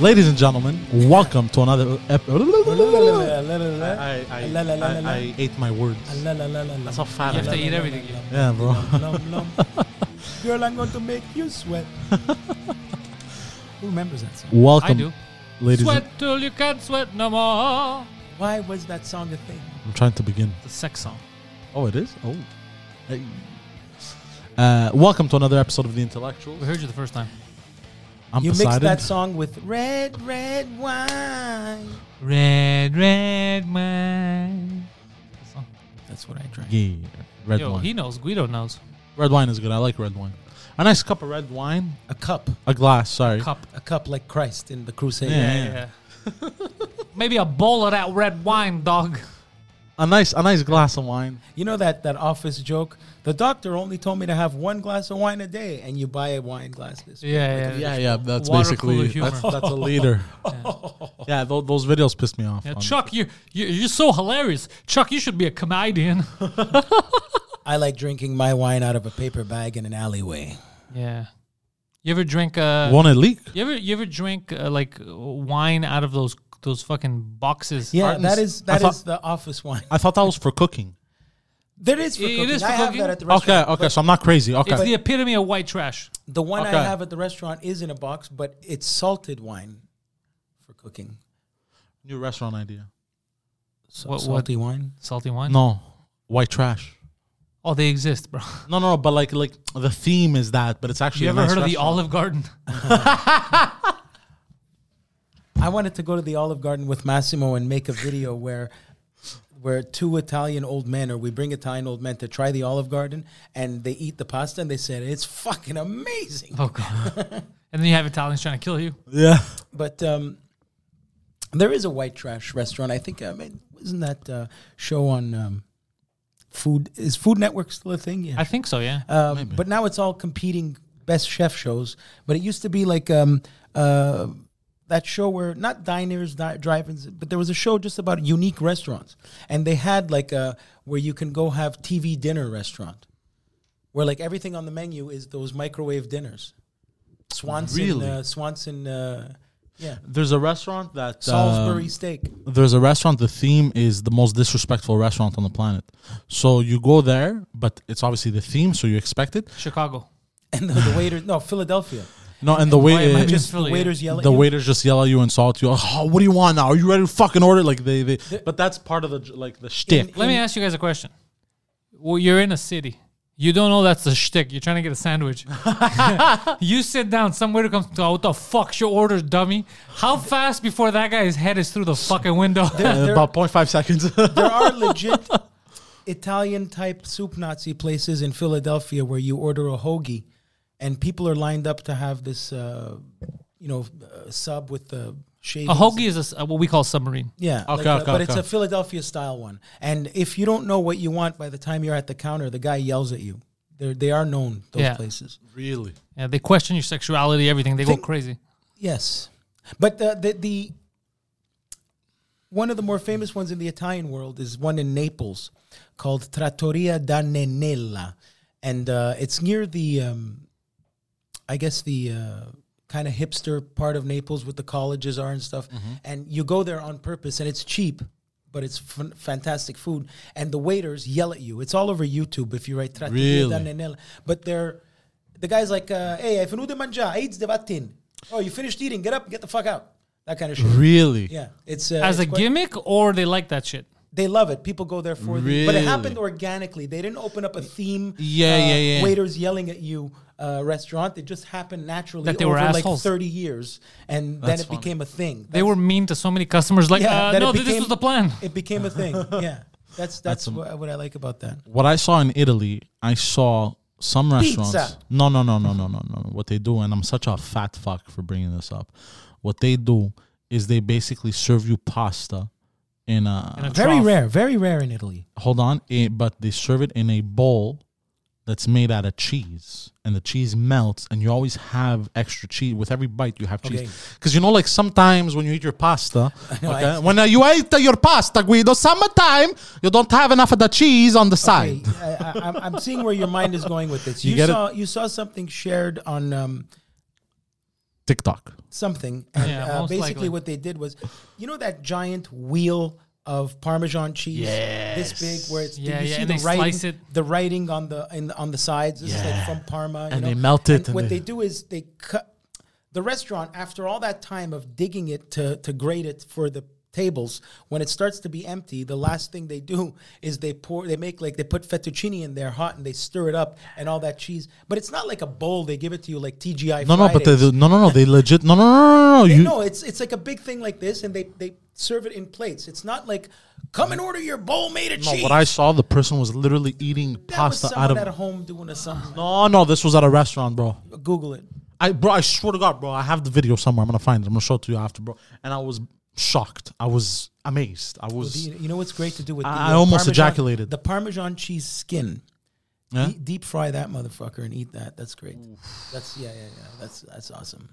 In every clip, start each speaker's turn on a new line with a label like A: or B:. A: Ladies and gentlemen, welcome to another episode. I, I, I, I
B: That's
A: ate my words.
B: how
C: You have to eat everything. You-
A: Yeah, bro.
B: Girl, I'm going to make you sweat. Who remembers that song?
A: Welcome,
C: I do.
A: ladies.
C: Sweat till you can't sweat no more.
B: Why was that song a thing?
A: I'm trying to begin.
C: The sex song.
A: Oh, it is. Oh, Hey. Uh, welcome to another episode of the Intellectuals.
C: We heard you the first time.
A: I'm
B: You mixed
A: Poseidon.
B: that song with red, red wine.
C: Red, red wine.
B: That's what I drank.
A: Yeah, red
C: Yo,
A: wine.
C: he knows. Guido knows.
A: red wine is good. I like red wine. A nice cup of red wine.
B: A cup.
A: A glass. Sorry.
C: Cup.
B: A cup like Christ in the crusade.
A: Yeah.
C: Maybe a bowl of that red wine, dog.
A: A nice, a nice glass of wine.
B: You know that, that office joke? The doctor only told me to have one glass of wine a day, and you buy a wine glass this week.
C: Yeah, yeah.
A: Yeah, yeah. That's
C: Water
A: basically.
C: cooler humor.
A: That's, that's a leader. yeah, tho- those videos pissed me off. Um,
C: Yeah,
A: on-
C: Chuck, you, you you're so hilarious. Chuck, you should be a comedian.
B: I like drinking my wine out of a paper bag in an alleyway.
C: yeah. You ever drink uh
A: Won't it leak?
C: You ever you ever drink uh, like uh, wine out of those those fucking boxes?
B: Yeah,
A: Cartons.
B: that is
A: I
B: that is
A: thought-
B: the office wine.
A: I thought that was for cooking.
B: There is for
C: It
B: cooking.
C: is for
B: I have
C: cooking?
B: that at the
A: Okay,
B: restaurant.
A: okay. So I'm not crazy. Okay.
C: It's the epitome of white trash.
B: The one
A: Okay.
B: I have at the restaurant is in a box, but it's salted wine for cooking.
A: New restaurant idea.
B: So,
C: What- what-
B: salty wine.
C: Salty wine.
A: No, white trash.
C: Oh, they exist, bro.
A: No, no, but like, like the theme is that, but it's actually.
C: You
A: a
C: ever
A: nice
C: heard of the
A: restaurant.
C: Olive Garden?
B: I wanted to go to the Olive Garden with Massimo and make a video where where two Italian old men or we bring Italian old men to try the Olive Garden and they eat the pasta and they said it's fucking amazing.
C: Oh god. and then you have Italians trying to kill you.
A: Yeah.
B: But um, there is a white trash restaurant. I think. I mean, wasn't that uh, show on um, Food? Is Food Network still a thing? Yeah.
C: I think so, yeah.
B: um, but now it's all competing best chef shows. But it used to be like um, uh, that show where not diners, di- drive-ins, but there was a show just about unique restaurants, and they had like a where you can go have TV dinner restaurant, where like everything on the menu is those microwave dinners. Swanson,
A: Really?
B: uh, Swanson, uh, yeah,
A: There's a restaurant that
B: Salisbury
A: um,
B: steak.
A: there's a restaurant. The theme is the most disrespectful restaurant on the planet. So you go there, but it's obviously the theme, so you expect it.
C: Chicago.
B: And the, the waiter, no, Philadelphia.
A: No, and the
C: Why am I
A: way
C: just
B: The
C: Philly?
B: waiters yell at
A: the
B: you.
A: waiters just yell at you, insult you. Oh, what do you want now? Are you ready to fucking order? Like they, they but that's part of the j- like the shtick.
C: Let me ask you guys a question. Well, you're in a city. You don't know that's a shtick. You're trying to get a sandwich. you sit down. Some waiter comes. Oh, what the fuck's your order, dummy? How fast before that guy's head is through the fucking window?
A: Uh, about 0.5 seconds.
B: There are legit Italian type soup Nazi places in Philadelphia where you order a hoagie, and people are lined up to have this, uh, you know, uh, sub with the shavings.
C: a hoagie is a s- uh, what we call submarine.
B: Yeah,
A: Okay,
B: a-
A: okay,
B: but it's
A: okay.
B: a Philadelphia style one. And if you don't know what you want by the time you're at the counter, the guy yells at you. They're, they are known those
C: Yeah.
B: places.
A: really?
C: Yeah, they question your sexuality, everything. They
B: Think-
C: go crazy.
B: Yes, but the, the the one of the more famous ones in the Italian world is one in Naples called Trattoria da Nenella, and uh, it's near the, um, I guess the. Uh, Kind of hipster part of Naples, with the colleges are and stuff, and you go there on purpose, and it's cheap, but it's f- fantastic food, and the waiters yell at you. It's all over YouTube if you write Trattoria da
A: Really?
B: Nenella, but they're the guy's like, uh, hey, hai finito di mangiare, AIDS devatin. Oh, you finished eating, get up, get the fuck out. That kind of shit.
A: Really?
B: Yeah. It's uh,
C: As
B: it's
C: a
B: quite-
C: gimmick, or they like that shit.
B: They love it. People go there for the- But it
A: Really?
B: happened organically. They didn't open up a theme.
A: Yeah,
B: uh,
A: yeah, yeah.
B: Waiters yelling at you. Uh, restaurant. It just happened naturally
C: That they
B: over
C: were
B: like
C: assholes.
B: thirty years, and then
A: That's
B: it
A: funny.
B: became a thing.
C: They were mean to so many customers. Like, uh,
B: that it
C: no, this
B: became-
C: was the plan.
B: It became a thing. Yeah, that's that's,
A: a-
B: what, what I like about that.
A: what I saw in Italy, I saw some restaurants.
B: Pizza.
A: No, no, no, no, no, no, no. What they do, and I'm such a fat fuck for bringing this up. What they do is they basically serve you pasta in a,
C: In a
B: Very
C: trough.
B: rare, very rare in Italy.
A: hold on, eh, but they serve it in a bowl that's made out of cheese, and the cheese melts, and you always have extra cheese with every bite. You have cheese
B: Okay.
A: because you know, like sometimes when you eat your pasta,
B: know,
A: okay,
B: I-
A: when uh, you eat uh, your pasta, Guido, summertime, you don't have enough of the cheese on the
B: Hey,
A: side.
B: I, I, I'm- I'm seeing where your mind is going with this.
A: You
B: You,
A: get it?
B: saw you saw something shared on um,
A: TikTok.
B: something, and
C: Yeah,
B: uh,
C: most
B: basically
C: likely.
B: what they did was, you know, that giant wheel of Parmesan cheese, this big, where it's
C: Yeah,
B: you
C: yeah,
B: see
C: and
B: the
C: they
B: writing,
C: slice it.
B: the writing on the in the, on the sides. This is like
A: Yeah.
B: from Parma, you
A: And
B: know?
A: they melt it
B: And
A: and
B: what they
A: they-
B: do is they cut the restaurant after all that time of digging it to to grate it for the tables when it starts to be empty the last thing they do is they pour they make like they put fettuccine in there hot and they stir it up and all that cheese but it's not like a bowl they give it to you like TGI
A: No, no, but they,
B: Fridays.
A: no, no, no. They legit. No, no, no, no, no.
B: They-
A: You,
B: no, it's it's like a big thing like this, and they they serve it in plates. It's not like come and order your bowl made of
A: no,
B: cheese.
A: what I saw, the person was literally eating
B: that was
A: pasta out
B: someone
A: of.
B: at home doing a something.
A: no, no, this was at a restaurant, bro.
B: Google it.
A: I, bro, I swear to God, bro, I have the video somewhere. I'm gonna find it. I'm gonna show it to you after, bro. And I was shocked. I was amazed. I was.
B: You, you know what's great to do with?
A: I-
B: the,
A: I
B: uh,
A: almost
B: Parmesan-
A: ejaculated.
B: The Parmesan cheese skin.
A: Yeah?
B: De- deep fry that motherfucker and eat that. That's great. That's yeah, yeah, yeah. That's that's awesome.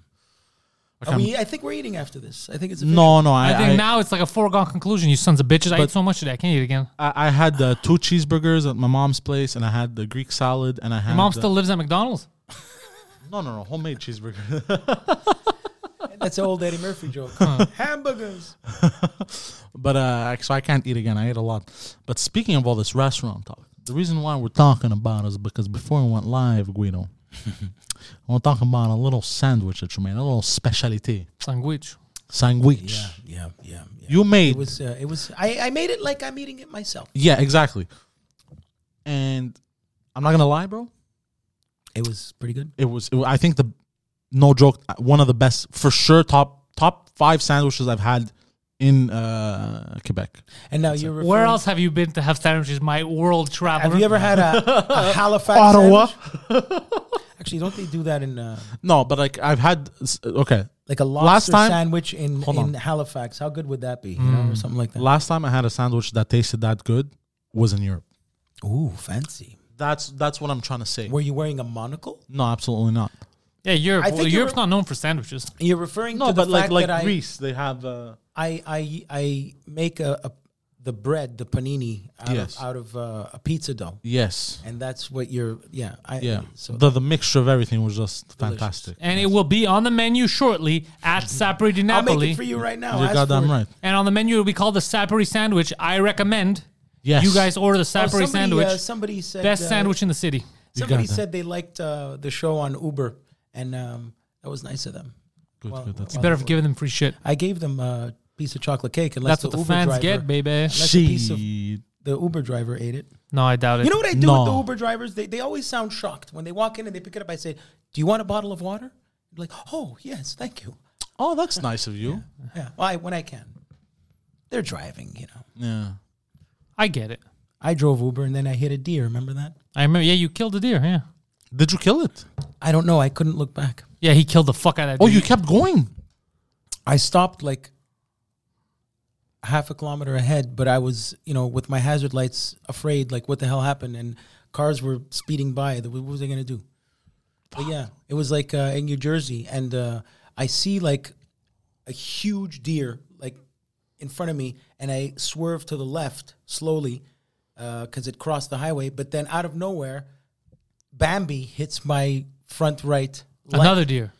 B: Are
A: I'm-
B: we, I think we're eating after this. I think it's official.
A: No, no, I,
C: I,
A: I
C: think now it's like a foregone conclusion. You sons of bitches! I ate
A: But-
C: so much today. I can't eat again.
A: I, I had uh, two cheeseburgers at my mom's place, and I had the Greek salad, and I had.
C: Your mom
A: the-
C: still lives at McDonald's.
A: No, no, no, homemade cheeseburger.
B: That's an old Eddie Murphy joke. Hamburgers.
A: but uh, so I can't eat again. I ate a lot. But speaking of all this restaurant talk, the reason why we're talking about is because before we went live, Guido, I want to talk about a little sandwich that you made, a little specialty
C: Sandwich.
A: sandwich
B: Yeah, yeah, yeah. yeah.
A: you made.
B: It was uh, it was I, I made it like I'm eating it myself.
A: yeah, exactly. And I'm not gonna lie, bro.
B: It was pretty good.
A: It was. It, wa- I think the no joke, uh, one of the best for sure. Top top five sandwiches I've had in uh, Quebec.
B: And now you're referring,
C: Where else have you been to have sandwiches? My world traveler.
B: Have you ever had a, a Halifax
A: Ottawa.
B: sandwich? Actually, don't they do that in uh,
A: No, but like I've had. s- Okay,
B: like a
A: Last
B: lobster
A: time-
B: sandwich in,
A: Hold
B: in
A: on. Mm.
B: Halifax? How good would that be? You know, or something like that.
A: Last time I had a sandwich that tasted that good was in Europe.
B: Ooh, fancy.
A: That's that's what I'm trying to say.
B: Were you wearing a monocle?
A: No, absolutely not.
C: Yeah, Europe.
B: I
C: Well,
B: think you
C: Europe's
B: were-
C: not known for sandwiches.
B: You're referring
A: No,
B: to the
A: but like
B: fact
A: like
B: that I,
A: Greece, they have. Uh,
B: I I I make a, a the bread, the panini, out
A: Yes.
B: of, out of uh, a pizza dough,
A: yes.
B: and that's what you're. Yeah, I,
A: Yeah.
B: So
A: the the mixture of everything was just fantastic.
C: And it will be on the menu shortly at Sapri di
B: I'll make
C: Napoli.
B: it for you right now.
A: You're
B: Ask
A: goddamn
B: for it.
A: right.
C: And on the menu, it'll be called the Sapri sandwich. I recommend
A: Yes.
C: you guys order the
B: Oh,
C: Sapri
B: somebody,
C: sandwich.
B: Uh, somebody said
C: Best
B: uh,
C: sandwich in the city.
B: Somebody
A: goddamn-
B: said they liked uh, the show on Uber, and um, that was nice of them.
A: Good,
B: Well,
A: good. That's
C: It's better if giving them free shit.
B: I gave them a piece of chocolate cake, and
C: That's what the
B: Uber
C: fans
B: driver,
C: get, baby.
B: Unless a piece of-
A: Shit.
B: The Uber driver ate it.
C: No, I doubt it.
B: You know what I do
A: No.
B: with the Uber drivers? They, they always sound shocked when they walk in and they pick it up. I say, "Do you want a bottle of water?" They're like, "Oh yes, thank you."
A: Oh, that's nice of you.
B: Yeah, well, I, when I can. They're driving, you know.
A: Yeah.
C: I get it.
B: I drove Uber and then I hit a deer. Remember that?
C: I remember. Yeah, you killed a deer. Yeah.
A: Did you kill it?
B: I don't know. I couldn't look back.
C: Yeah, he killed the fuck out of that
A: Oh,
C: deer.
A: you kept going.
B: I stopped like half a kilometer ahead, but I was, you know, with my hazard lights, afraid like what the hell happened, and cars were speeding by. The- What was I gonna do? But yeah, it was like uh, in New Jersey, and uh, I see like a huge deer like in front of me, and I swerve to the left slowly because it crossed the highway. But then out of nowhere, Bambi hits my front right. leg.
C: Another deer.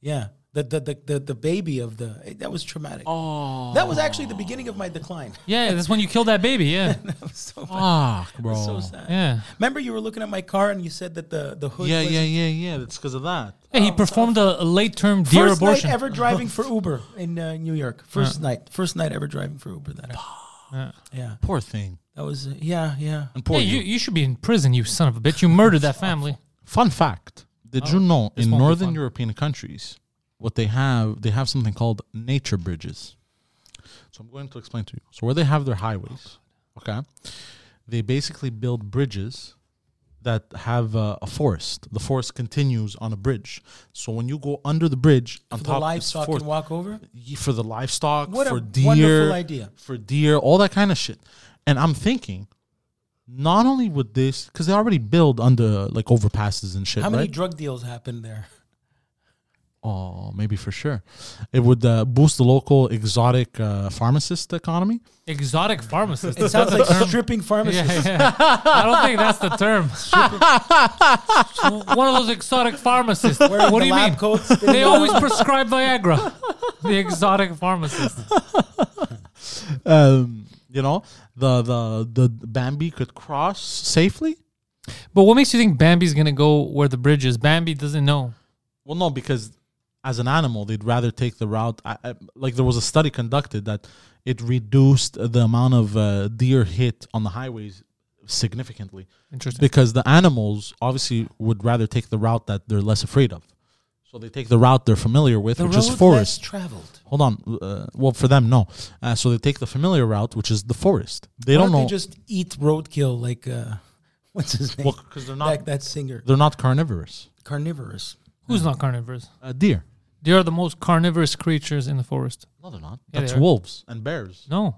B: Yeah. The the, the, the the baby of the it- that was traumatic. Oh. That was actually the beginning of my decline.
C: Yeah, that's when you killed that baby. Yeah.
B: that was so bad.
A: Fuck, Ah, bro.
B: So sad.
C: Yeah.
B: Remember you were looking at my car and you said that the, the hood
A: yeah,
B: was
A: yeah, yeah, yeah. It's because of that.
C: Hey, he performed a, a late term deer
B: Um, First
C: abortion.
B: night ever driving for Uber in uh, New York. First night. First night ever driving for Uber that. happened. Yeah,
A: Poor thing.
B: that was uh, yeah, yeah.
A: And
C: Yeah,
A: poor
C: you,
A: you.
C: you should be in prison, you son of a bitch. You murdered that family.
A: Fun fact: Did
B: Oh,
A: you know
C: this
A: in
C: won't be
A: northern
C: fun.
A: European countries, what they have they have something called nature bridges. So I'm going to explain to you. So where they have their highways,
B: Oh,
A: okay, they basically build bridges that have uh, a forest. The forest continues on a bridge. So when you go under the bridge, on
B: For
A: top
B: the
A: is
B: livestock
A: forest.
B: can walk over.
A: Ye- for the livestock,
B: What a
A: for deer,
B: wonderful idea.
A: for deer, all that kind of shit. And I'm thinking, not only would this, because they already build under like overpasses and shit,
B: How many
A: right?
B: drug deals happened there?
A: oh, maybe for sure, it would uh, boost the local exotic uh, pharmacist economy.
C: Exotic pharmacist.
B: It sounds like stripping pharmacists.
C: Um, Yeah, yeah. I don't think that's the term. One of those exotic pharmacists.
B: Wearing the
C: what do you
B: lab
C: mean?
B: coats,
C: They always prescribe Viagra. The exotic pharmacist.
A: Um, you know, the the the Bambi could cross safely.
C: But what makes you think Bambi's gonna go where the bridge is? Bambi doesn't know.
A: Well, no, because as an animal, they'd rather take the route. I, I, like there was a study conducted that it reduced the amount of uh, deer hit on the highways significantly
C: Interesting.
A: because the animals obviously would rather take the route that they're less afraid of. So they take the route they're familiar with,
B: The
A: which
B: road
A: is forest.
B: less traveled.
A: Hold on. Uh, well, for them, no. Uh, so they take the familiar route, which is the forest. They
B: Why
A: don't
B: they
A: know.
B: just eat roadkill like uh, what's his name?
A: Well, 'cause they're not-
B: like that singer,
A: they're not carnivorous.
B: carnivorous.
C: Who's not carnivorous?
A: Uh, deer.
C: They are the most carnivorous creatures in the forest.
A: No, they're not.
C: Yeah, they
A: That's
C: are.
A: wolves and bears.
C: No.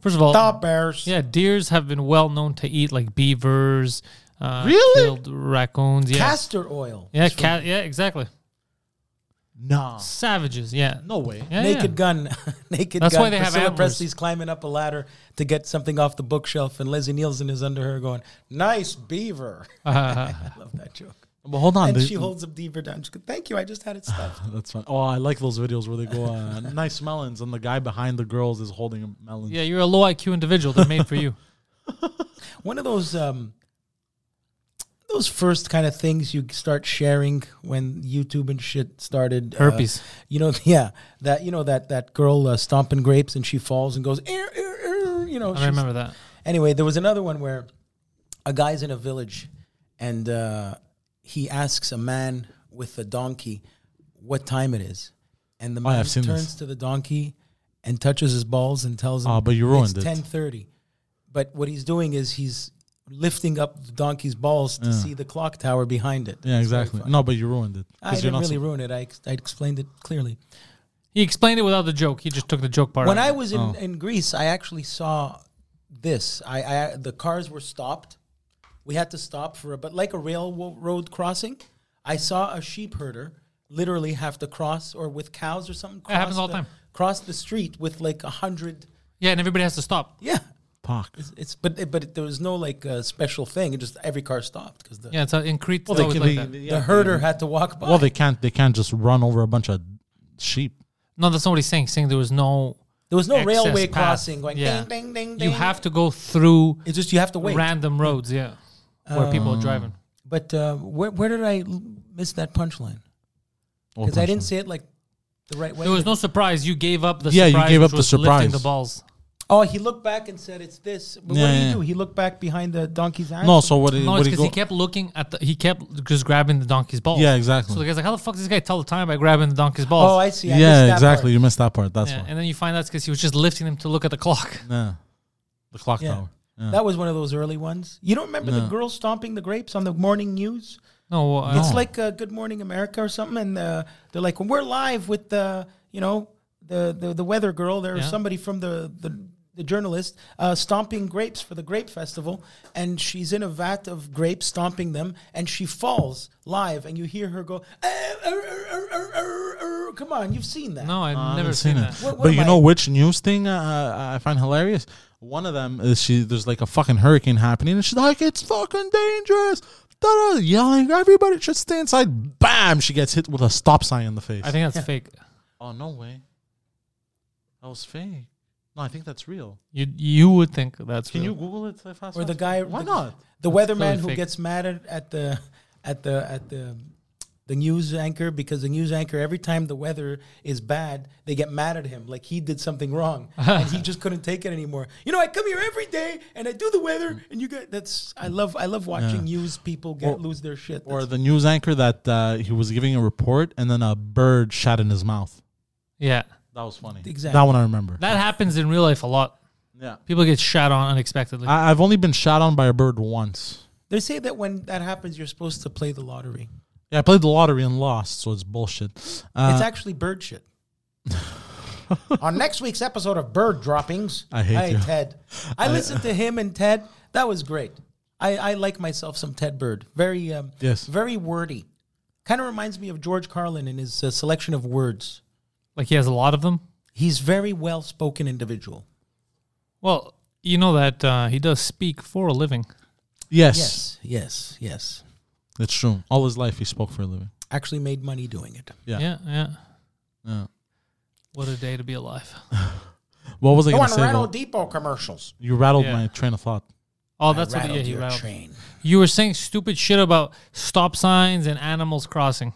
C: First of all,
B: Top bears.
C: yeah, deers have been well known to eat like beavers, uh,
A: Really?
C: killed raccoons. Yeah,
B: Castor oil.
C: yeah,
B: It's from
C: cat. Yeah, exactly.
A: Nah.
C: Savages. Yeah.
A: No way.
C: Yeah, yeah.
B: Naked Gun. Naked
C: That's
B: Gun.
C: why they have
B: Priscilla
C: antlers.
B: Presley's climbing up a ladder to get something off the bookshelf, and Leslie Nielsen is under her going, "Nice beaver." I love that joke.
A: But hold on.
B: And
A: they-
B: she holds a beaver down. She goes, "Thank you. I just had it stuffed."
A: That's fun. Oh, I like those videos where they go uh, nice melons, and the guy behind the girls is holding a melon.
C: Yeah, you're a low IQ individual. They're made for you.
B: One of those um, those first kind of things you start sharing when YouTube and shit started. uh,
C: Herpes.
B: you know, yeah, that you know that that girl uh, stomping grapes and she falls and goes, "Ear, ear, ear," you know.
C: I
B: she's-
C: remember that.
B: Anyway, there was another one where a guy's in a village and uh, he asks a man with a donkey what time it is. And the man
A: I've seen
B: turns
A: this.
B: to the donkey and touches his balls and tells him
A: Ah, but you ruined
B: it's
A: it."
B: 10.30. But what he's doing is he's lifting up the donkey's balls to see the clock tower behind it.
A: Yeah, exactly. No, but you ruined it.
B: I
A: 'cause
B: didn't really
A: sup-
B: ruin it. I, ex- I explained it clearly.
C: He explained it without the joke. He just took the joke part.
B: When
C: out
B: I
C: of it.
B: was in, in Greece, I actually saw this. I, I the cars were stopped. We had to stop for a but like a railroad crossing. I saw a sheep herder literally have to cross or with cows or something. Cross
C: That happens all the time.
B: Cross the street with like a hundred.
C: yeah, and everybody has to stop.
B: Yeah,
A: Fuck.
B: it's, it's but it, but it, there was no like uh, special thing. It just every car stopped because the
C: Yeah, it's uh, in Crete.
A: Well,
C: Well,
A: they, can,
C: like
A: they,
C: that.
A: they-
B: the
A: yeah,
B: herder had to walk by.
A: well, they can't. They can't just run over a bunch of sheep.
C: No, that's not what he's saying. He's saying there was no.
B: there was no
C: excess
B: railway
C: path.
B: crossing. Going
C: Yeah.
B: ding ding ding ding.
C: You have to go through
B: It's just you have to wait.
C: random roads. Yeah, where people
A: Um,
C: are driving.
B: But uh, where where did I l- miss that punchline?
A: Or
B: because I didn't
A: bunch
B: say it like the right way.
C: There was no surprise. You gave up the
A: Yeah, you
C: surprise,
A: gave
C: which
A: up the
C: was lifting
A: surprise.
C: The balls.
B: oh, he looked back and said, "It's this." But what did
A: Yeah,
B: he
A: yeah.
B: do? He looked back behind the donkey's ass.
A: of- no. So what? Did,
C: No,
A: what
C: it's
A: did
C: because
A: he
C: he
A: go?
C: kept looking at the. He kept just grabbing the donkey's balls.
A: Yeah, exactly.
C: So the guy's like, "How the fuck does this guy tell the time by grabbing the donkey's balls?"
B: oh, I see. I missed
A: yeah,
B: that
A: exactly.
B: part.
A: You missed that part. That's
C: yeah,
A: why.
C: and then you find out because he was just lifting them to look at the clock.
A: Yeah. The clock
B: Yeah.
A: tower. Yeah.
B: That was one of those early ones. You don't remember the girl stomping the grapes on the morning news?
C: No, uh,
B: It's like uh, Good Morning America or something, and uh, they're like, "We're live with the you know the the, the weather girl." There's
C: Yeah.
B: somebody from the the, the journalist uh, stomping grapes for the grape festival, and she's in a vat of grapes stomping them, and she falls live, and you hear her go, "Eh, er, er, er, er, er, er." "Come on, you've seen that."
C: no, I've
A: I
C: never
A: haven't
C: seen,
A: seen
C: that.
A: it.
B: What- what
A: but
B: am
A: you know
B: I-
A: which news thing uh, I find hilarious? One of them is she. There's like a fucking hurricane happening, and she's like, "It's fucking dangerous!" Da-da, yelling, "Everybody should stay inside!" Bam! She gets hit with a stop sign in the face.
C: I think that's fake.
A: Oh no way! That was fake. No, I think that's real.
C: You you would think that's.
A: Can
C: real.
A: you Google it? If I
B: Or the guy,
A: Why
B: the,
A: not?
B: The weatherman
C: totally
B: who
C: fake.
B: gets mad at, at the at the at the the news anchor because the news anchor every time the weather is bad they get mad at him like he did something wrong and he just couldn't take it anymore you know i come here every day and i do the weather and you get that's i love i love watching news people get lose their shit
A: Or
B: That's-
A: the news anchor that uh, he was giving a report and then a bird shot in his mouth.
C: Yeah.
A: That was funny.
B: Exactly.
A: That one I remember.
C: That happens in real life a lot.
A: yeah.
C: People get shot on unexpectedly.
A: I, I've only been shot on by a bird once.
B: they say that when that happens you're supposed to play the lottery
A: Yeah, I played the lottery and lost, so it's bullshit. Uh,
B: it's actually bird shit on next week's episode of bird droppings
A: I hate you.
B: ted i listened to him and ted that was great i, I like myself some ted bird very um,
A: Yes.
B: very wordy kind of reminds me of george carlin and his uh, selection of words
C: like he has a lot of them.
B: he's very well spoken individual
C: Well, you know that uh, he does speak for a living.
A: yes,
B: yes yes yes
A: that's true. All his life he spoke for a living.
B: actually made money doing it
A: Yeah.
C: Yeah, yeah.
A: Yeah.
C: What a day to be alive.
A: What was I
B: go
A: going
B: on
A: to say?
B: Rattle
A: though?
B: depot commercials
A: You rattled
C: Yeah.
A: my train of thought.
C: Oh, that's
B: I
C: what yeah,
B: rattled
C: he
B: your
C: rattled.
B: train
C: You were saying stupid shit about stop signs and animals crossing.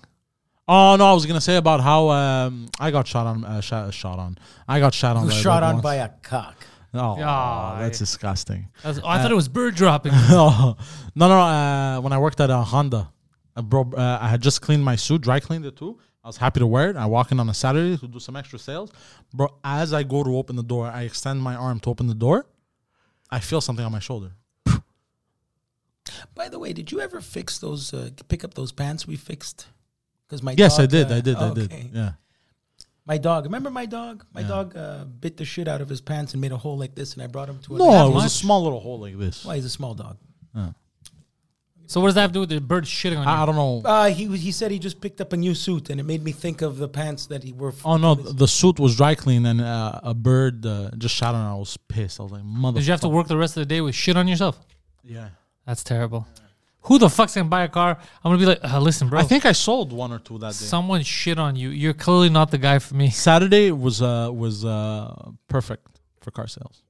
A: Oh no, I was gonna say about how um, I got shot on. Uh, shot, shot on. I got shot on.
B: Who
A: by a
B: shot
A: bird
B: on
A: once.
B: by a cock
A: Oh,
C: Yeah,
A: that's
C: I-
A: disgusting.
C: That's- oh, I thought it was bird dropping.
A: no, no, no. Uh, when I worked at uh, Honda, I, bro, uh, I had just cleaned my suit, dry cleaned it too. I was happy to wear it. I walk in on a Saturday to do some extra sales. Bro, as I go to open the door, I extend my arm to open the door. I feel something on my shoulder.
B: By the way, did you ever fix those? Uh, pick up those pants we fixed? Because my
A: Yes, I
B: dog,
A: did.
B: uh,
A: I did. I did.
B: okay.
A: Yeah.
B: My dog. Remember my dog? My dog uh, bit the shit out of his pants and made a hole like this, and I brought him to. a-
A: No, it was a
C: much?
A: small little hole like this.
B: why he's a small dog.
C: so what does that have to do with the bird shitting on you?
A: I, I don't know.
B: Uh, he was- he said he just picked up a new suit, and it made me think of the pants that he wore. f-
A: Oh no, th- the suit was dry cleaned and uh, a bird uh, just shot on. it. I was pissed. I was like, mother.
C: Did you have to work the rest of the day with shit on yourself?
A: Yeah.
C: That's terrible. Who the fuck's gonna buy a car? I'm gonna be like, uh, listen, bro.
A: I think I sold one or two that day.
C: someone shit on you. You're clearly not the guy for me.
A: Saturday was uh was uh perfect for car sales.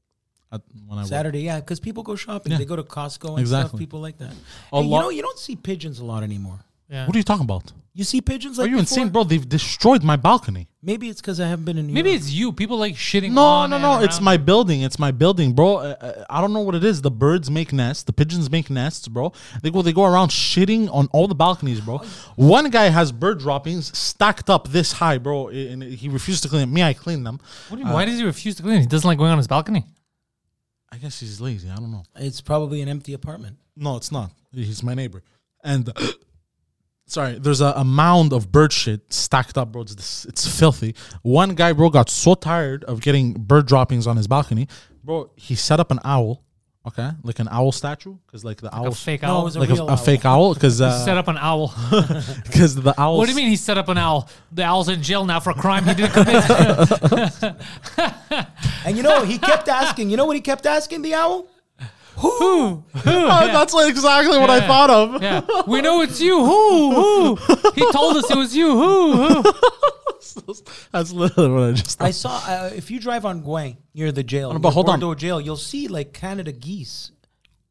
A: At, when I worked.
B: Saturday, yeah, because people go shopping. They go to Costco and
A: Exactly.
B: stuff. People like that.
A: A
B: Hey, you
A: lot-
B: know, you don't see pigeons a lot anymore.
C: Yeah.
A: What are you talking about?
B: You see pigeons like
A: are you
B: before?
A: insane, bro? They've destroyed my balcony.
B: Maybe it's because I haven't been in New
C: Maybe
B: York.
C: it's you. People like shitting.
A: No,
C: on
A: no,
C: and
A: no. It's
C: around.
A: my building. It's my building, bro. Uh, uh, I don't know what it is. The birds make nests. The pigeons make nests, bro. They go. They go around shitting on all the balconies, bro. One guy has bird droppings stacked up this high, bro, and he refused to clean them. Me, I clean them.
C: What do you-
A: Uh,
C: why does he refuse to clean? He doesn't like going on his balcony.
A: I guess he's lazy. I don't know.
B: It's probably an empty apartment.
A: No, it's not. He's my neighbor. And sorry, there's a, a mound of bird shit stacked up, bro. It's, dis- it's filthy. One guy, bro, got so tired of getting bird droppings on his balcony, bro. He set up an owl, okay, like an owl statue, because like the owl,
C: A fake
B: No,
C: owl.
B: it was a
A: like a,
B: real
A: a fake owl, because
C: set up an owl.
A: because the owl.
C: what do you mean he set up an owl? The owl's in jail now for a crime he didn't commit.
B: And you know, he kept asking. You know what he kept asking the owl?
C: who?
A: Oh, that's like exactly what I
C: Yeah.
A: thought of.
C: Yeah, we know it's you. Who? Who? He told us it was you.
B: Oh,
C: Who? Who?
A: That's literally what I just.
B: I
A: Thought.
B: saw uh, if you drive on Guay near the jail,
C: Oh,
A: no, but
B: near
A: hold on.
B: Bordeaux jail, you'll see like Canada geese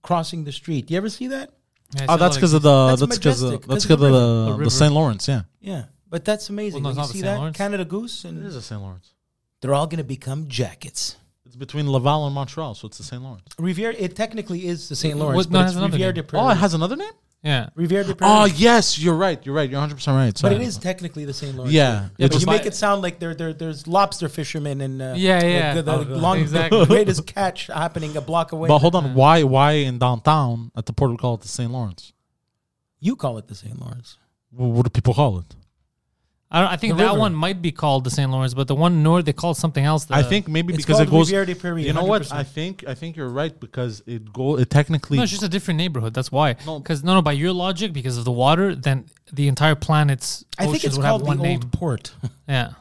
B: crossing the street. You ever see that?
C: Yeah,
A: Oh, that's because of the
B: That's
A: that's because of
B: majestic.
A: that's
B: That's the
A: because of
C: river.
A: the
C: The
A: the
C: river.
A: Saint Lawrence. Yeah,
B: Yeah, but that's amazing.
C: Well, no,
B: When you
C: it's not the
B: see
C: Saint
B: that
C: Lawrence.
B: Canada goose,
A: it is
B: and
A: a Saint Lawrence.
B: they're all gonna become jackets.
A: It's between Laval and Montreal, so it's the St. Lawrence.
B: Riviere, it technically is the St. Lawrence,
C: What-
B: but
C: no, it
B: it's
C: has another
B: Riviere
C: name.
B: de Prairie.
A: Oh, it has another name?
C: yeah.
B: Riviere de Prairie.
A: Oh, yes, you're right. You're right. You're 100% right.
B: but
A: Sorry.
B: it is technically the St. Lawrence.
A: Yeah,
B: yeah
A: it
B: but
A: just-
B: you make it sound like there, there, there's lobster fishermen and uh,
C: Yeah,
B: the-
C: yeah.
B: the, the
C: Oh, God.
B: long,
C: Exactly.
B: the greatest catch happening a block away.
A: But hold on. Why why in downtown at the port we call it the St. Lawrence?
B: you call it the St. Lawrence.
A: Wh- What do people call it?
C: I, don't, I think
B: The
C: that
B: river.
C: one might be called the St. Lawrence, but the one north they call it something else. The,
A: I think maybe
B: it's
A: because it
B: called
A: goes
B: Riviere de Prairie,
A: You know what?
B: 100%.
A: I think I think you're right because it go it technically
C: no, it's just a different neighborhood. That's why. Because no, no, by your logic, because of the water, then the entire planet's
B: I think
C: oceans
B: it's
C: would have
B: called the
C: one
B: old
C: name.
B: port.
C: Yeah,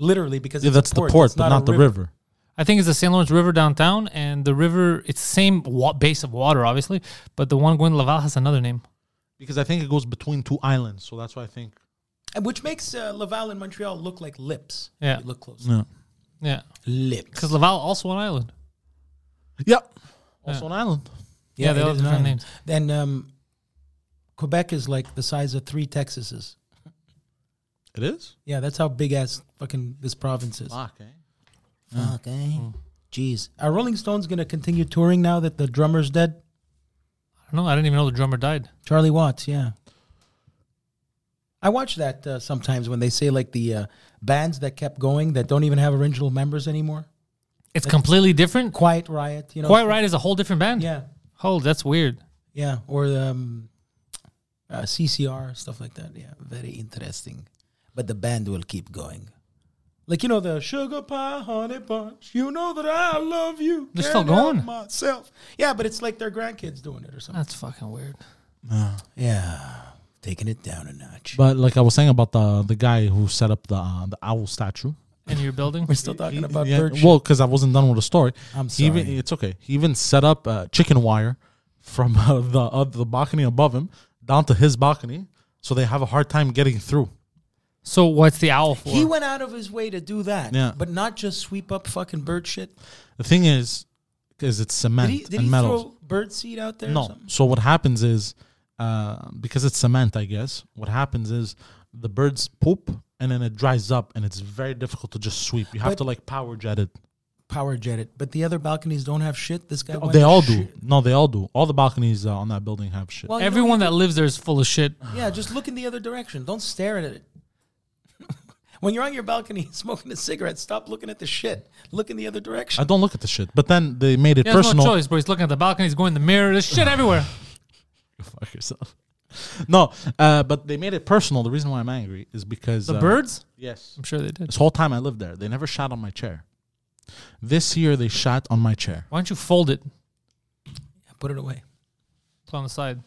B: literally because
A: yeah,
B: it's a
A: that's the port,
B: it's
A: but
B: a
A: not the river.
C: I think it's the St. Lawrence River downtown, and the river it's the same wa- base of water, obviously, but the one going to Laval has another name.
A: Because I think it goes between two islands, so that's why I think
B: And which makes uh, Laval and Montreal look like lips.
C: Yeah.
B: If you look close.
A: yeah.
C: Yeah,
B: Lips.
C: because Laval also an island.
A: Yep. Also an island.
C: Yeah, they
B: it
C: all
B: is
C: have different
B: an
C: names.
B: island. Then um, Quebec is like the size of three Texases.
A: It is?
B: Yeah, that's how big ass fucking this province is.
A: Fuck, eh?
B: Fuck, eh?
C: Mm.
B: Jeez. Are Rolling Stones gonna continue touring now that the drummer's dead?
C: No, I didn't even know the drummer died.
B: Charlie Watts, yeah. I watch that uh, sometimes when they say like the uh, bands that kept going that don't even have original members anymore.
C: It's completely different.
B: Quiet Riot, you know.
C: Quite right is a whole different band.
B: Yeah,
C: Oh, that's weird.
B: yeah. Or um, uh, CCR stuff like that. Yeah, very interesting. But the band will keep going. Like you know the sugar pie, honey bunch. You know that I love you.
C: They're still
B: Can't help
C: going.
B: Myself. Yeah, but it's like their grandkids doing it or something.
C: That's fucking weird. Oh.
B: Yeah, taking it down a notch.
A: But like I was saying about the the guy who set up the uh, the owl statue.
C: In your building?
B: We're still talking about
A: Yeah,
B: bird shit.
A: well, because I wasn't done with the story.
B: I'm
A: He even,
B: sorry.
A: it's okay. He even set up uh, chicken wire from uh, the uh, the balcony above him down to his balcony, so they have a hard time getting through.
C: So what's the owl for?
B: He went out of his way to do that,
A: Yeah.
B: but not just sweep up fucking bird shit.
A: The thing is, is it's cement
B: Did he, did
A: and
B: he
A: metals.
B: throw bird seed out there? or
A: No.
B: something?
A: So what happens is, uh, because it's cement, I guess. What happens is the birds poop and then it dries up, and it's very difficult to just sweep. You have
B: But-
A: to like power jet it.
B: power jet it. But the other balconies don't have shit. This guy,
A: Oh,
B: went
A: they
B: and
A: all
B: shit.
A: do. No, they all do. All the balconies uh, on that building have shit.
B: Well, you know,
C: Everyone that lives there is full of shit.
B: yeah, just look in the other direction. Don't stare at it. when you're on your balcony smoking a cigarette, stop looking at the shit. Look in the other
A: I
B: direction.
A: don't look at the shit. But then they made it
C: He has
A: personal.
C: no choice, bro. He's looking at the balcony. He's going in the mirror. There's shit everywhere.
A: Fuck yourself. No, uh, but they made it personal. The reason why I'm angry is because
C: The
A: uh,
C: birds?
A: Yes.
C: I'm sure they did.
A: This whole time I lived there, they never shot on my chair. This year they shot on my chair.
C: Why don't you fold it?
B: Put it away.
C: Put it on the side.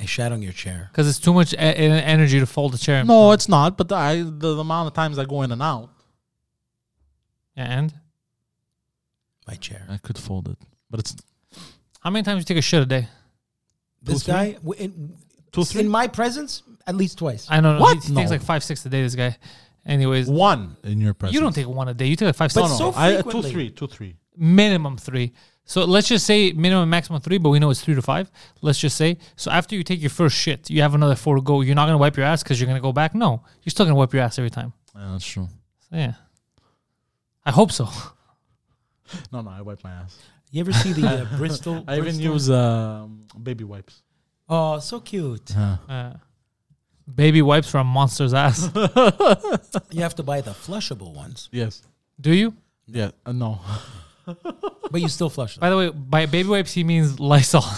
B: I shat on your chair.
C: Because it's too much e- e- energy to fold a chair.
A: No, it's not. But I, the, the amount of times I go in and out,
C: And?
B: My chair.
A: I could fold it, but it's
C: How many times you take a shit a day?
B: This
A: three?
B: guy, w- in,
A: Two, three?
B: in my presence, at least twice.
C: I don't know.
A: What?
C: He, he takes
A: No.
C: like five, six a day, this guy. Anyways,
A: one in your presence.
C: you don't take one a day. You take like five,
B: But
C: six.
B: so
A: I, uh, two,
B: frequently.
A: three, two, three.
C: minimum three. So let's just say minimum maximum three, but we know it's three to five. Let's just say so after you take your first shit, you have another four to go. You're not gonna wipe your ass because you're gonna go back. No, you're still gonna wipe your ass every time.
A: Yeah, that's true.
C: So, yeah, I hope so.
A: No, no, I wipe my ass.
B: You ever see the uh, Bristol?
A: I even
B: Bristol-
A: use um, baby wipes.
B: Oh, so cute.
C: Uh, baby wipes from monster's ass.
B: You have to buy the flushable ones,
A: Yes.
C: Do you?
A: Yeah. Uh, no.
B: but you still flush them.
C: By the way, by baby wipes he means Lysol.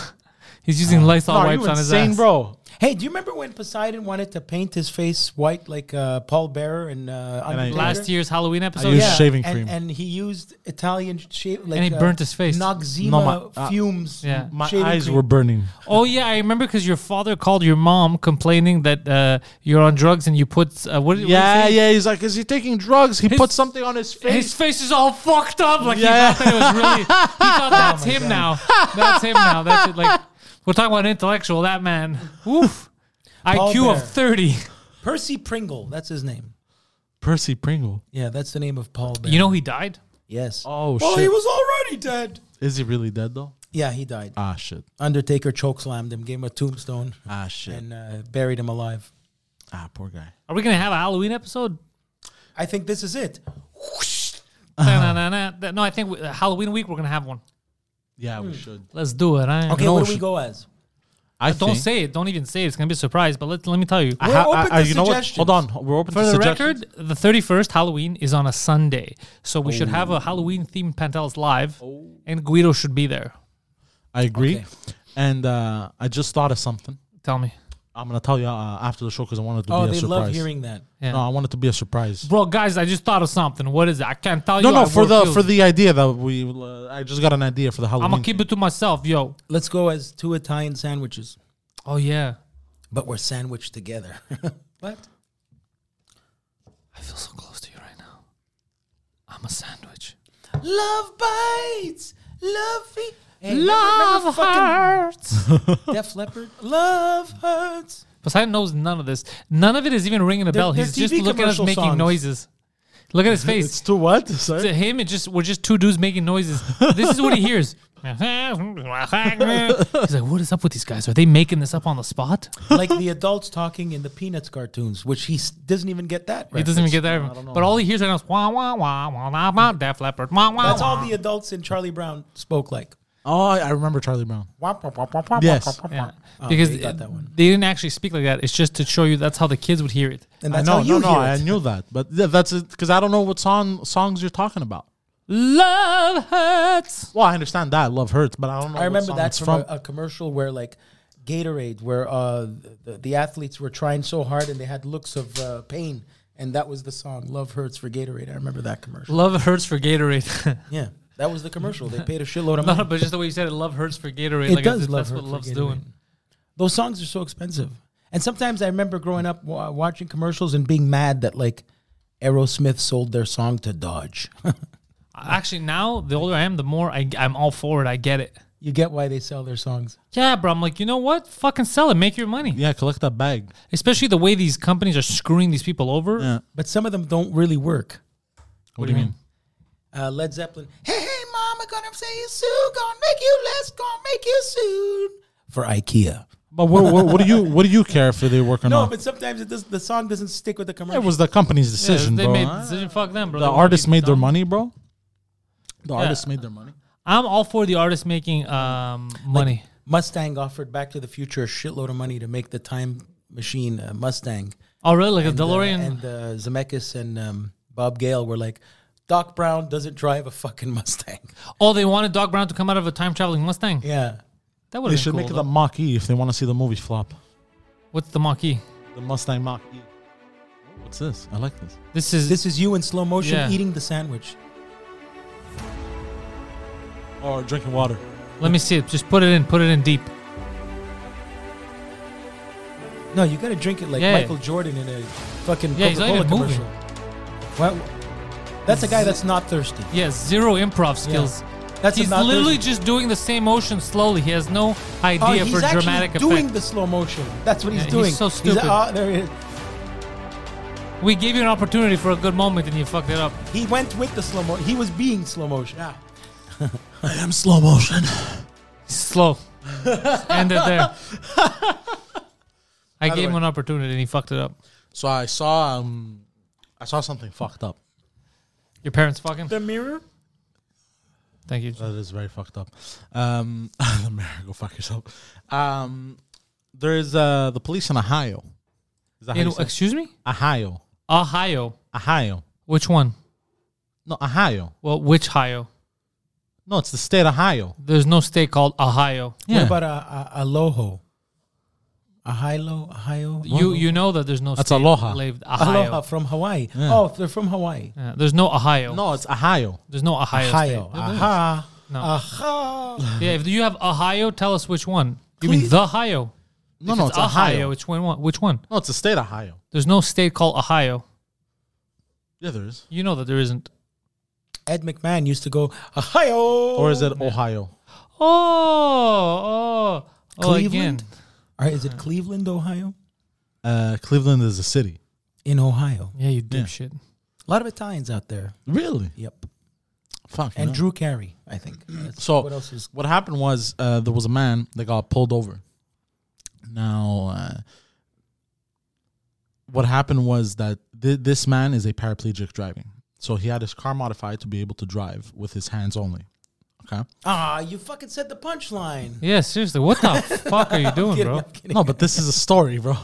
C: He's using Lysol
A: Uh, no, are
C: wipes
A: you
C: on his
A: insane,
C: ass.
A: bro?
B: Hey, do you remember when Poseidon wanted to paint his face white like uh, Paul Bearer and uh, Undertaker?
C: Last year's Halloween episode.
A: used
C: Yeah.
A: shit. shaving
B: and,
A: cream.
B: and he used Italian shape. Like, uh,
C: he burnt his face.
B: Noxzema
A: No, my- uh,
B: fumes.
C: yeah.
A: My
B: shaving
A: eyes
B: cream.
A: were burning.
C: Oh yeah, I remember because your father called your mom complaining that uh, you're on drugs and you put uh, what? did- what did he
A: Yeah,
C: say?
A: yeah. He's like, is he taking drugs? He
C: His-
A: put something on his face.
C: His face is all fucked up. Like
A: Yeah.
C: he thought that it was really. He thought that's him now. That's him now. That's it. Like we're talking about intellectual. That man. Oof.
B: Paul
C: IQ
B: Bear.
C: of thirty.
B: Percy Pringle. That's his name.
A: Percy Pringle.
B: Yeah, that's the name of Paul Bearer.
C: You know he died.
B: Yes.
A: Oh
B: well,
A: shit.
B: he was already dead.
A: Is he really dead though?
B: Yeah, he died.
A: Ah shit.
B: Undertaker chokeslammed him, gave him a tombstone,
A: Ah shit.
B: and uh, buried him alive.
A: ah, poor guy.
C: Are we gonna have a Halloween episode?
B: I think this is it.
C: Na-na-na-na. Th- No, I think we- uh, Halloween week we're gonna have one.
A: Yeah,
B: Hmm.
A: we should.
C: Let's do it. I,
B: Okay,
A: know
B: what
A: we
B: do eh? we
A: should-
B: go as?
A: I
C: Uh, Don't
A: think-
C: say it. Don't even say it. It's gonna be a surprise. But let let me tell you.
A: I
B: We're
A: ha-
B: open
A: I- I-
B: to
A: you know what?
B: suggestions.
A: Hold on. We're open
C: For
A: to
C: the
A: suggestions.
C: record, the 31st Halloween is on a Sunday, so we should have a Halloween themed Pantelis live, and Guido should be there.
A: I agree.
B: Okay.
A: And uh, I just thought of something.
C: Tell me,
A: I'm gonna tell you uh, after the show because I wanted to
B: Oh,
A: be a
B: they
A: surprise.
B: love hearing that.
C: Yeah.
A: No, I wanted to be a surprise.
C: bro, guys. I just thought of something. What is it? I can't tell
A: No,
C: you.
A: no,
C: I
A: for
C: work
A: the
C: field.
A: for the idea that we. Uh, I just got an idea for the Halloween.
C: I'm gonna keep it to myself, yo.
B: Let's go as two Italian sandwiches,
C: Oh yeah,
B: but we're sandwiched together. what?
C: I feel so close to you right now. I'm a sandwich.
B: Love bites, love feet. Hey,
C: Love hurts.
B: Def Leppard. Love hurts.
C: Poseidon knows none of this. None of it is even ringing a
B: They're-
C: bell.
B: they're
C: He's just
B: TV
C: looking at us
B: commercial
C: making
B: songs.
C: noises. Look at his face.
A: It's to what?
C: to
A: Sorry.
C: him, it just we're just two dudes making noises. This is what he hears. He's like, what is up with these guys? Are they making this up on the spot?
B: like the adults talking in the Peanuts cartoons, which he s- doesn't even get that.
C: He doesn't even
B: reference.
C: get that. But all he hears right now is wah wah wah wah wah wah. Def Leppard wah wah.
B: That's
C: wah.
B: all the adults in Charlie Brown spoke like.
A: Oh, I I remember Charlie Brown. Yes.
C: Yeah.
B: Oh,
C: because
B: yeah, you got
C: it-
B: that one.
C: they didn't actually speak like that. It's just to show you that's how the kids would hear it.
B: And
A: I
B: that's
A: know,
B: how you
A: no, no,
B: hear
A: I
B: it.
A: knew that, but th- that's because I don't know what song songs you're talking about.
C: Love hurts.
A: Well, I understand that love hurts, but I don't know.
B: I
A: what
B: remember
A: song
B: that
A: it's
B: from
A: from.
B: a, a commercial where like Gatorade, where uh, the, the athletes were trying so hard and they had looks of uh, pain, and that was the song "Love Hurts" for Gatorade. I remember that commercial.
C: Love hurts for Gatorade.
B: Yeah, that was the commercial. They paid a shitload of
C: no,
B: money.
C: no, but just the way you said it, love hurts for Gatorade.
B: It
C: like
B: does
C: that's,
B: love
C: that's
B: hurt
C: what
B: for
C: love's
B: Gatorade.
C: doing.
B: Those songs are so expensive, and sometimes I remember growing up wa- watching commercials and being mad that like Aerosmith sold their song to Dodge.
C: Actually, now the older I am, the more I, I'm all for it. I get it.
B: you get why they sell their songs.
C: Yeah, bro. I'm like, you know what? Fucking sell it. Make your money.
A: Yeah, collect that bag.
C: Especially the way these companies are screwing these people over.
A: Yeah.
B: but some of them don't really work.
A: What, do you mean?
B: Uh, Led Zeppelin, hey, hey, mama, gonna say you soon, gonna make you less, gonna make you soon. For IKEA.
A: But what, what, what do you what do you care if they work or
B: No,
A: not?
B: but sometimes it does, the song doesn't stick with the
A: It
B: commercial.
A: was the company's
C: Yeah,
A: decision,
C: they
A: bro.
C: made
A: Huh?
C: the decision. Fuck them, bro.
A: the
C: They wouldn't
A: artists
C: be
A: made their
C: dumb.
A: money, bro. The artists made their money.
C: I'm all for the artists making um, money.
B: Mustang offered Back to the Future a shitload of money to make the time machine uh, Mustang.
C: oh, really? Like a
B: uh,
C: DeLorean?
B: and uh, Zemeckis and um, Bob Gale were like, Doc Brown doesn't drive a fucking Mustang.
C: oh, they wanted Doc Brown to come out of a time traveling Mustang.
B: Yeah.
C: That
A: They
C: would
A: should
C: cool,
A: make it
C: though.
A: a Mach E if they want to see the movie flop.
C: What's the Maquis?
A: The Mustang Mach E. What's this? I like this.
C: This is
B: This is you in slow motion
C: Yeah.
B: eating the sandwich.
A: Or drinking water.
C: Let me see it. Just put it in. Put it in deep.
B: No, you gotta drink it like
C: Yeah.
B: Michael Jordan in a fucking
C: Yeah, he's not
B: Coca-Cola
C: even moving.
B: commercial. What? That's a guy that's not thirsty.
C: Yeah, zero improv skills.
B: That's
C: he's
B: not
C: literally
B: thirsty.
C: just doing the same motion slowly. He has no
B: Oh,
C: idea
B: he's
C: for
B: actually
C: dramatic
B: doing
C: effect.
B: the slow motion. That's what he's
C: Yeah, he's
B: doing.
C: so stupid.
B: ah, there he is.
C: We gave you an opportunity for a good moment and you fucked it up.
B: He went with the slow motion. He was being slow motion. Yeah.
A: I am slow motion.
C: Slow. End it there. I gave
A: way-
C: him an opportunity and he fucked it up.
A: So I saw um, I saw something fucked up.
C: Your parents fucking?
B: The mirror.
C: Thank you.
A: That is very fucked up. Um, the mayor, go fuck yourself. Um, there is uh the police in Ohio. Is that how
C: In,
A: you say it?
C: excuse me?
A: Ohio,
C: Ohio.
A: Ohio,
C: Which one?
A: no Ohio,
C: Well, which Ohio?
A: no, it's the state of Ohio.
C: There's no state called Ohio.
B: What about uh, a, a, a loho? A hilo, a hio?
C: You you know that there's no
A: That's
C: state
A: aloha.
C: labeled Ohio.
B: Aloha from Hawaii. Oh, they're from Hawaii.
C: Yeah, there's no Ohio.
A: no, it's Ohio.
C: There's no Ohio.
B: Ohio.
C: State.
B: Aha.
C: No.
B: Aha.
C: Yeah, if you have Ohio, tell us which one. You mean
A: Please.
C: the Ohio?
A: No,
C: If
A: no, it's Ohio.
C: Which one? Which one?
A: No, it's the state of Ohio.
C: There's no state called Ohio.
A: Yeah, there is.
C: You know that there isn't.
B: Ed McMahon used to go, Ohio.
A: Or is it Ohio?
C: Oh, oh, oh again.
B: Cleveland? Or is it Cleveland, Ohio?
A: Uh, Cleveland is a city.
B: In Ohio.
C: Yeah, you dipshit.
B: A lot of Italians out there.
A: Really?
B: Yep.
A: Fuck.
B: And
A: no.
B: Drew Carey, I think. That's-
A: So
B: what else is
A: what happened was uh, there was a man that got pulled over. Now, uh, what happened was that th- this man is a paraplegic driving, so he had his car modified to be able to drive with his hands only. Okay.
B: Ah, you fucking said the punchline.
C: Yeah, seriously, what the fuck are you doing, bro?
A: No, but this is a story, bro.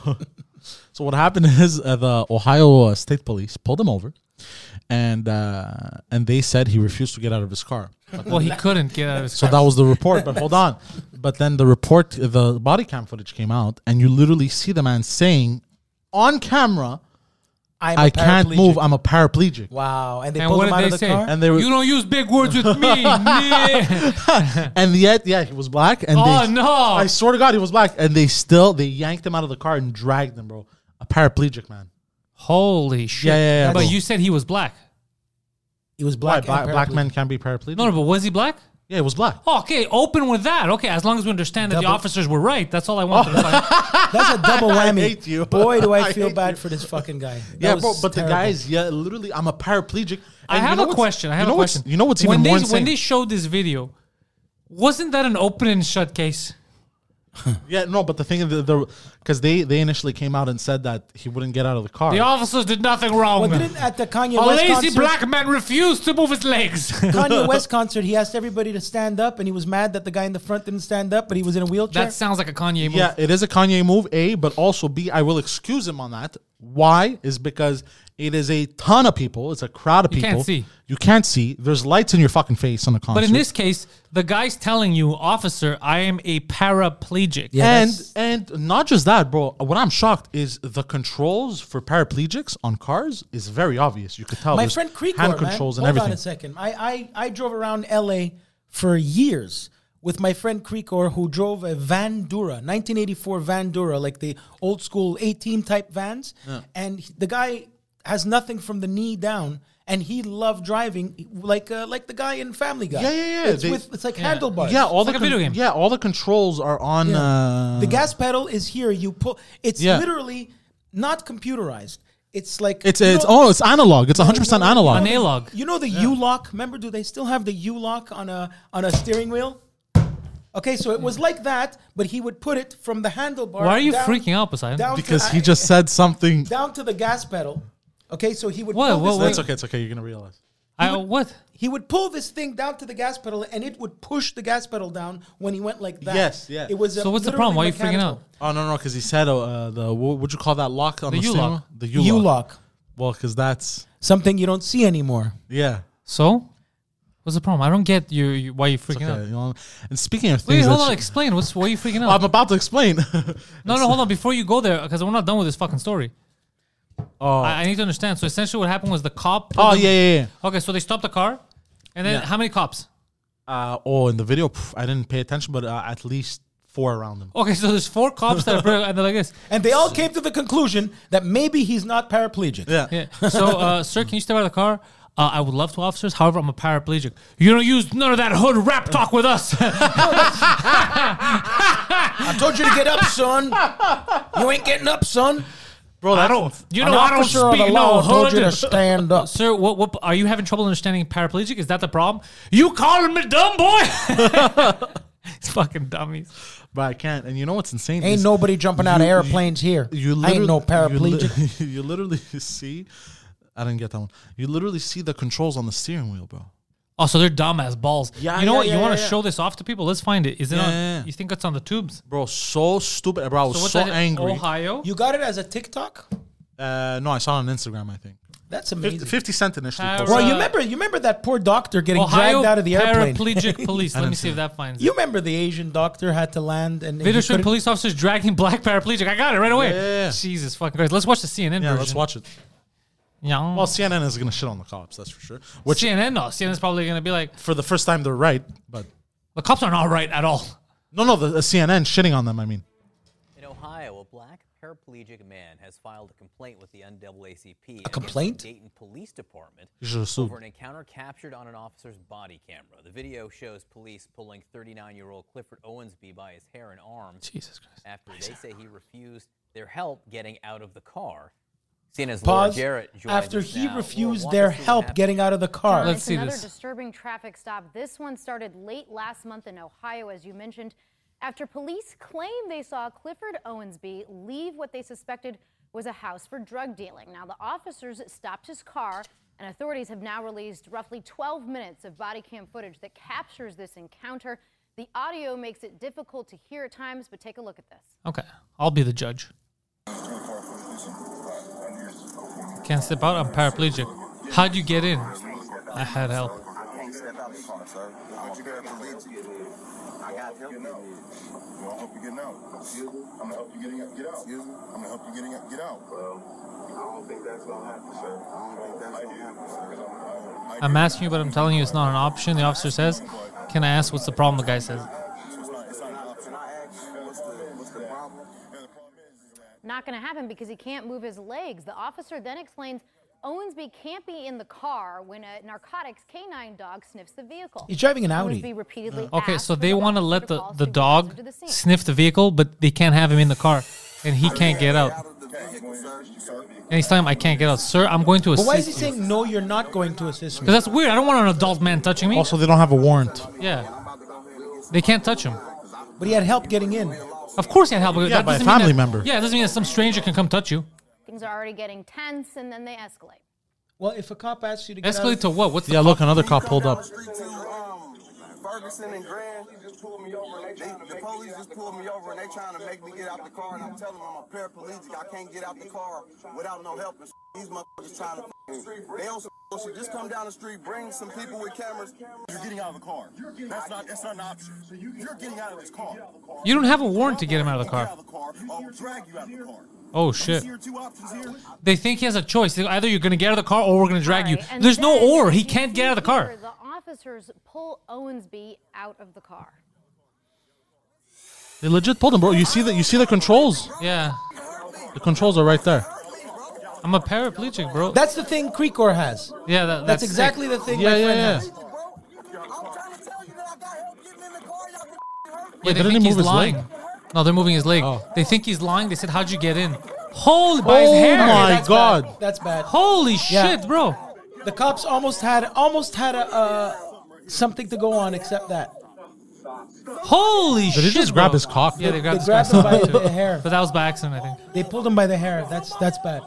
A: so what happened is uh, the Ohio uh, State Police pulled him over, and uh, and they said he refused to get out of his car.
C: Well, he couldn't get out of his
A: So
C: car.
A: that was the report. But hold on. But then the report, the body cam footage came out, and you literally see the man saying on camera,
B: I'm
A: I
B: a
A: can't
B: paraplegic.
A: move. I'm a paraplegic.
B: Wow. And they
C: and
B: pulled
C: what
B: him
C: did
B: out
C: they
B: of the
C: say?
B: car?
A: And they were-
C: you don't use big words with me. meh.
A: And yet, yeah, he was black. And
C: oh
A: they,
C: no!
A: I swear to God, he was black. And they still, they yanked him out of the car and dragged him, bro. A paraplegic, man.
C: Holy shit!
A: Yeah, yeah, yeah,
C: But
A: bro.
C: you said he was black.
B: He was
A: Why?
B: black.
A: Black,
B: and
A: black
B: paraplegic.
A: men can be paraplegic.
C: No, no, but was he black?
A: Yeah, he was black.
C: Oh, okay, open with that. Okay, as long as we understand that the
B: Double-
C: officers were right, that's all I wanted.
A: Oh.
C: to find.
B: That's a double whammy.
A: hate you.
B: Boy, do I,
A: I
B: feel
A: hate
B: bad for this fucking guy. That
A: Yeah, bro.
B: was
A: But the
B: terrible.
A: guys, yeah, literally, I'm a paraplegic.
C: I
A: And you
C: have
A: know
C: a
A: what's-
C: question. I have
A: you know
C: a
A: what's-
C: question.
A: You know what's
C: when
A: even
C: they
A: more
C: when
A: insane?
C: they showed this video, Wasn't that an open and shut case?
A: Yeah, no, but the thing is, because they they initially came out and said that he wouldn't get out of the car.
C: The officers did nothing wrong.
B: Well, didn't at the Kanye
C: a
B: West
C: lazy
B: concert,
C: black man refused to move his legs.
B: Kanye West concert, he asked everybody to stand up, and he was mad that the guy in the front didn't stand up, but he was in a wheelchair.
C: that sounds like a Kanye move.
A: Yeah, it is a Kanye move, A, but also B, I will excuse him on that. Why? Is because it is a ton of people. It's a crowd of
C: You
A: people.
C: can't see.
A: You can't see. There's lights in your fucking face on a concert.
C: But in this case, the guy's telling you, officer, I am a paraplegic.
B: Yeah.
A: and
B: that's-
A: and not just that, bro. What I'm shocked is the controls for paraplegics on cars is very obvious. You could tell.
B: My
A: There's
B: friend Creekor,
A: hand
B: man.
A: controls and
B: Hold
A: everything.
B: on a second. I, I, I drove around LA for years with my friend Creekor, who drove a Van Dura, 1984 Van Dura, like the old school A team type vans. And he- the guy has nothing from the knee down. And he loved driving, like uh, like the guy in Family Guy.
A: Yeah, yeah, yeah.
B: It's,
A: They-
B: with, it's like handlebars.
A: Yeah, all
C: It's
A: the
C: like a video game.
A: Yeah, all the controls are on.
B: Yeah.
A: Uh,
B: the gas pedal is here. You pull. It's
A: Yeah.
B: literally not computerized. It's like
A: it's
B: you
A: it's
B: know-
A: oh, it's analog. It's 100 percent analog.
C: Analog.
B: You know the U lock. Remember, do they still have the U lock on a on a steering wheel? Okay, so it was like that, but he would put it from the handlebar.
C: Why are you
B: down-
C: freaking out, Poseidon?
B: down to-
A: because he
B: I-
A: just said something.
B: down to the gas pedal. Okay, so he would
C: Whoa,
B: pull
C: whoa,
B: this
C: whoa.
A: That's
B: thing,
A: okay. It's okay. You're gonna realize.
C: I, what?
B: he would pull this thing down to the gas pedal, and it would push the gas pedal down when he went like that.
A: Yes, yeah.
B: It was uh,
C: So what's the problem? Why are you
B: literally
C: freaking out?
B: mechanical.
A: Oh no no, because he said uh, uh, the what would you call that lock on
C: The
A: the,
C: U-lock.
A: steering wheel? The U
B: U lock,
A: Well, because that's
B: something you don't see anymore.
A: yeah.
C: So? What's the problem? I don't get you. you why are you freaking
A: Okay.
C: out?
A: you know, and speaking of
C: Wait,
A: things,
C: hold
A: that
C: on.
A: sh-
C: Explain. What's, why are you freaking out?
A: I'm about to explain.
C: No, no, hold on. Before you go there, because we're not done with this fucking story.
A: Oh.
C: I, I need to understand. So essentially, what happened was the cop. pulled
A: oh
C: him-
A: yeah yeah.
C: Okay, so they stopped the car, and then
A: Yeah.
C: how many cops?
A: yeah. Uh, oh, in the video, pff, I didn't pay attention, but uh, at least four around him.
C: Okay, so there's four cops that are and they're like this.
B: And they all came to the conclusion that maybe he's not paraplegic.
A: Yeah.
C: Yeah. So, uh, sir, can you step out of the car? Uh, I would love to, officers. However, I'm a paraplegic. You don't use none of that hood rap talk with us.
B: I told you to get up, son. You ain't getting up, son.
A: bro.
C: I
A: that's-
C: don't. You know, I don't
B: officer of
C: speak
B: the
C: no
B: law told you to
C: hood.
B: stand up.
C: Sir, what, what are you having trouble understanding paraplegic? Is that the problem? You calling me dumb boy? it's fucking dummies.
A: But I can't. And you know what's insane?
B: Ain't
A: is
B: nobody jumping out of airplanes here.
A: You
B: I ain't
A: literally-
B: no
A: you li-
B: paraplegic.
A: You, literally see. I didn't get that one. You literally see the controls on the steering wheel, bro.
C: Oh, so they're dumbass balls.
A: Yeah,
C: you know
A: yeah,
C: what?
A: yeah,
C: you want to
A: yeah, yeah.
C: show this off to people? Let's find it. Is it
A: Yeah,
C: on?
A: yeah, yeah.
C: You think it's on the tubes?
A: Bro, so stupid, bro. I was so,
C: that? oh,
A: angry.
C: Ohio.
B: You got it as a TikTok?
A: Uh, no, I saw it on Instagram. I think
B: That's
A: 50,
B: amazing.
A: 50 Cent initially.
C: Para-
A: posted.
B: Well,
C: Uh,
B: you remember you remember that poor doctor getting
C: Ohio
B: dragged out of the airplane.
C: paraplegic police. Let me
A: didn't
C: see
A: see
C: if that finds
B: You
C: it.
B: remember the Asian doctor had to land and he
C: Video showing
B: couldn't-
C: police officers dragging black paraplegic. I got it right away.
A: Yeah.
C: Jesus fucking Christ. Let's watch the CNN
A: yeah,
C: version.
A: let's watch it.
C: Yeah.
A: Well, CNN is gonna shit on the cops, that's for sure. Which
C: CNN, no. CNN's probably going to be like,
A: for the first time they're right, but
C: the cops are not right at all.
A: no, no, the, the CNN shitting on them. I mean,
D: In Ohio, a black paraplegic man has filed a complaint with the NAACP. against the
B: complaint?
D: Dayton Police Department
A: you should have sued.
D: over an encounter captured on an officer's body camera. The video shows police pulling 39-year-old Clifford Owensby by his hair and arms
C: Jesus Christ.
D: after they say he refused their help getting out of the car. CNN's Laura
B: Pause
D: Jarrett joins
B: after
D: us
B: he
D: now. Laura,
B: refused
D: walk
B: their
D: us through what
B: help
D: happened.
B: getting out of the car.
E: John,
C: Let's
E: it's
C: see
E: another
C: this.
E: disturbing traffic stop. This one started late last month in Ohio, as you mentioned, after police claim they saw Clifford Owensby leave what they suspected was a house for drug dealing. Now, the officers stopped his car, and authorities have now released roughly 12 minutes of body cam footage that captures this encounter. The audio makes it difficult to hear at times, but take a look at this.
C: Okay. I'll be the judge. Can't step out. I'm paraplegic. How'd you get in? I had help.
F: can't step out the car, sir. But you got I got help. Well, I'll help you getting out. I'm gonna help you getting out. Get out. I'm gonna help you getting out. Get out. Well, I don't think that's gonna happen, sir. I don't think that's gonna happen, sir.
C: I'm asking you, but I'm telling you it's not an option. The officer says, Can I ask what's the problem? The guy says,
F: Can I ask you what's the what's the problem? the problem is that
E: not going to happen because he can't move his legs. The officer then explains Owensby can't be in the car when a narcotics canine dog sniffs the vehicle.
B: He's driving an Audi.
E: Owensby repeatedly
C: Uh, Okay,
E: asked
C: so
E: for
C: they
E: the
C: want to
E: officer
C: let the,
E: call
C: the
E: supervisor
C: dog
E: to the scene.
C: sniff the vehicle, but they can't have him in the car, and he can't get out.
F: out of the vehicle, sir.
C: And he's telling him, I can't get out, sir. I'm going to
B: But why is he
C: assist you.
B: saying no you're not going to assist me?
C: Because that's weird. I don't want an adult man touching me.
A: Also, they don't have a warrant.
C: yeah.
F: I'm about to go ahead and get
C: They can't touch him.
B: But he had help getting in.
C: Of course, he had help.
A: Yeah,
C: That
A: by a
C: doesn't mean
A: family
C: that-
A: member.
C: Yeah, it doesn't mean that some stranger can come touch you.
E: Things are already getting tense, and then they escalate.
B: Well, if a cop asks you to get out of-
C: Escalate to what? What's
A: Yeah,
C: the
A: look, another cop pulled up.
F: Um, Ferguson and Grand just pulled me over and they trying to The police just pulled me over and they trying to make me get out the car and I'm telling them I'm a paraplegic. I can't get out the car without no help. And these motherfuckers trying to they on some bullshit. Just come down the street, bring some people with cameras. You're getting out of the car. That's not that's not an option. You're getting out of this car.
C: You don't have a warrant to get him out of the car.
F: I'll Oh, drag you out of the car.
C: Oh shit!
F: See your two options here.
C: They think he has a choice. They- Either you're gonna get out of the car or we're gonna drag you.
E: All right, and
C: There's no
E: then
C: or. He
E: you
C: can't
E: see
C: get out of the car.
E: here The officers pull Owensby out of the car.
A: They legit pulled him, bro. You see that? You see the controls?
C: Yeah,
A: The controls are right there.
C: I'm a paraplegic, bro.
B: That's the thing Creekor has.
C: yeah, that,
B: That's
C: sick.
B: exactly the thing.
A: Yeah,
B: my
A: yeah,
B: friend
A: yeah.
B: has.
C: Yeah, they
A: didn't
C: think
A: he
C: he's
A: move his
C: lying.
A: leg?
C: No, they're moving his leg.
A: Oh.
C: They think he's lying. They said, "How'd you get in?" Holy by his
A: Oh
C: hair.
A: my
B: That's
A: God.
B: bad. That's bad.
C: Holy
B: Yeah.
C: shit, bro.
B: The cops almost had almost had a uh, something to go on except that.
C: Holy shit.
A: Did he just grab
C: bro.
A: his cock?
C: Yeah, they
B: They
C: grabbed his
B: grabbed
C: cock.
B: him by
C: too.
B: the hair.
C: But that was by accident, I think.
B: They pulled him by the hair. That's that's bad.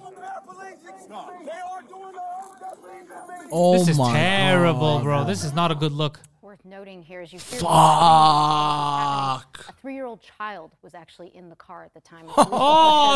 A: Oh
C: this is
A: my
C: terrible, bro. This is not a good look.
E: Worth noting here is you hear
A: Fuck.
E: a three-year-old child was actually in the car at the time.
C: Oh,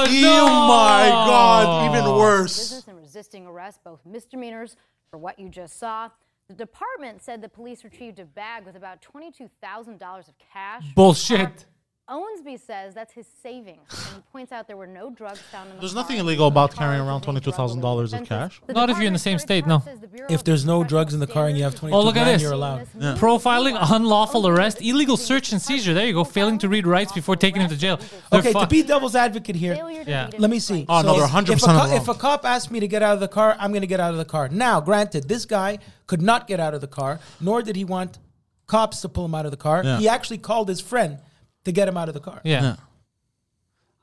C: no.
A: Oh my god, even worse.
E: business and resisting arrest, both misdemeanors for what you just saw. The department said the police retrieved a bag with about $22,000 of cash. Um,
C: Bullshit.
E: Owensby says that's his savings and points out there were no drugs found in the
A: There's
E: car.
A: nothing illegal about
E: The
A: carrying
E: car
A: around
E: contained
A: $22,000 of
E: drug-related
A: cash.
E: offenses. The
C: Not if you're in the
E: department
C: same
E: encouraged
C: state, no.
E: cops as the Bureau
B: If
E: of
B: there's no
E: Correctional
B: drugs in the car and you have
E: Standards
B: 22
C: Oh, look at
B: grand,
C: this.
B: you're allowed.
C: Profiling, unlawful arrest, illegal search and seizure. There you go. Failing to read rights before taking him to jail. They're
B: Okay, to
C: fucked.
B: be devil's advocate here,
E: Failure to
C: Yeah.
E: meet
B: let me see.
A: Oh, no, they're
B: if-
A: 100%
B: if a, co-
A: wrong.
B: if a cop asked me to get out of the car, I'm going to get out of the car. Now, granted, this guy could not get out of the car, nor did he want cops to pull him out of the car.
A: Yeah.
B: He actually called his friend to get him out of the car.
C: yeah.
A: Yeah.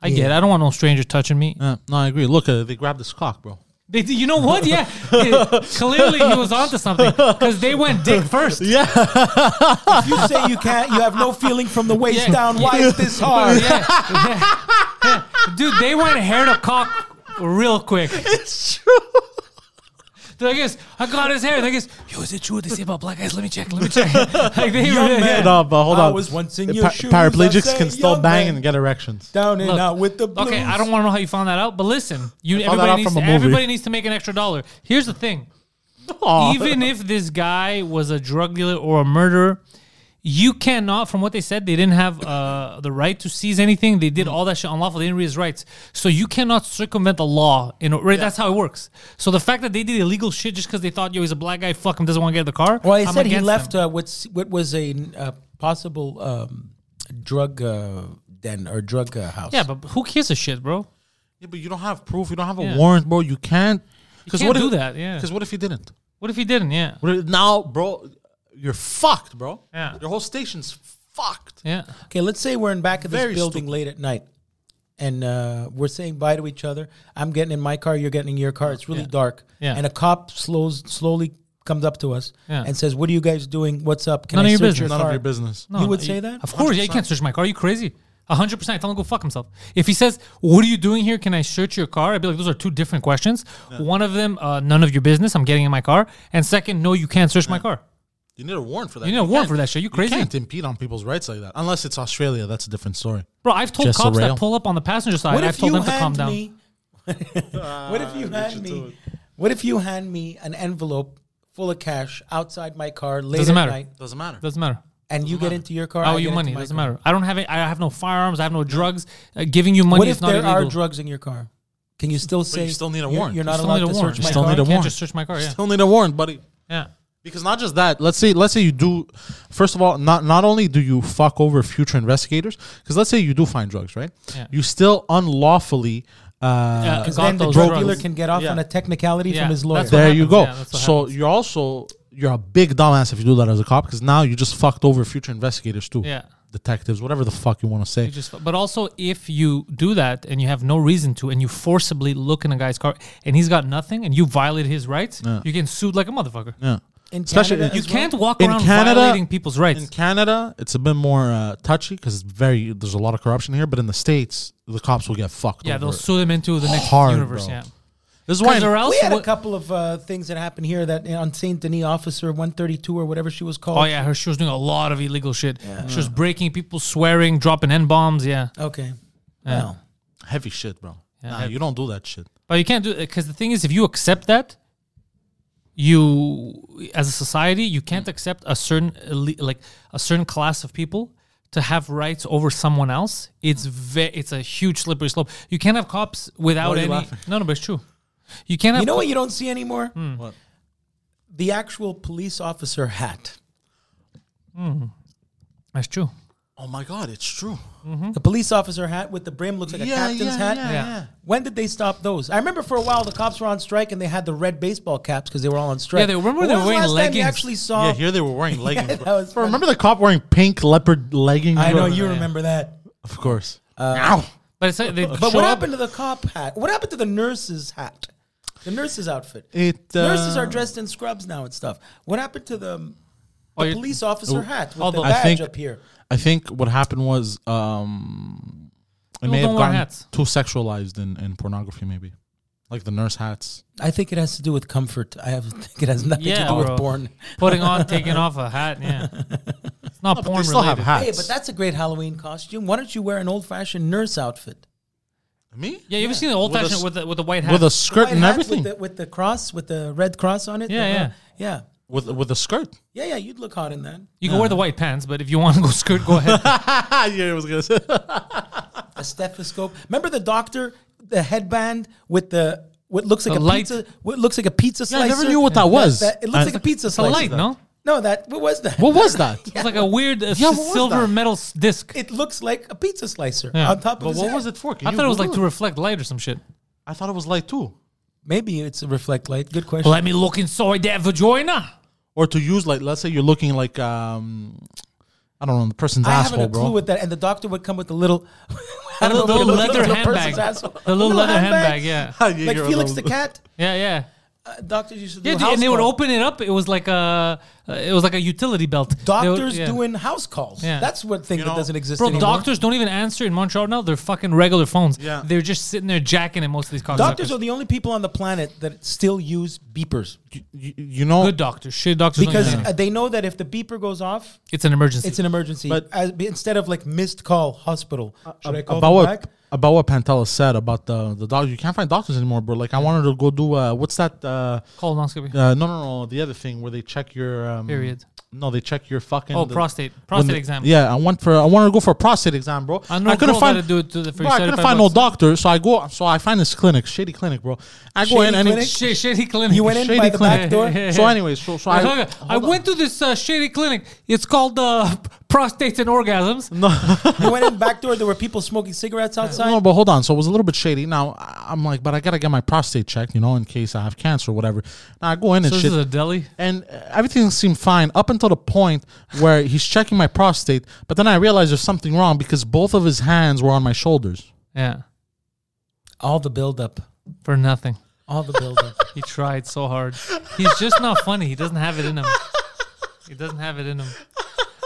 C: I get it. I don't want no stranger touching me.
A: Yeah, no, I agree. Look, uh, they grabbed his cock, bro.
C: They, you know what? Yeah. clearly he was onto something because they went dick first.
B: If you say you can't, you have no feeling from the waist
C: Yeah.
B: down. Why is this hard?
C: Yeah, yeah, yeah. Dude, they went hair to cock real quick. It's true. They're like, yes, I got his hair. They're like, yes, yo, is it true what they say about black guys? Let me check. Let me check. like, they
B: man.
C: really- yeah.
A: No, but hold
B: I
A: on.
B: was once in
A: Uh,
B: your
A: pa-
B: shoes, I
A: paraplegics
B: say,
A: can still
B: young
A: bang
B: man.
A: and get erections.
B: Down and
C: Look,
B: out with the blues.
C: Okay, I don't want to know how you found that out, but listen, you
A: found that out
C: everybody needs,
A: from a movie.
C: everybody needs to make an extra dollar. Here's the thing.
A: Aw.
C: Even if this guy was a drug dealer or a murderer, you cannot, from what they said, they didn't have uh, the right to seize anything. They did
B: Mm.
C: all that shit unlawful. They didn't read his rights. So you cannot circumvent the law. You know, right? That's how it works. So the fact that they did illegal shit just because they thought, yo, he's a black guy, fuck him, doesn't want to get in the car.
B: Well, he
C: I'm
B: said he
C: against
B: left
C: them.
B: uh, what s- what was a uh, possible um, drug uh, den or drug uh, house.
C: Yeah, but who cares a shit, bro?
A: Yeah, but you don't have proof. You don't have a
C: Yeah.
A: warrant, bro. You can't. Because
C: can't
A: what
C: do
A: if,
C: that, yeah.
A: Because what if he didn't?
C: What if he didn't? Yeah.
A: What if- now, bro, you're fucked, bro.
C: Yeah.
A: Your whole station's fucked.
C: Yeah.
B: Okay, let's say we're in back of this
A: Very
B: building late at night, and uh, we're saying bye to each other. I'm getting in my car. You're getting in your car. It's really dark.
C: Yeah.
B: And a cop slows slowly comes up to us
C: Yeah.
B: and says, "What are you guys doing? What's up? Can
C: None
B: I
C: of your
B: search
C: business.
A: None
B: car?"
A: of your business.
C: No,
B: you
C: no,
B: would say that?
C: Of course, yeah, you can't search my car. Are you crazy? 100%. Tell him to go fuck himself. If he says, What are you doing here? Can I search your car? I'd be like, Those are two different questions. One of them, uh, none of your business. I'm getting in my car. And second, no, you can't search my car.
A: You need a warrant for that.
C: You need a
A: can't-
C: warrant for that shit. You crazy?
A: You can't impede on people's rights like that. Unless it's Australia, that's a different story.
C: Bro, I've told
A: Just a
C: cops
A: rail.
C: that pull up on the passenger side.
B: What
C: I've
B: if
C: told
B: you
C: them to calm
B: hand
C: down.
B: me? What if you hand me? What if you hand me an envelope full of cash outside my car late
C: Doesn't
B: at
C: matter.
B: night?
A: Doesn't matter.
C: Doesn't matter.
B: and you get into your car.
C: I owe
B: get
C: you
B: into
C: money.
B: my
C: Doesn't
B: car.
C: matter. I don't have it. I have no firearms. I have no drugs. Uh, giving you money
B: What
C: is
B: if
C: not
B: there
C: illegal.
B: are drugs in your car? Can you still say
A: you still need a
B: you're-
A: warrant.
B: You're
A: You
B: not
C: still
B: allowed
C: need a
B: to
C: warrant.
B: search my
A: still
B: car.
A: need a
C: You can't
A: warrant.
C: just search my car. Oh, Yeah.
A: Still need a warrant, buddy.
C: Yeah.
A: Because not just that. Let's say let's say you do. First of all, not not only do you fuck over future investigators, because let's say you do find drugs, right?
C: Yeah.
A: You still unlawfully. Uh,
C: Yeah,
B: Because
C: got
B: then the
C: those
B: drug
C: drugs.
B: dealer can get off
A: Yeah.
B: on a technicality
C: Yeah,
B: from his lawyer.
C: that's what
A: there you
C: happens.
A: go.
C: Yeah, that's what
A: so
C: happens.
A: you're also you're a big dumbass if you do that as a cop, because now you just fucked over future investigators too.
C: Yeah.
A: Detectives, whatever the fuck you want to say.
C: You just- but also, if you do that and you have no reason to, and you forcibly look in a guy's car and he's got nothing, and you violate his rights, you get sued like a motherfucker.
A: Yeah.
B: In
A: Especially
B: Canada
C: You
B: as well?
C: can't walk
A: In
C: around
A: Canada-
C: violating people's rights.
A: In Canada, it's a bit more uh, touchy because it's very there's a lot of corruption here. But in the states, the cops will get fucked.
C: yeah,
A: over
C: they'll
A: it.
C: sue them into the next
A: Hard,
C: universe.
A: bro.
C: Yeah.
A: This is why
C: Because or else,
B: We had a
C: what-
B: couple of uh, things that happened here that you know, on Saint Denis Officer 132 or whatever she was called.
C: oh yeah, her she was doing a lot of illegal shit. She was breaking people, swearing, dropping n bombs. Yeah,
B: Okay. Wow.
A: heavy shit, bro. nah,
C: heavy.
A: you don't do that shit.
C: but you can't do it because the thing is, if you accept that, you as a society you can't accept a certain elite, like a certain class of people to have rights over someone else. It's ve- it's a huge slippery slope. You can't have cops without
A: are you
C: any.
A: laughing?
C: No, no, but it's true. You can't have
B: You know
C: co-
B: what you don't see anymore?
A: What?
B: The actual police officer hat.
C: That's true.
A: Oh my god, it's true.
B: The police officer hat with the brim looks like a captain's hat.
C: Yeah.
B: When did they stop those? I remember for a while the cops were on strike and they had the red baseball caps because they were all on strike.
C: Yeah, they- remember they
B: When
C: were
B: was the
C: wearing
B: last time you
C: leggings.
B: actually saw.
A: yeah, here they were wearing leggings.
B: that
A: bro.
B: was
A: Bro,
B: funny.
A: remember the cop wearing pink leopard leggings?
B: I know
A: bro?
B: you remember that.
A: Of course.
B: Uh,
A: Ow.
C: But it's like they
B: But what happened to the cop hat? What happened to the nurse's hat? The nurse's outfit.
A: It,
B: nurses
A: uh,
B: are dressed in scrubs now and stuff. What happened to the,
C: Oh,
B: the
C: you-
B: police officer hat with
C: oh,
B: the
C: the-
A: I
B: badge
A: think-
B: up here?
A: I think what happened was um, it
C: People
A: may have
C: don't wear
A: gotten
C: hats.
A: too sexualized in, in pornography, maybe, like the nurse hats.
B: I think it has to do with comfort. I have, think it has nothing to
C: Yeah,
B: do
C: bro.
B: with porn.
C: putting on, taking off a hat. Yeah, it's not
A: They
C: porn
A: still have
C: related.
A: hats.
B: Hey, but that's a great Halloween costume. Why don't you wear an old-fashioned nurse outfit?
A: me
C: Yeah, you ever seen the old
A: With a
C: fashioned
A: s-
C: with the, with the white hat?
A: with a skirt
B: White
A: and
B: hat
A: everything,
B: with the, with the cross, with the red cross on it.
C: Yeah,
B: the-
C: yeah.
B: yeah,
A: with with a skirt.
B: yeah, yeah. You'd look hot in that.
C: you can wear the white pants, but if you want to go skirt, go ahead.
A: yeah, I was gonna say.
B: a stethoscope. Remember the doctor, the headband with the what looks like a
C: The light.
B: pizza. What looks like a pizza
A: I
B: slicer.
A: never knew what that was.
B: that- it looks
A: I-
B: like a pizza
C: Uh, It's a
B: slicer.
C: light, no?
B: No, that what was that?
A: What was that?
C: It's like a weird uh,
A: Yeah, what was
C: silver
A: that?
C: metal s- disc.
B: It looks like a pizza slicer
C: Yeah.
B: on top of.
A: But
B: his
A: what
B: head.
A: was it for? Can
C: I
A: you
C: thought it was like
A: Google
C: to reflect light or some shit.
A: I thought it was light too,
B: Maybe it's a reflect light. Good question.
C: Let me look inside that vagina.
A: or to use like let's say you're looking like um, I don't know, the person's
B: I
A: asshole,
B: haven't a
A: bro.
B: clue with that. And the doctor would come with a little,
C: The little,
B: little-
C: leather
B: little
C: handbag.
B: person's asshole.
C: The little, leather handbag. Yeah,
A: Yeah,
B: like
A: you're a
B: Felix the
A: little-
B: cat.
C: yeah, yeah.
B: Uh, doctors used to do
C: Yeah, dude,
B: house
C: and they would
B: calls.
C: open it up. It was like a, uh, it was like a utility belt. They would-
B: Doctors
C: yeah.
B: doing house calls.
C: Yeah.
B: That's what thing
A: You
B: that
A: know,
B: doesn't exist
C: Bro,
B: anymore.
C: doctors don't even answer in Montreal now. They're fucking regular phones.
A: Yeah.
C: They're just sitting there jacking in most of these cocksuckers.
B: Doctors are the only people on the planet that still use beepers
A: You, you know,
C: good doctors. Shit doctors. don't
B: because
C: even know.
B: uh, they know that if the beeper goes off,
C: it's an emergency.
B: it's an emergency.
A: But- Uh,
B: As, instead of like missed call hospital, should I call
A: about
B: them
A: what
B: back?
A: about what Pantella said about the the dog. You can't find doctors anymore, bro. Like I wanted to go do uh, what's that? Uh,
C: colonoscopy.
A: uh, no, no, no, the other thing where they check your um,
C: Period.
A: No, they check your fucking
C: Oh,
A: the-
C: prostate.
A: when
C: Prostate
A: the-
C: exam.
A: Yeah, I went for I wanted to go for a prostate exam, bro.
C: I know a
A: couldn't
C: girl
A: find
C: that'd do it to the- for
A: bro, I couldn't
C: 75
A: find no
C: bucks.
A: doctor, so I go so I find this clinic, shady clinic, bro. I go
B: Shady
A: in and
B: clinic?
A: it's
C: Sh- shady clinic.
B: You went in
A: shady
B: by the back
A: clinic.
B: door.
A: so anyways, so so I,
C: I, I went to this uh, shady clinic. It's called uh, Prostates and Orgasms.
B: you went in back door. There were people smoking cigarettes outside.
A: No, but hold on. So it was a little bit shady. Now I- I'm like, but I gotta get my prostate checked, you know, in case I have cancer or whatever. Now I go in and
C: So this
A: shit,
C: is a deli.
A: and uh, everything seemed fine up until the point where he's checking my prostate. But then I realized there's something wrong because both of his hands were on my shoulders.
C: Yeah,
B: All the buildup.
C: for nothing.
B: All the buildup.
C: He tried so hard. He's just not funny. He doesn't have it in him. He doesn't have it in him.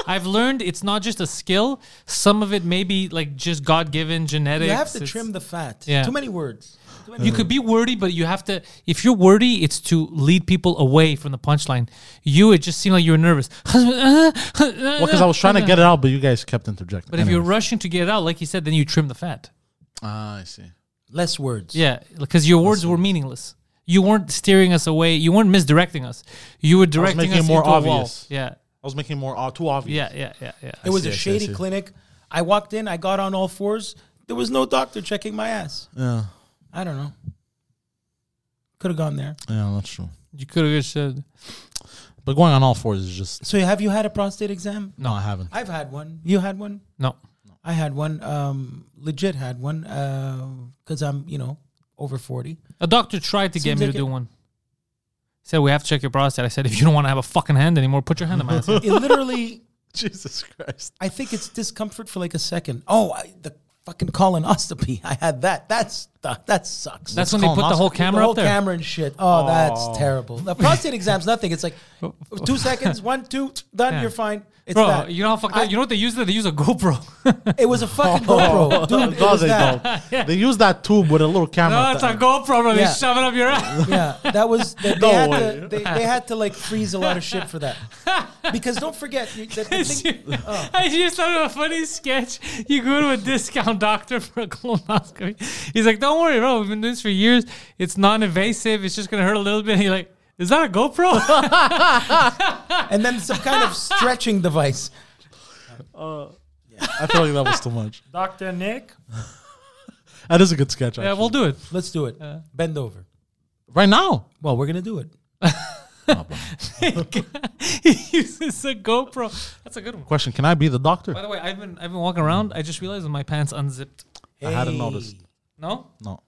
C: I've learned it's not just a skill. Some of it may be like just God given genetics.
B: you have to
C: It's-
B: trim the fat.
C: Yeah.
B: Too many words.
C: You could be wordy, but you have to. If you're wordy, it's to lead people away from the punchline. You, it just seemed like you were nervous. well,
A: Well, because I was trying to get it out, but you guys kept interjecting.
C: But if you're
A: Anyways.
C: rushing to get it out, like you said, then you trim the fat.
A: ah, I see.
B: Less words.
C: Yeah, because your words were meaningless. You weren't steering us away. You weren't misdirecting us. You were directing
A: making
C: us
A: it more
C: into a wall.
A: obvious.
C: Yeah,
A: I was making more uh, too obvious.
C: yeah, yeah, yeah, yeah.
B: It was
A: see,
B: a
A: I see, I
B: shady
A: see.
B: clinic. I walked in. I got on all fours. There was no doctor checking my ass.
A: yeah,
B: I don't know. Could have gone there.
A: yeah, that's true.
C: You could have just said
A: But going on all fours is just
B: So have you had a prostate exam?
A: no. I haven't.
B: I've had one. You had one?
C: no.
B: I had one. Um, legit had one. Because I'm, you know, over 40.
C: A doctor tried to get
B: Seems
C: me
B: like
C: to
B: it-
C: do one. Said we have to check your prostate. I said if you don't want to have a fucking hand anymore, put your hand in my ass.
B: It literally,
A: Jesus Christ.
B: I think it's discomfort for like a second. Oh, I, the fucking colonoscopy. I had that. That's the, that sucks.
A: Let's
C: That's when they
A: call
C: put the
A: Moscow.
C: whole camera
B: the whole
C: up there.
B: camera and shit. Oh, that's terrible. The prostate exam's nothing. It's like two seconds, one, two, done.
C: Yeah.
B: You're fine. It's
C: Bro,
B: that.
C: you know how fucked
B: I-
C: up? You know what they use? They use a GoPro.
B: It was a fucking GoPro, dude. It
A: No,
B: was
A: they
B: that.
A: don't. They use that tube with a little camera.
C: no, it's a
A: thing.
C: GoPro, bro. They
B: Yeah.
C: shove it up your ass.
B: Yeah, that was. They, they,
A: No
B: had
A: way.
B: to, they, they had to like freeze a lot of shit for that because don't forget you, that the thing, Oh.
C: I just thought of a funny sketch. You go to a discount doctor for a colonoscopy. He's like, "Don't worry, bro. We've been doing this for years. It's non-invasive. It's just gonna hurt a little bit." And you're like, "Is that a GoPro?"
B: and then some kind of stretching device.
A: I feel like that was too much.
G: Dr. Nick?
A: That is a good sketch. Actually.
C: yeah, we'll do it
B: Let's do it.
C: Uh.
B: Bend over.
A: right now.
B: Well, we're gonna do it.
C: he uses a GoPro. That's a good one.
A: Question: Can I be the doctor?
C: By the way, I've been I've been walking around. I just realized my pants unzipped.
A: I hadn't noticed.
C: No,
A: No,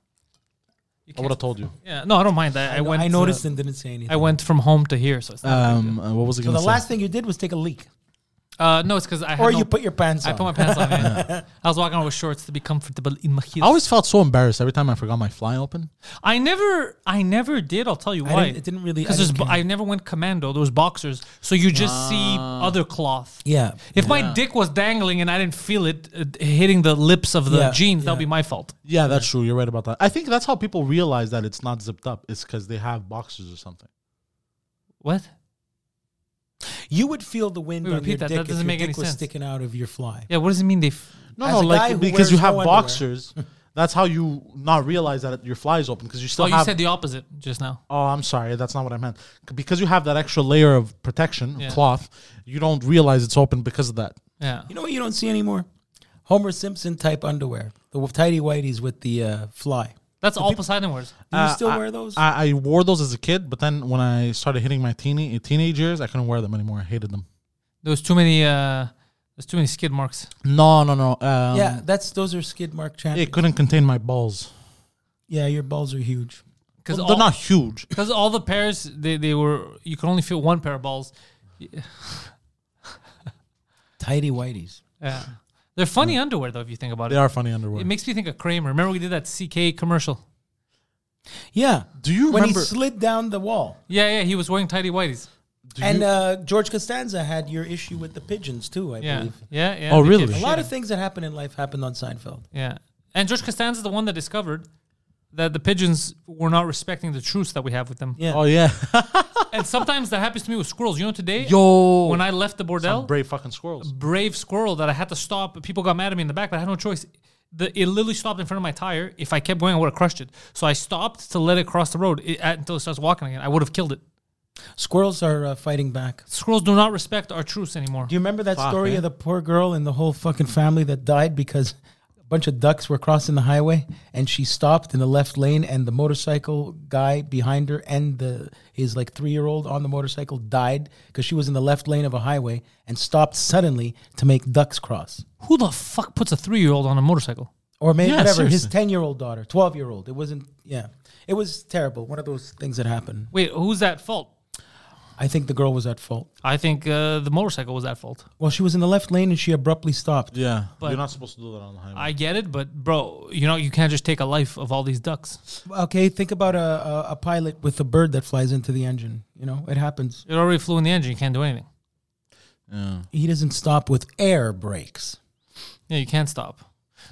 C: you
A: I would have told you.
C: Yeah, no, I don't mind. I, I, went.
B: I noticed
C: uh,
B: and didn't say anything.
C: I went from home to here, so it's not.
A: Um, uh, what was it?
B: so
A: gonna
B: the
A: say?
B: last thing you did was take a leak,
C: Uh, no, it's because I. Had
B: or
C: no-
B: you put your pants
C: I
B: on.
C: put my pants on. yeah. I was walking around with shorts to be comfortable in my heels.
A: I always felt so embarrassed every time I forgot my fly open.
C: I never, I never did. I'll tell you
B: I
C: why.
B: didn't- it didn't really- I
C: because
B: didn't care.
C: I never went commando. There was boxers, so you just see other cloth.
B: Yeah.
C: If my dick was dangling and I didn't feel it uh, hitting the lips of the
B: Yeah,
C: jeans, that'll
B: yeah.
C: be my fault.
A: Yeah, that's true. You're right about that. I think that's how people realize that it's not zipped up. It's because they have boxers or something.
C: What?
B: You would feel the wind
C: Wait,
B: on
C: repeat
B: your
C: that.
B: dick
C: That
B: if
C: doesn't
B: your
C: make
B: dick
C: any
B: was
C: sense.
B: sticking out of your fly.
C: Yeah. What does it mean? They? F-
A: No,
B: As
A: no,
B: a guy
A: like
B: who
A: because you
B: wears
A: have
B: no underwear.
A: boxers, that's how you not realize that your fly is open because you still
C: oh, you
A: have.
C: said the opposite just now.
A: oh, I'm sorry, that's not what I meant. C- Because you have that extra layer of protection,
C: Yeah.
A: cloth, you don't realize it's open because of that.
C: Yeah.
B: You know what you don't see anymore? Homer Simpson type underwear, the tidy whities with the uh, fly.
C: That's all Poseidon wears.
B: Do you still wear those?
A: I, um, I wore those as a kid, but then when I started hitting my teeny, teenage years, I couldn't wear them anymore. I hated them.
C: There was too many. Uh, there's too many skid marks.
A: No, no, no. Um,
B: yeah, that's those are skid mark champions.
A: It couldn't contain my balls.
B: yeah, your balls are huge.
C: Because
A: They're not huge.
C: Because all the pairs, they, they were, you could only fit one pair of balls.
B: Tidy whities.
C: Yeah. They're funny underwear, though, if you think about
A: They
C: it.
A: are funny underwear.
C: It makes me think of Kramer. Remember we did that CK commercial?
B: Yeah.
A: Do you
B: when
A: remember?
B: he slid down the wall?
C: Yeah, yeah, he was wearing tidy whities.
B: and uh, George Costanza had your issue with the pigeons too, I
C: Yeah,
B: believe.
C: yeah, yeah.
A: Oh,
C: they
A: really?
C: gave
B: A
A: Yeah.
B: lot of things that happened in life happened on Seinfeld.
C: Yeah. And George Costanza's the one that discovered that the pigeons were not respecting the truce that we have with them.
B: Yeah.
A: oh yeah,
C: And sometimes that happens to me with squirrels. You know, today,
A: yo.
C: when I left the
A: Some
C: bordel,
A: brave fucking squirrels.
C: brave squirrel that I had to stop. People got mad at me in the back, but I had no choice. The, it literally stopped in front of my tire. If I kept going, I would have crushed it. So I stopped to let it cross the road it, at- until it starts walking again. I would have killed it.
B: Squirrels are uh, fighting back.
C: Squirrels do not respect our truce anymore.
B: Do you remember that
A: Fuck,
B: story
A: eh?
B: of the poor girl and the whole fucking family that died because a bunch of ducks were crossing the highway and she stopped in the left lane and the motorcycle guy behind her and the his like 3-year-old on the motorcycle died cuz she was in the left lane of a highway and stopped suddenly to make ducks cross.
C: Who the fuck puts a three year old on a motorcycle?
B: Or maybe
A: Yeah,
B: whatever his
A: seriously.
B: 10-year-old daughter, 12-year-old. It wasn't yeah. It was terrible. One of those things that happened.
C: Wait, who's at fault?
B: I think the girl was at fault.
C: I think uh, the motorcycle was at fault.
B: Well, she was in the left lane and she abruptly stopped.
A: Yeah,
C: But-
A: you're not supposed to do that on the highway.
C: I get it, but bro, you know, you can't just take a life of all these ducks.
B: Okay, think about a, a, a pilot with a bird that flies into the engine. You know, it happens.
C: It already flew in the engine. You can't do anything.
A: yeah.
B: He doesn't stop with air brakes.
C: Yeah, you can't stop.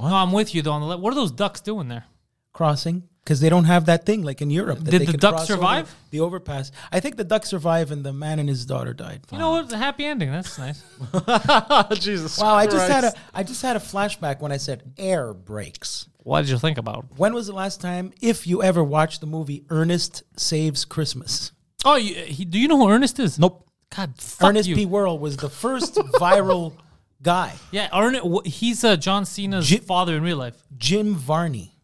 C: No, I'm with you though. On the le- what are those ducks doing there?
B: Crossing, because they don't have that thing like in Europe. That
C: Did
B: they
C: the
B: can
C: duck
B: cross over
C: survive?
B: The overpass. I think the duck survived and the man and his daughter died.
C: You know what? It's a happy ending. That's nice.
A: Jesus.
B: Wow, I just had a I just had a flashback when I said air brakes.
C: What did you think about?
B: When was the last time, if you ever watched the movie Ernest Saves Christmas?
C: Oh, you, he, do you know who Ernest is?
A: Nope.
C: God, fuck
B: Ernest
C: you.
B: P. Worrell was the first viral guy.
C: yeah, Ernest. wh- He's uh, John Cena's
B: Jim-
C: father in real life.
B: Jim Varney.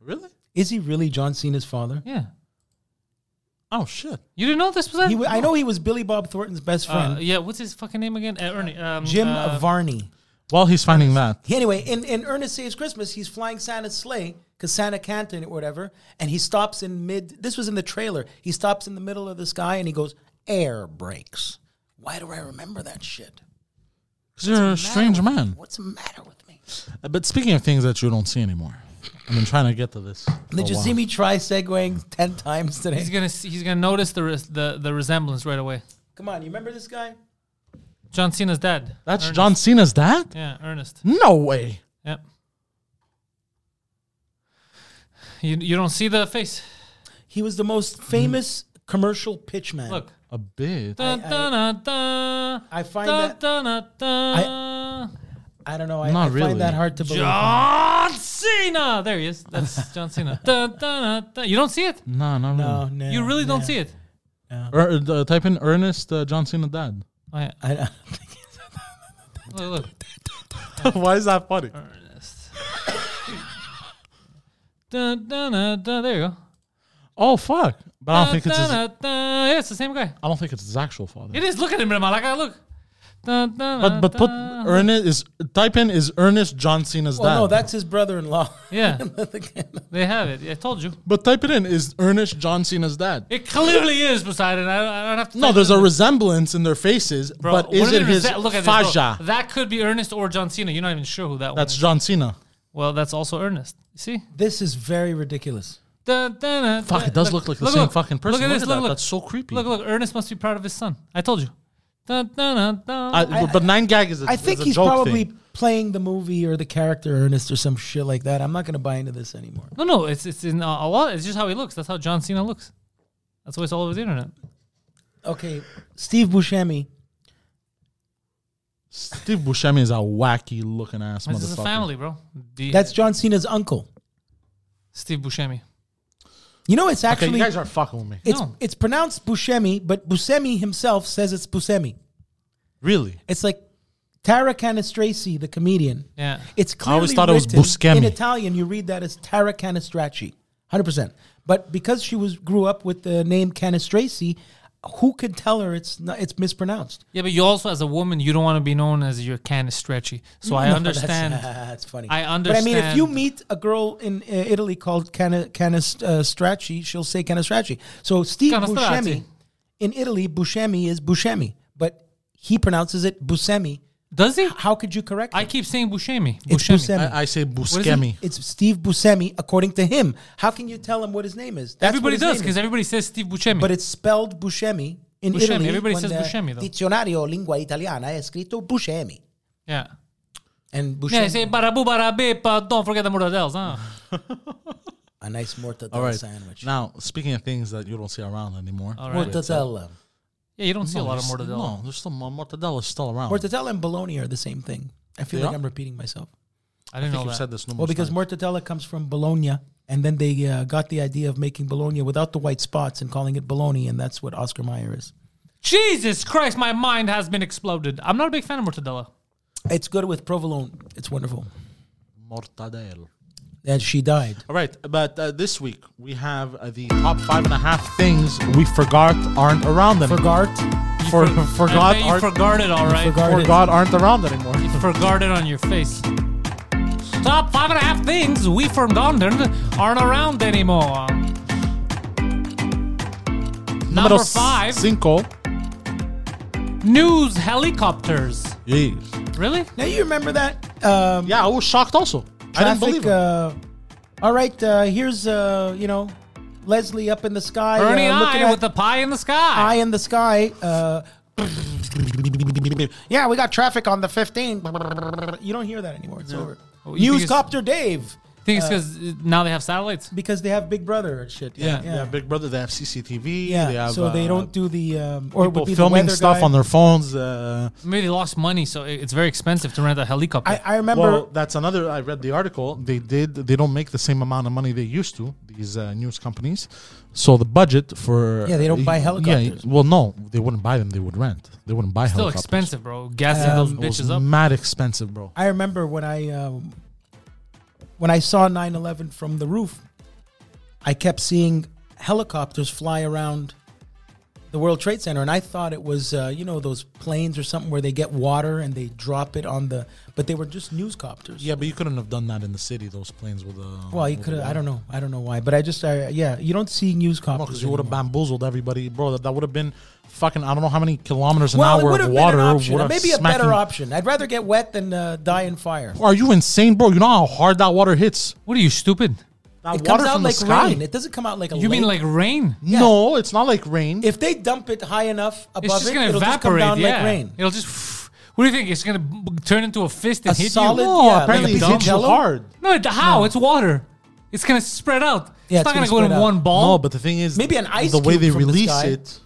A: Really?
B: Is he really John Cena's father?
C: Yeah,
A: Oh shit.
C: you didn't know this was. that?
B: He, wa- I know he was Billy Bob Thornton's best
C: Uh,
B: friend,
C: yeah, what's his fucking name again? Uh, Ernie. Um,
B: Jim
C: uh,
B: Varney.
A: While he's finding that,
B: He- Anyway, in, in Ernest Saves Christmas, he's flying Santa's sleigh because Santa can't and- or whatever, and he stops in mid. This was in the trailer. He stops in the middle of the sky and he goes air brakes. Why do I remember that shit?
A: you're a strange man.
B: What's the matter with me?
A: Uh, But speaking of things that you don't see anymore, I've been trying to get to this. for a
B: Did you
A: while.
B: see me try segueing ten times today?
C: He's gonna see, he's gonna notice the, res, the the resemblance right away.
B: Come on, you remember this guy?
C: John Cena's dad.
A: That's
C: Ernest.
A: John Cena's dad?
C: Yeah, Ernest.
A: No way.
C: Yep. You you don't see the face.
B: He was the most famous commercial pitchman.
C: Look.
A: A bit.
C: Dun,
B: I-
C: dun, dun, dun.
B: I find
C: Dun,
B: that
C: dun, dun, dun.
B: I don't know. I,
A: Not
B: I
A: really.
B: find that hard to believe.
C: John Cena. There he is. That's John Cena. Dun, dun, dun, dun. You don't see it.
A: No, not
B: No,
A: really.
B: Oh, no,
C: You really don't
B: no.
C: see it.
A: Er- er, uh, type in Ernest uh, John Cena dad.
C: Oh, yeah.
B: I don't-
C: Look, look.
A: Why is that funny?
C: Dun, dun, dun, dun. There you go.
A: Oh fuck! But I don't think it's his, I
C: Dun, dun, dun. Yeah, it's the same guy.
A: don't think it's his actual father.
C: It is. Look at him, Malaka. Look. Dun, dun,
A: But but put
C: dun.
A: Ernest is type in is Ernest John Cena's
B: well,
A: dad.
B: no, that's his brother-in-law.
C: Yeah, they have it. I told you.
A: but type it in is Ernest John Cena's dad.
C: It clearly is Poseidon. I, I don't have to.
A: No,
C: type
A: there's
C: it
A: a
C: in.
A: resemblance in their faces,
C: Bro,
A: but
C: what
A: is
C: did
A: it his
C: rese- Look at this, bro.
A: faja?
C: That could be Ernest or John Cena. You're not even sure who that one
A: That's
C: is.
A: John Cena.
C: well, that's also Ernest. You see?
B: This is very ridiculous.
C: Dun, dun, dun,
A: Fuck!
C: dun.
A: It does look, like the same fucking person.
C: Look at this. Look,
A: that.
C: look.
A: That's so creepy.
C: Look, look. Ernest must be proud of his son. I told you. Dun, dun, dun, dun.
A: I- but nine gag is. I
B: I think
A: is a
B: he's
A: joke
B: probably
A: thing.
B: playing the movie or the character Ernest or some shit like that. I'm not going to buy into this anymore.
C: no, no. It's it's in uh, a lot. It's just how he looks. That's how John Cena looks. That's why it's all over the internet.
B: Okay, Steve Buscemi.
A: Steve Buscemi is a wacky looking ass
C: This is
A: motherfucker.
C: a family, bro. The-
B: That's John Cena's uncle.
C: Steve Buscemi.
B: You know, it's
A: Okay,
B: actually
A: you guys are fucking with me.
B: it's
C: No.
B: it's pronounced Buscemi, but Buscemi himself says it's Buscemi.
A: Really?
B: It's like Tara Canestraci, the comedian.
C: Yeah.
B: It's
A: I
B: clearly
A: always thought it was
B: written-
A: Buscemi.
B: In Italian, you read that as Tara Canestraci, hundred percent. But because she was grew up with the name Canestraci, who could tell her it's not, it's mispronounced?
C: Yeah, but you also, as a woman, you don't want to be known as your can is stretchy. So I
B: No,
C: understand.
B: That's, that's funny.
C: I
B: But I mean, if you
C: understand.
B: meet a girl in uh, Italy called Cana, Cana uh, Stracci, she'll say Canestraci. So Steve
C: Canestracci.
B: Buscemi in Italy, Buscemi is Buscemi, but he pronounces it Buscemi.
C: Does he?
B: How could you correct?
C: I
B: him?
C: keep saying Buscemi.
B: It's
C: Buscemi.
B: Buscemi.
A: I, I say
C: it?
A: Buscemi.
B: It's Steve Buscemi, according to him. How can you tell him what his name is? That's what
C: everybody
B: his
C: does
B: name
C: because
B: is.
C: everybody says Steve Buscemi.
B: but it's spelled Buscemi in
C: Buscemi.
B: Italy.
C: Everybody
B: when
C: says
B: the
C: Buscemi, though.
B: Dizionario lingua italiana è scritto Buscemi.
C: yeah.
B: And Buscemi,
C: Yeah, say barabu barabe, but don't forget the mortadels, huh?
B: a nice mortadella
A: All right.
B: sandwich.
A: Now, speaking of things that you don't see around anymore.
C: All right.
B: Mortadella.
C: Yeah, you don't see a lot of
A: there's-
C: mortadella.
A: No, there's still mortadella is still around.
B: Mortadella and bologna are the same thing. I feel
A: They
B: like
A: are?
B: I'm repeating myself.
C: I
A: I
C: didn't
A: think
C: know
A: you've
C: that.
A: said this numerous
B: Well, because
A: times.
B: mortadella comes from bologna, and then they uh, got the idea of making bologna without the white spots and calling it bologna, and that's what Oscar Mayer is.
C: Jesus Christ, my mind has been exploded. I'm not a big fan of mortadella.
B: It's good with provolone. It's wonderful.
A: mortadella.
B: And she died.
A: All right, but uh, this week we have uh, the top five and a half things we forgot aren't around anymore.
B: Forgot.
A: For,
C: I
A: forgot,
C: bet you
A: aren't,
C: forgot it, all right.
B: forgot it.
A: forgot aren't around anymore.
C: forgot it on your face. Top five and a half things we forgot aren't around anymore. Number
A: Número
C: five,
A: Cinco.
C: news helicopters.
A: Yes.
C: Really?
B: Now you remember that um,
A: Yeah, I was shocked also. I didn't
B: traffic.
A: believe it.
B: Uh, all right, uh, here's uh, you know Leslie up in the sky,
C: Ernie
B: uh, looking
C: I
B: at
C: with the pie in the sky.
B: eye in the sky. Uh, yeah, we got traffic on the 15. You don't hear that anymore. It's over.
C: Oh, you think it's-
B: Newscopter Dave,
C: think it's because now they have satellites.
B: because they have Big Brother and shit.
A: Yeah, yeah.
B: yeah.
A: Big Brother, they have CCTV.
B: Yeah,
A: They have,
B: so they
A: uh,
B: don't do the um, or it would
A: people
B: be
A: filming
B: the
A: stuff on
B: the.
A: their phones. Uh,
C: Maybe they lost money, so it- it's very expensive to rent a helicopter.
B: I, I remember.
A: well, that's another. I read the article. They did. They don't make the same amount of money they used to. These uh, news companies. So the budget for
B: Yeah, they don't buy helicopters.
A: well, no, they wouldn't buy them. They would rent. They wouldn't buy
C: Still
A: helicopters.
C: expensive, bro.
B: Um,
C: Gassing those
A: It was
C: bitches up.
A: mad expensive, bro.
B: I remember when I um, when I saw 9/11 from the roof, I kept seeing helicopters fly around the World Trade Center, and I thought it was uh, you know those planes or something where they get water and they drop it on the, but they were just newscopters.
A: Yeah, but you couldn't have done that in the city. Those planes
B: uh,
A: with the
B: Well, you could. have I don't know. I don't know why, but I just. I, yeah, you don't see newscopters.
A: because you would have
B: anymore.
A: bamboozled everybody, bro. That, that would have been fucking. I don't know how many kilometers an
B: Well, it
A: hour
B: would
A: of
B: have
A: water.
B: been an option.
A: would have
B: Maybe a
A: smacking-
B: better option. I'd rather get wet than uh, die in fire.
A: Are you insane, bro? You know how hard that water hits.
C: What are you stupid?
A: That
B: It
A: water
B: comes out
A: from
B: like
A: the sky.
B: rain. It doesn't come out like a.
C: You mean
B: lake.
C: like rain?
A: No, it's not like rain.
B: if they dump it high enough above
C: It's just
B: it,
C: gonna
B: it'll just come
C: evaporate.
B: down
C: yeah,
B: like rain.
C: it'll just. What do you think? It's gonna b- turn into a fist and
B: A
C: hit
B: solid-
C: you?
A: no,
B: yeah,
A: apparently
C: like
A: it
C: a
A: hits you
B: jello?
A: hard.
C: No, it, how? It's water. It's gonna spread out.
B: Yeah,
C: it's not
B: it's
C: gonna,
B: gonna
C: go in
B: spread out.
C: one ball.
A: No, but the thing is,
B: Maybe an ice
A: The way
B: cube
A: they
B: from the
A: release
B: sky.
A: it,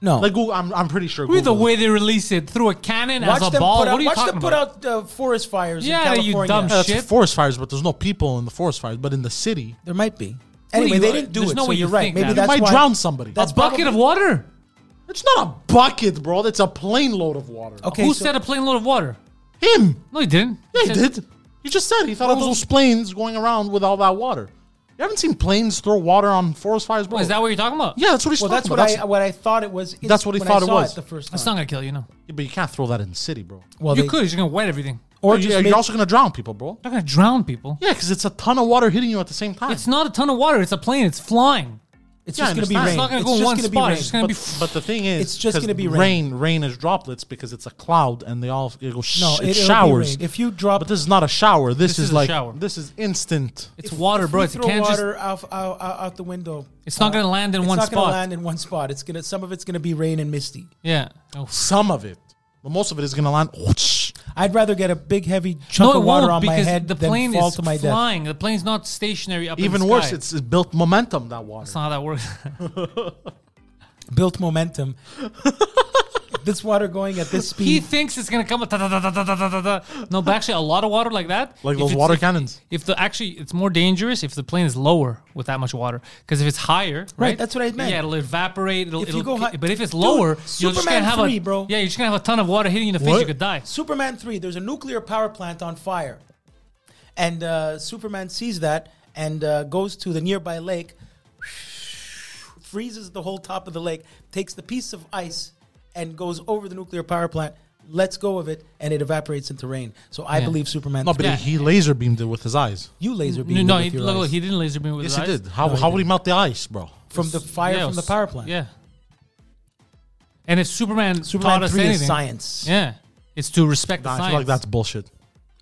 B: No,
A: like Google, I'm, I'm pretty sure.
C: Look at the
A: Google-
C: way they release it through a cannon
B: watch
C: as a
B: them
C: ball.
B: put out.
C: what are you
B: watch
C: talking
B: them put
C: about?
B: out uh, forest fires
C: Yeah,
B: in
C: you
B: California.
C: dumb
A: Yeah, that's
C: shit.
A: forest fires, but there's no people in the forest fires. But in the city,
B: There might be.
C: do
B: Anyway,
C: you-
B: they didn't do
C: there's
B: it.
C: no
B: so
C: way you
B: you're right.
C: think
B: Maybe
C: that.
A: you
B: that's
A: might
B: why-
A: drown somebody.
C: a
B: That's
C: bucket of
B: probably-
C: water.
A: it's not a bucket, bro. That's a plane load of water.
B: Okay,
C: Who
B: so-
C: said a plane load of water?
A: Him.
C: No, he didn't.
A: Yeah, he
C: said-
A: did. You just said he thought it was those planes going around with all that water. You haven't seen planes throw water on forest fires, bro.
C: Oh, Is that what you're talking about?
A: Yeah, that's what he's
B: Well,
A: talking
B: that's
A: about.
B: what I what I thought it was.
A: That's what he
B: when
A: thought
B: I
A: it
B: saw
A: was.
B: The first
C: It's
B: time.
C: not gonna kill you, no.
A: Yeah, but you can't throw that in the city, bro.
B: Well,
C: you
B: they-
C: could. You're gonna wet everything.
A: Or
B: just
A: you're
B: make-
A: also gonna drown people, bro.
C: You're not gonna drown people.
A: Yeah, because it's a ton of water hitting you at the same time.
C: It's not a ton of water. It's a plane. It's flying.
B: It's
A: Yeah, I
B: just going to be
A: understand.
B: rain.
A: It's
C: not gonna go
B: just
C: in one
B: gonna be
C: spot. It's
B: rain.
C: just gonna
A: but,
C: be-
A: but the thing is,
B: It's just
A: 'cause
B: gonna be
A: rain.
B: rain.
A: Rain is droplets because it's a cloud, and they all it goes.
B: No,
A: No,
B: it'll
A: it
B: be
A: showers.
B: rain. If you drop-
A: but this is not a shower. This,
C: This
A: is,
C: is a
A: like
C: shower.
A: this is instant.
C: It's
B: If-
C: water,
B: if
C: bro.
B: we
C: It's, it
B: throw
C: can't just.
B: water out, out, out out the window.
C: It's not gonna land in one
B: It's not
C: spot.
B: going to land in one spot. It's gonna some of it's going to be rain and misty.
C: Yeah. Oh.
A: Some of it, but most of it is gonna land. whoosh.
B: I'd rather get a big heavy chunk
C: no, it
B: of water
C: won't
B: on my
C: because
B: head
C: the
B: than
C: plane
B: fall
C: is
B: to my death.
C: flying. The plane's not stationary up. in
A: Even
C: the
A: worse,
C: sky.
A: it's, it built momentum. That water.
C: That's not how that works.
B: built momentum. this water going at this
C: he
B: speed.
C: thinks it's gonna come. a ta-ta-ta-ta-ta-ta-ta. No, but actually, a lot of water like that.
A: Like
C: if
A: those
C: it's-
A: water
C: if-
A: cannons.
C: If the actually, it's more dangerous if the plane is lower with that much water. Because if it's higher, right,
B: that's what I meant.
C: Yeah, it'll evaporate. It'll,
B: If you go
C: it'll ki-
B: high-
C: but if it's
B: Dude,
C: lower, you're just
B: Superman
C: gonna have
B: 3,
C: a
B: bro.
C: Yeah, you're just gonna have a ton of water hitting you in the face.
A: What?
C: You could die.
B: Superman 3, there's a nuclear power plant on fire. And uh, Superman sees that and uh, goes to the nearby lake, freezes the whole top of the lake, takes the piece of ice, and goes over the nuclear power plant, lets go of it, and it evaporates into rain. So I
C: Yeah.
B: believe Superman
A: No, but
B: 3.
C: Yeah.
A: he laser beamed it with his eyes.
B: You laser
C: No,
B: beam.
C: no
B: it
C: he,
B: with your
C: look,
B: eyes.
C: look, he didn't laser beam with
A: Yes,
C: his
A: he
C: eyes.
A: did. How
B: No, he
A: how would he
B: didn't.
A: melt the ice, bro?
B: from the fire
C: Yeah, it
B: from the
C: was-
B: power plant.
C: Yeah. And if Superman
B: Superman
C: taught us
B: 3
C: anything,
B: is science.
C: yeah, it's to respect the
A: Nah, I
C: science.
A: feel like that's bullshit.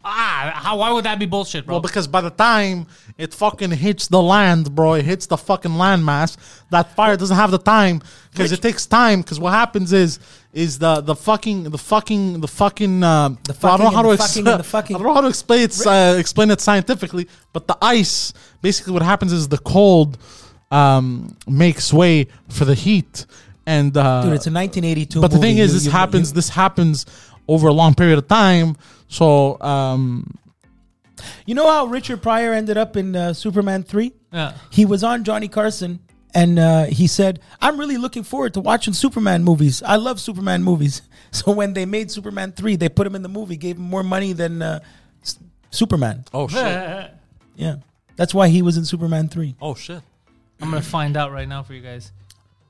C: ah, how, why would that be bullshit, bro?
A: Well, because by the time it fucking hits the land, bro, it hits the fucking landmass. That fire doesn't have the time because it takes time. Because what happens is, is the the fucking the fucking the fucking um,
B: The
A: well, I don't know
B: fucking
A: how to
B: and the fucking
A: explain. I
B: and the fucking.
A: don't know how to explain it uh, explain it scientifically. But the ice, basically, what happens is the cold um, makes way for the heat, and uh,
B: Dude, it's a 1982
A: but the
B: movie.
A: thing is,
B: You-
A: this
B: you-
A: happens.
B: you-
A: this happens over a long period of time. So um,
B: You know how Richard Pryor ended up in uh, Superman 3?
C: Yeah.
B: He was on Johnny Carson and uh, he said, I'm really looking forward to watching Superman movies. I love Superman movies. So when they made Superman 3, they put him in the movie, gave him more money than uh, S- Superman.
A: oh shit,
B: Yeah. That's why he was in Superman 3.
A: oh shit.
C: I'm gonna find out right now for you guys.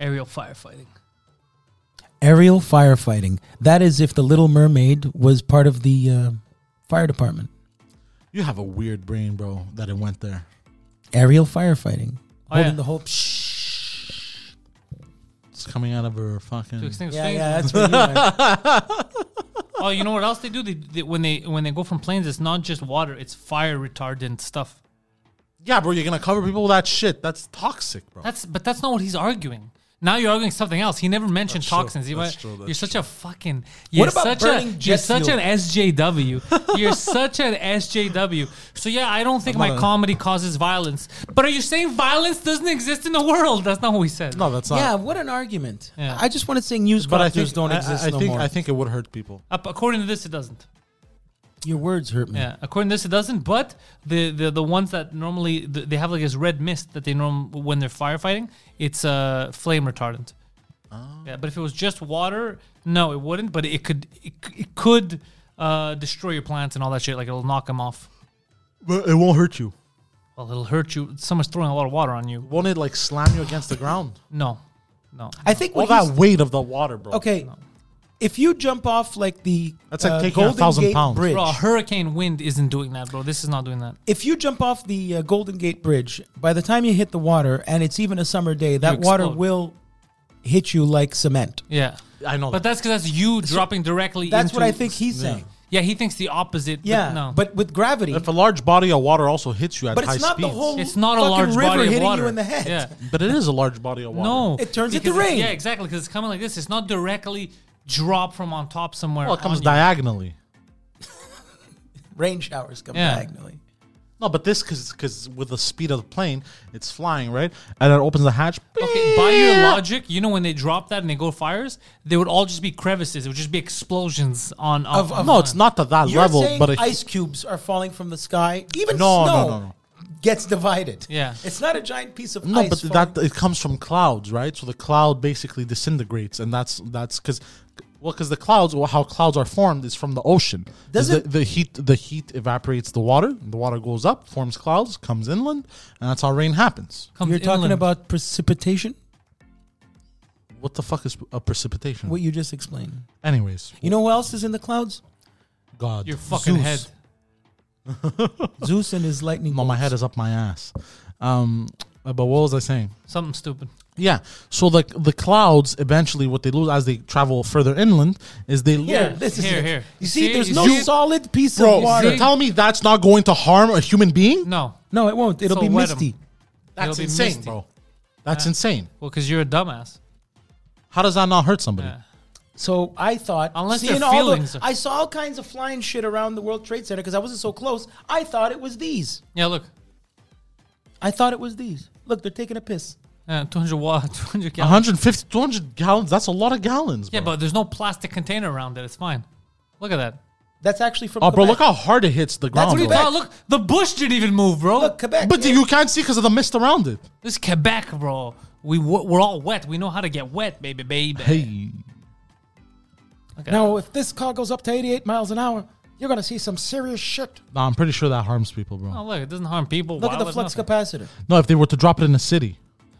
C: Aerial firefighting.
B: Aerial firefighting. That is if the Little Mermaid was part of the uh, fire department.
A: You have a weird brain, bro, that it went there.
B: Aerial firefighting.
C: Oh,
B: Holding
C: yeah.
B: the whole.
A: It's coming out of her fucking.
C: To extinguish
B: Yeah,
C: things.
B: yeah, that's what you meant.
C: Oh, you know what else they do? They, they when they when they go from planes, it's not just water; it's fire retardant stuff.
A: Yeah, bro, you're gonna cover people with that shit. That's toxic, bro.
C: That's but that's not what he's arguing. Now you're arguing something else. He never mentioned
A: That's true.
C: toxins. He
A: That's true.
C: went-
A: That's
C: you're such a fucking. You're
B: about
C: such
B: burning
C: a,
B: jet
C: You're such
B: fuel?
C: an SJW. you're such an SJW. So yeah, I don't think my
A: not a-
C: comedy causes violence. But are you saying violence doesn't exist in the world? That's not what he said.
A: no, that's not.
B: yeah, what an argument.
C: Yeah.
B: I just want to say newscopters
A: but I think
B: don't
A: I,
B: exist
A: I, I
B: no
A: think
B: more.
A: I think it would hurt people.
C: Up- According to this, it doesn't.
B: Your words hurt me.
C: Yeah, according to this, it doesn't. But the the, the ones that normally th- they have like this red mist that they norm when they're firefighting, it's uh, flame retardant.
B: Oh.
C: Yeah, but if it was just water, no, it wouldn't. But it could it, c- it could uh, destroy your plants and all that shit. Like it'll knock them off.
A: But it won't hurt you.
C: Well, it'll hurt you. Someone's throwing a lot of water on you.
A: Won't it like slam you against the ground?
C: No, No.
B: I think
A: All
B: what he's-
A: that weight of the water, bro.
B: Okay, if you jump off like the
A: That's like
B: uh,
A: taking a
B: Golden
A: thousand
B: Gate
A: pounds.
B: Bridge,
C: Bro, a hurricane wind isn't doing that, bro. This is not doing that.
B: if you jump off the uh, Golden Gate Bridge, by the time you hit the water, and it's even a summer day, that water
C: explode.
B: will hit you like cement.
C: Yeah.
A: I know
C: But
A: that.
C: that's because that's you dropping directly
B: That's
C: into
B: what I think he's saying.
C: Yeah, he thinks the opposite.
B: Yeah,
C: But no.
B: but with gravity.
A: If a large body of water also hits you at
B: but
A: high
B: it's not
A: speeds,
B: the whole
C: it's not a
B: fucking
C: large
B: river
C: body of
B: hitting
C: water.
B: you in the head.
C: Yeah.
A: but it is a large body of water.
C: No.
B: It turns
C: Because
B: into
C: it's-
B: rain.
C: Yeah, exactly. Because it's coming like this. It's not directly dropped from on top somewhere.
A: well, it comes
C: on you.
A: diagonally.
B: Rain showers come
C: Yeah.
B: diagonally.
A: No, but this because because with the speed of the plane, it's flying right, and it opens the hatch.
C: Okay, by your logic, you know when they drop that and they go fires, they would all just be crevices. It would just be explosions on. on
B: Of- of-
C: on-
A: no, it's not to that
B: You're
A: level,
B: saying
A: but it,
B: ice cubes are falling from the sky. Even
A: No, no,
B: snow
A: no, no.
B: gets divided.
C: Yeah.
B: it's not a giant piece of
A: no,
B: ice.
A: but
B: falling.
A: that it comes from clouds, right? So the cloud basically disintegrates, and that's that's because well, because the clouds, well, how clouds are formed is from the ocean. Is
B: Doesn't-
A: the, the heat the heat evaporates the water, the water goes up, forms clouds, comes inland, and that's how rain happens.
C: comes
B: you're talking
C: inland.
B: about precipitation.
A: What the fuck is a precipitation?
B: What you just explained.
A: Anyways,
B: You know who else is in the clouds?
A: God,
C: your fucking
A: Zeus.
C: head.
B: Zeus and his lightning.
A: No, my
B: bolts.
A: head is up my ass. Um, but what was I saying?
C: Something stupid.
A: Yeah. So the the clouds eventually what they lose as they travel further inland is they lose.
B: Here, this is
C: Here,
B: it.
C: here.
B: You see,
C: See,
B: there's
C: you
B: no
C: see it?
B: solid piece
A: Bro,
B: of water.
C: see?
A: tell me that's not going to harm a human being?
C: No,
B: No, it won't. It'll
C: So
B: be
C: wet 'em.
B: misty.
A: That's
C: It'll be
A: insane,
C: misty.
A: bro. That's insane.
C: well, because you're a dumbass.
A: How does that not hurt somebody?
C: Yeah.
B: So I thought,
C: Unless their
B: seeing all
C: feelings
B: the,
C: are-
B: I saw all kinds of flying shit around the World Trade Center because I wasn't so close. I thought it was these.
C: Yeah, look,
B: I thought it was these. Look, they're taking a piss.
C: uh, 200 watt, 200 gallons.
A: 150, 200 gallons. That's a lot of gallons. Bro.
C: Yeah, but there's no plastic container around it. It's fine. Look at that.
B: That's actually from.
A: oh, bro,
B: Quebec.
A: look how hard it hits the ground.
B: what
A: bro.
B: Quebec.
C: Oh, look, the bush didn't even move, bro.
B: Look, Quebec.
A: But
B: yeah.
A: you can't see because of the mist around it.
C: This is Quebec, bro. We w- we're all wet. We know how to get wet, baby, baby.
A: Hey,
C: Look at that.
B: Now, if this car goes up to 88 miles an hour, you're gonna see some serious shit.
A: no, I'm pretty sure that harms people, bro.
C: Oh, look, it doesn't harm people.
B: Look
C: Why
B: at the
C: would
B: flux
C: nothing?
B: capacitor.
A: No, if they were to drop it in a city.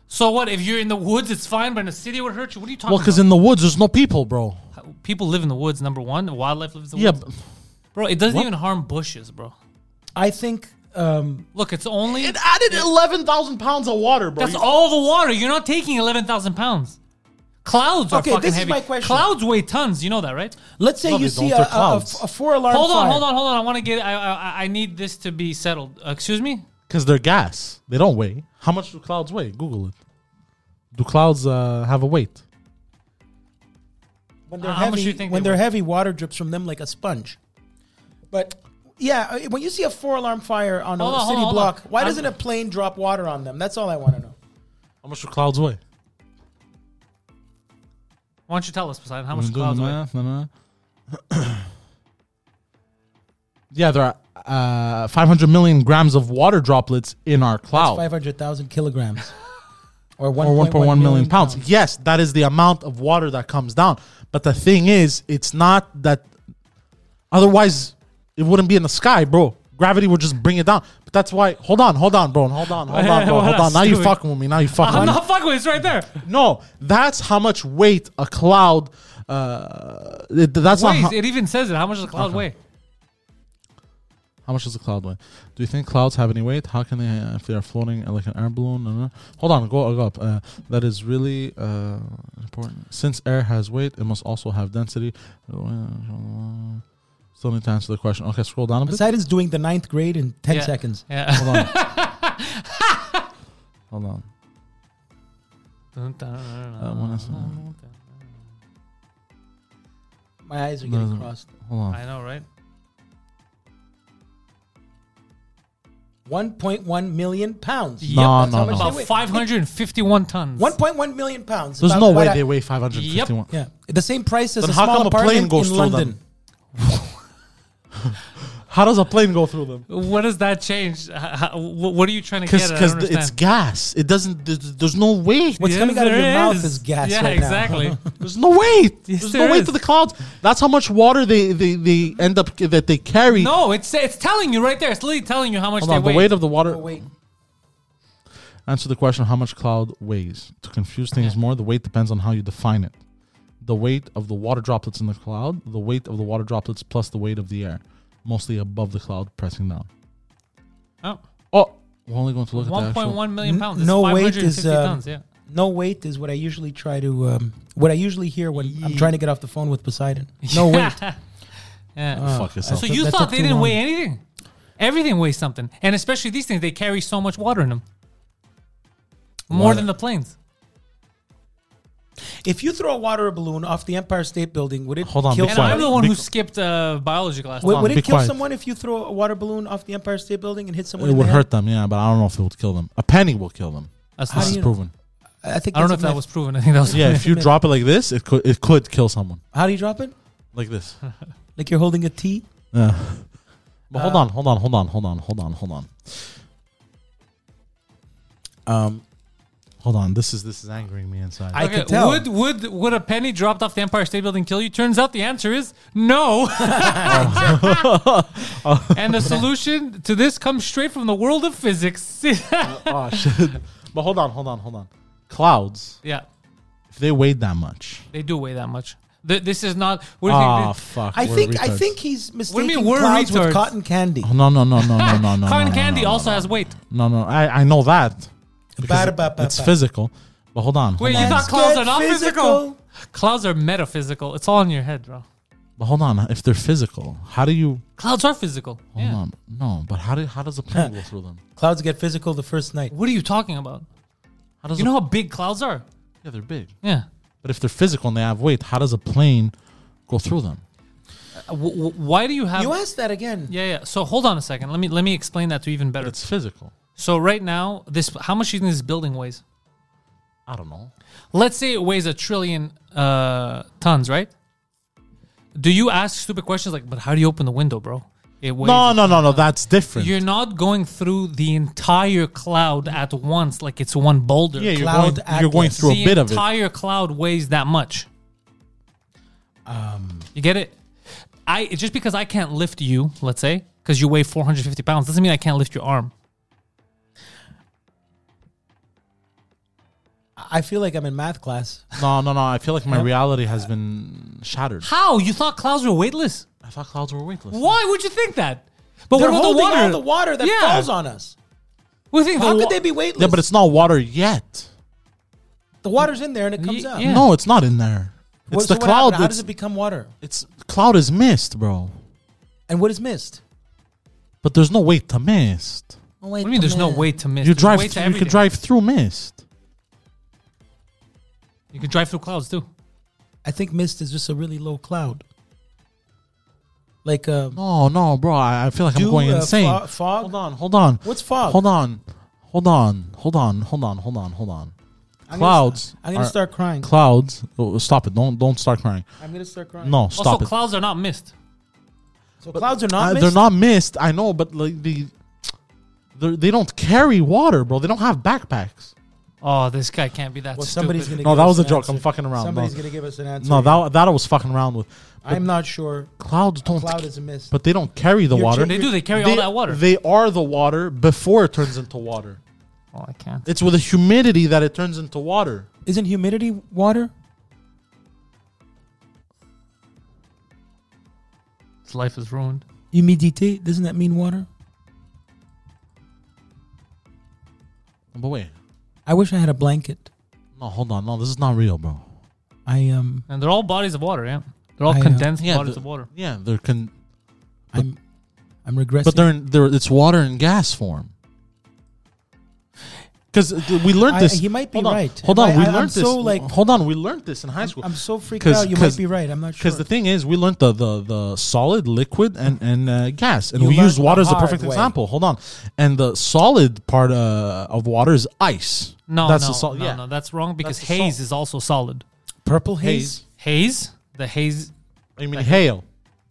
C: So what? If you're in the woods, it's fine, but in the city, it would hurt you. What are you talking
A: Well, because
C: about?
A: in the woods, there's no people, bro.
C: people live in the woods. Number one, wildlife lives in the
A: Yeah,
C: woods.
A: but-
C: Bro, it doesn't
A: What?
C: even harm bushes, bro.
B: I think. Um,
C: Look, it's only
A: It added 11,000 pounds of water, bro.
C: that's all the water. You're not taking eleven thousand pounds. Clouds are
B: Okay,
C: fucking
B: this is
C: heavy.
B: my question.
C: Clouds weigh tons. You know that, right?
B: Let's say
A: No,
B: you
A: they
B: see
A: don't.
B: a,
A: They're
B: a,
A: clouds.
B: four alarm
C: hold on,
B: fire.
C: hold on, hold on. I want to get. I, I I- I need this to be settled. Uh, excuse me.
A: Because they're gas. They don't weigh. How much do clouds weigh? Google it. Do clouds uh, have a weight?
B: When they're
C: Uh, How much
B: heavy,
C: do you think
B: when
C: they
B: they are
C: weigh?
B: heavy, water drips from them like a sponge. But yeah, I- when you see a four alarm fire on
C: Hold
B: a
C: on, hold
B: city
C: on, hold
B: block,
C: on.
B: why
C: I'm-
B: doesn't a plane drop water on them? That's all I want to know.
A: How much do clouds weigh?
C: Why don't you tell us, Poseidon, how
B: Mm,
C: much clouds weigh?
A: yeah, there are uh, 500 million grams of water droplets in our
C: Oh.
A: cloud.
B: Five hundred thousand kilograms, or one
A: or 1.1 million, million pounds. Yes, that is the amount of water that comes down. But the thing is, it's not that. Otherwise, it wouldn't be in the sky, bro. Gravity would just bring it down. But that's why. Hold on, hold on, bro. Hold on, hold on, bro.
C: What
A: Hold
C: a
A: on. Now you
C: stupid-
A: fucking with me. Now you fucking
C: I'm
A: with me.
C: not fucking with it. It's right there.
A: No, that's how much weight a cloud. Uh, it- that's not
C: Weighs.
A: how,
C: it even says it. How much does a cloud
A: Okay.
C: weigh?
A: how much does a cloud weigh. Do you think clouds have any weight? How can they uh, if they are floating uh, like an air balloon? No, no. Hold on, go, go up. Uh, that is really uh, important. Since air has weight, it must also have density. Still need to answer the question. Okay, scroll down a bit.
B: Poseidon's doing the ninth grade in ten
C: Yeah.
B: seconds.
C: Yeah.
A: Hold on. Hold on.
C: Dun, dun, dun, dun,
A: Uh, one is-
C: dun, dun.
B: uh, My eyes are
A: No,
C: Mm-hmm.
B: getting
A: no.
B: crossed.
A: Hold on.
C: I know, right?
B: One point one million pounds.
C: Yep,
A: No,
C: that's
A: no,
C: how
A: no.
C: much
B: Oh.
A: About
C: they weigh. 551 tons.
B: One point one million pounds.
A: There's
B: About
A: no
B: what
A: way
B: I-
A: they weigh 551.
B: Yeah, the same price as
A: Then
B: a
A: how
B: small
A: come a plane
B: apartment
A: goes
B: in
A: through them?
B: London.
A: How does a plane go through them?
C: What does that change? H- h- wh- what are you trying to get?
A: Because
C: at? I don't
A: it's
C: understand.
A: gas. It doesn't. There's, there's no weight.
B: What's coming out of
C: there
B: your mouth is gas
C: Yeah,
B: right now.
C: exactly.
A: There's no weight.
C: Yes,
A: There's
C: there
A: no weight
C: is.
A: to the clouds. That's how much water they, they, they end up that they carry.
C: no, it's it's telling you right there. It's literally telling you how much
A: Hold on, the
C: they weigh.
A: weight of the water.
B: Oh, wait.
A: Answer the question how much cloud weighs. To confuse things more, the weight depends on how you define it. The weight of the water droplets in the cloud, the weight of the water droplets plus the weight of the air, mostly above the cloud pressing down.
C: Oh,
A: Oh, we're only going to look at the actual.
C: 1.1 million pounds. It's
B: no weight
C: 550
B: is uh,
C: tons, yeah.
B: no weight is what I usually try to um, what I usually hear when I'm trying to get off the phone with Poseidon. No weight.
C: yeah.
A: Fuck yourself.
C: so
B: uh, that-
C: you
B: that
C: thought
B: took
C: they
B: too
C: didn't
B: long.
C: weigh anything? Everything weighs something, and especially these things—they carry so much water in them, more
B: Water.
C: than the planes.
B: If you throw a water balloon off the Empire State Building, would it
A: Hold on,
B: kill
A: be
C: And
A: quiet.
C: I'm the one who
A: Bec-
C: skipped uh, biology class.
B: Would,
A: on,
B: would
A: be
B: it kill
A: quiet.
B: someone if you throw a water balloon off the Empire State Building and hit someone?
A: It
B: in
A: would
B: the
A: hurt them, yeah, but I don't know if it would kill them. A penny will kill them.
C: That's
B: How
C: not,
B: do
A: This
B: you
A: is
B: know?
A: proven.
B: Head? I think
C: I don't know if
B: that's a
C: that
B: myth.
C: was proven. I think that was
A: Yeah, if you drop it like this, it could it could kill someone
B: How do you drop it?
A: like this.
B: Like you're holding a T.
A: Yeah. But hold on, hold on, hold on, hold on, hold on, hold on,
B: Um,
A: hold on. This is this is angering me inside.
B: I
C: Okay,
B: could tell.
C: Would would would a penny dropped off the Empire State Building kill you? Turns out the answer is no. and the solution to this comes straight from the world of physics.
A: oh shit! But hold on, hold on, hold on. Clouds,
C: yeah,
A: if they weighed that much,
C: they do weigh that much. Th- this is not. What do you
A: ah
C: think?
A: fuck.
B: I
A: we're
B: think I
A: retards.
B: think he's
C: you
B: mistaking
C: mean we're
B: clouds
C: retards?
B: with cotton candy.
A: Oh, no, no, no, no, no, no, no.
C: Cotton
A: no,
C: candy
A: no, no,
C: also
A: no.
C: has weight.
A: No, no, I I know that. because
B: Ba- ba- ba-
A: It's
B: ba.
A: physical. But hold on, hold
C: Wait, you
A: on.
C: thought clouds
B: get
C: are not physical? Clouds are metaphysical. It's all in your head, bro.
A: But hold on. If they're physical, how do you?
C: Clouds are physical.
A: Hold
C: Yeah.
A: on. No, but how do how does a plane go through them?
B: Clouds get physical the first night.
C: What are you talking about?
A: How does
C: You
A: a-
C: know how big clouds are?
A: yeah they're big.
C: Yeah.
A: But if they're physical and they have weight, how does a plane go through them?
C: Uh, w- w- why do you have?
B: You asked that again.
C: yeah, yeah. So hold on a second. Let me let me explain that to you even better.
A: It's physical.
C: So right now, this how much do you think this building weighs?
A: I don't know.
C: Let's say it weighs a trillion uh, tons, right? Do you ask stupid questions like, "But how do you open the window, bro?" It weighs.
A: No, no, no, no. That's different.
C: You're not going through the entire cloud at once, like it's one boulder.
A: yeah, you're
B: Cloud
A: going, you're going
B: atlas.
A: through
C: the
A: a bit of it.
C: entire cloud weighs that much. Um, you get it? I just because I can't lift you, let's say, because you weigh 450 pounds, doesn't mean I can't lift your arm.
B: I feel like I'm in math class.
A: No, no, no. I feel like my reality has been shattered.
C: How you thought clouds were weightless?
A: I thought clouds were weightless.
C: Why would you think that? But
B: They're
C: what about the
B: holding
C: water?
B: all the water that
C: Yeah.
B: falls on us.
C: What do you think?
B: How
C: the
B: could
C: wa-
B: they be weightless?
A: Yeah, but it's not water yet.
B: the water's in there and it comes
C: Ye-
B: out.
C: yeah.
A: No, it's not in there. It's
B: What-
A: the
B: so what happened?
A: cloud.
B: How
A: It's,
B: does it become water?
A: it's cloud is mist, bro.
B: And what is mist?
A: But there's no weight to mist.
C: What do you mean? There's no way to miss.
A: You
C: There's
A: drive.
C: weight to
A: Through, you
C: everything.
A: could drive through mist.
C: You can drive through clouds too.
B: I think mist is just a really low cloud. Like um,
A: No, no, bro. I, I feel like
B: dew,
A: I'm going
B: uh,
A: insane.
B: fo- fog.
A: Hold on, hold on.
B: What's fog?
A: Hold on, hold on, hold on, hold on, hold on, hold on.
B: I'm gonna
A: Clouds.
B: st- I'm gonna
A: are-
B: start crying.
A: Clouds. Oh, stop it! Don't don't start crying.
B: I'm gonna start crying.
A: No, stop
C: also,
A: it.
C: clouds are not mist.
B: so clouds are
A: Uh,
B: not. mist?
A: They're not mist. I know, but like the they're- they don't carry water, bro. They don't have backpacks.
C: Oh, this guy can't be that
B: Well,
C: stupid.
B: somebody's gonna.
A: No,
B: give
A: that
B: us
A: was a
B: an
A: joke. I'm
B: answer.
A: fucking around.
B: Somebody's
A: No.
B: gonna give us an answer.
A: No, that that I was fucking around with.
B: I'm not sure.
A: Clouds don't.
B: Cloud is a mist.
A: But they don't carry the
B: You're
A: water.
C: they do. They carry all that water.
A: They are the water before it turns into water.
C: oh, I can't.
A: It's with the humidity that it turns into water.
B: Isn't humidity water?
C: His life is ruined.
B: Humidity doesn't that mean water?
A: But wait,
B: I wish I had a blanket.
A: no, hold on, no, this is not real, bro.
B: I um.
C: And they're all bodies of water, yeah. They're all
B: I, uh,
C: condensed bodies
A: the-
C: of water.
A: Yeah, they're con-
B: I'm. I'm regressing.
A: but they're, in, they're it's water in gas form. Because we learned
B: I-
A: this.
B: he might be
A: hold on,
B: right.
A: Hold on,
B: I-
A: we
B: I- I'm
A: learned this.
B: so, like-
A: hold on, we learned this in high school.
B: I'm so freaked
A: 'Cause-
B: out. You
A: 'cause-
B: might be right. I'm not sure.
A: Because the thing is, we learned the the, the solid, liquid, and and uh, gas, and
B: You
A: we
B: learned
A: used water
B: the
A: as a
B: hard
A: perfect
B: way.
A: example. Hold on, and the solid part uh, of water is ice.
C: No,
A: that's
C: no,
A: the sol-
C: no,
A: yeah.
C: no, that's wrong because
A: That's the
C: haze
A: salt.
C: is also solid.
B: purple
A: haze.
C: Haze, the haze.
A: You mean hail?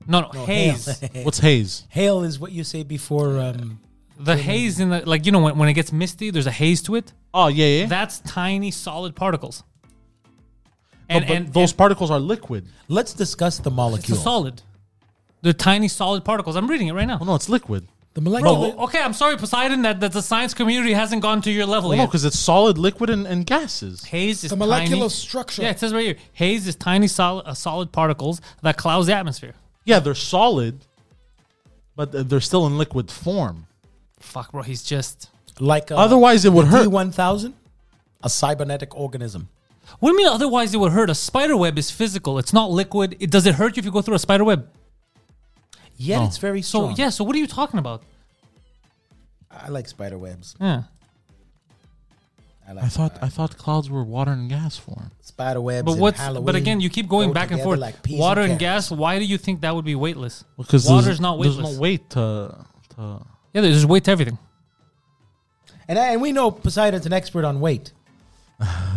C: No, no, haze.
B: haze.
A: What's
C: Eh.
A: haze?
B: Hail is what you say before. Um,
C: The haze in the like you know when, when it gets misty, there's a haze to it.
A: Oh yeah, yeah.
C: That's tiny solid particles.
A: But-
C: And
A: Oh, but
C: and
A: those
C: and
A: particles are liquid.
B: let's discuss the
C: it's a
B: molecule.
C: solid. They're tiny solid particles. I'm reading it right now.
A: Oh no, it's liquid.
B: The molecular.
C: Bro, okay, I'm sorry, Poseidon, that, that the science community hasn't gone to your level
A: Well, no,
C: yet.
A: because it's solid, liquid, and, and gases.
C: Haze is
B: The molecular
C: tiny-
B: structure.
C: Yeah, it says right here. Haze is tiny solid, uh, solid particles that clouds the atmosphere.
A: Yeah, they're solid, but th- they're still in liquid form.
C: Fuck, bro, he's just.
B: like a,
A: Otherwise, it would hurt.
B: T1000, a cybernetic organism.
C: What do you mean? Otherwise, it would hurt. A spider web is physical. It's not liquid. It does it hurt you if you go through a spider web?
B: Yet it's very
C: Oh. So
B: strong.
C: yeah. So what are you talking about?
B: I like spider webs.
C: Yeah.
B: I like
A: I thought I thought clouds were water and gas form.
B: spider webs.
C: But
B: and
C: what's?
B: Halloween
C: But again, you keep going
B: go
C: back and
B: together
C: forth.
B: like peas
C: Water and,
B: carrots.
C: gas. Why do you think that would be weightless?
A: Because
C: water's
A: there's-
C: not
A: there's
C: weightless.
A: no weight to, to
C: yeah, there's weight to everything.
B: And, I- and we know Poseidon's an expert on weight.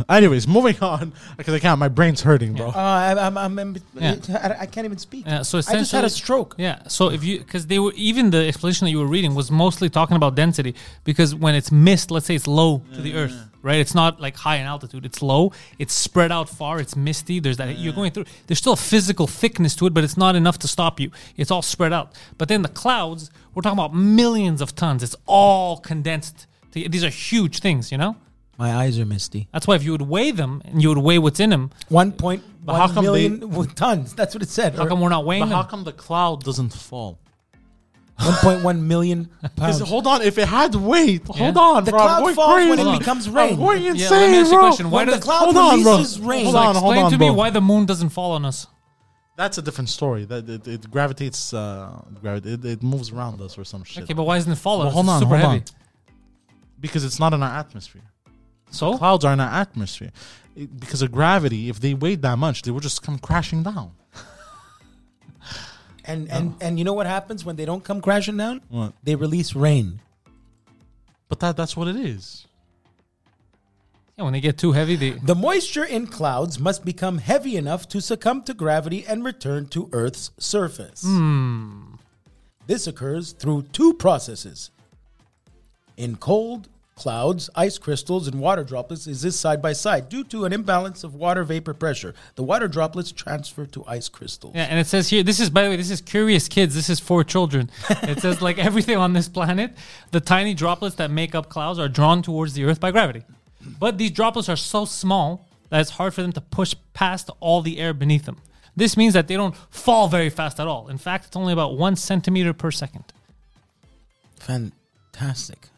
A: Anyways, moving on because I can't. My brain's hurting, bro.
B: Uh, I, I'm, I'm, I'm-
C: Yeah.
B: I, I can't even speak.
C: Yeah, so
B: I just had a
C: essentially-
B: stroke.
C: Yeah. So if you, because they were even the explanation that you were reading was mostly talking about density, because when it's mist, let's say it's low to the earth, right? It's not like high in altitude. It's low. It's spread out far. It's misty. There's that you're going through. There's still a physical thickness to it, but it's not enough to stop you. It's all spread out. But then the clouds, we're talking about millions of tons. It's all condensed. To, these are huge things, you know.
B: My eyes are misty.
C: That's why if you would weigh them and you would weigh what's in them,
B: One point
A: But how
B: one
A: come they-
B: million w- tons. That's what it said.
C: how come we're not weighing
A: But how
C: them?
A: come the cloud doesn't fall?
B: One point one million pounds.
A: Because hold on, if it had weight, hold
C: Yeah.
A: on,
B: The
A: bro. I'm
B: cloud
A: going
B: falls when
A: crazy.
B: it
A: I'm
B: becomes rain.
A: going
B: Yeah,
A: insane,
C: let me ask you a
A: bro.
C: question. Why
B: When the
C: does-
B: cloud
A: hold on, bro.
B: releases rain,
A: Hold
C: So
A: on, hold
C: explain
A: on,
C: to
A: bro.
C: me why the moon doesn't fall on us.
A: That's a different story. That it, it gravitates, uh, gravity. It, it moves around us or some shit.
C: Okay, but why doesn't it fall on
A: Well,
C: us?
A: hold
C: It's
A: on,
C: super
A: hold
C: heavy.
A: on. Because it's not in our atmosphere.
C: So
A: Clouds are in our atmosphere. It- because of gravity, if they weighed that much, they would just come crashing down.
B: and and and you know what happens when they don't come crashing down?
A: What?
B: They release rain.
A: But that that's what it is.
C: yeah, when they get too heavy, they
B: The moisture in clouds must become heavy enough to succumb to gravity and return to Earth's surface. This occurs through two processes. In cold clouds, ice crystals and water droplets exist side by side due to an imbalance of water vapor pressure. The water droplets transfer to ice crystals.
C: yeah. And it says here, this is by the way, this is curious kids. This is for children. It says like everything on this planet, the tiny droplets that make up clouds are drawn towards the Earth by gravity, but these droplets are so small that it's hard for them to push past all the air beneath them. This means that they don't fall very fast at all. In fact, it's only about one centimeter per second.
B: Fantastic.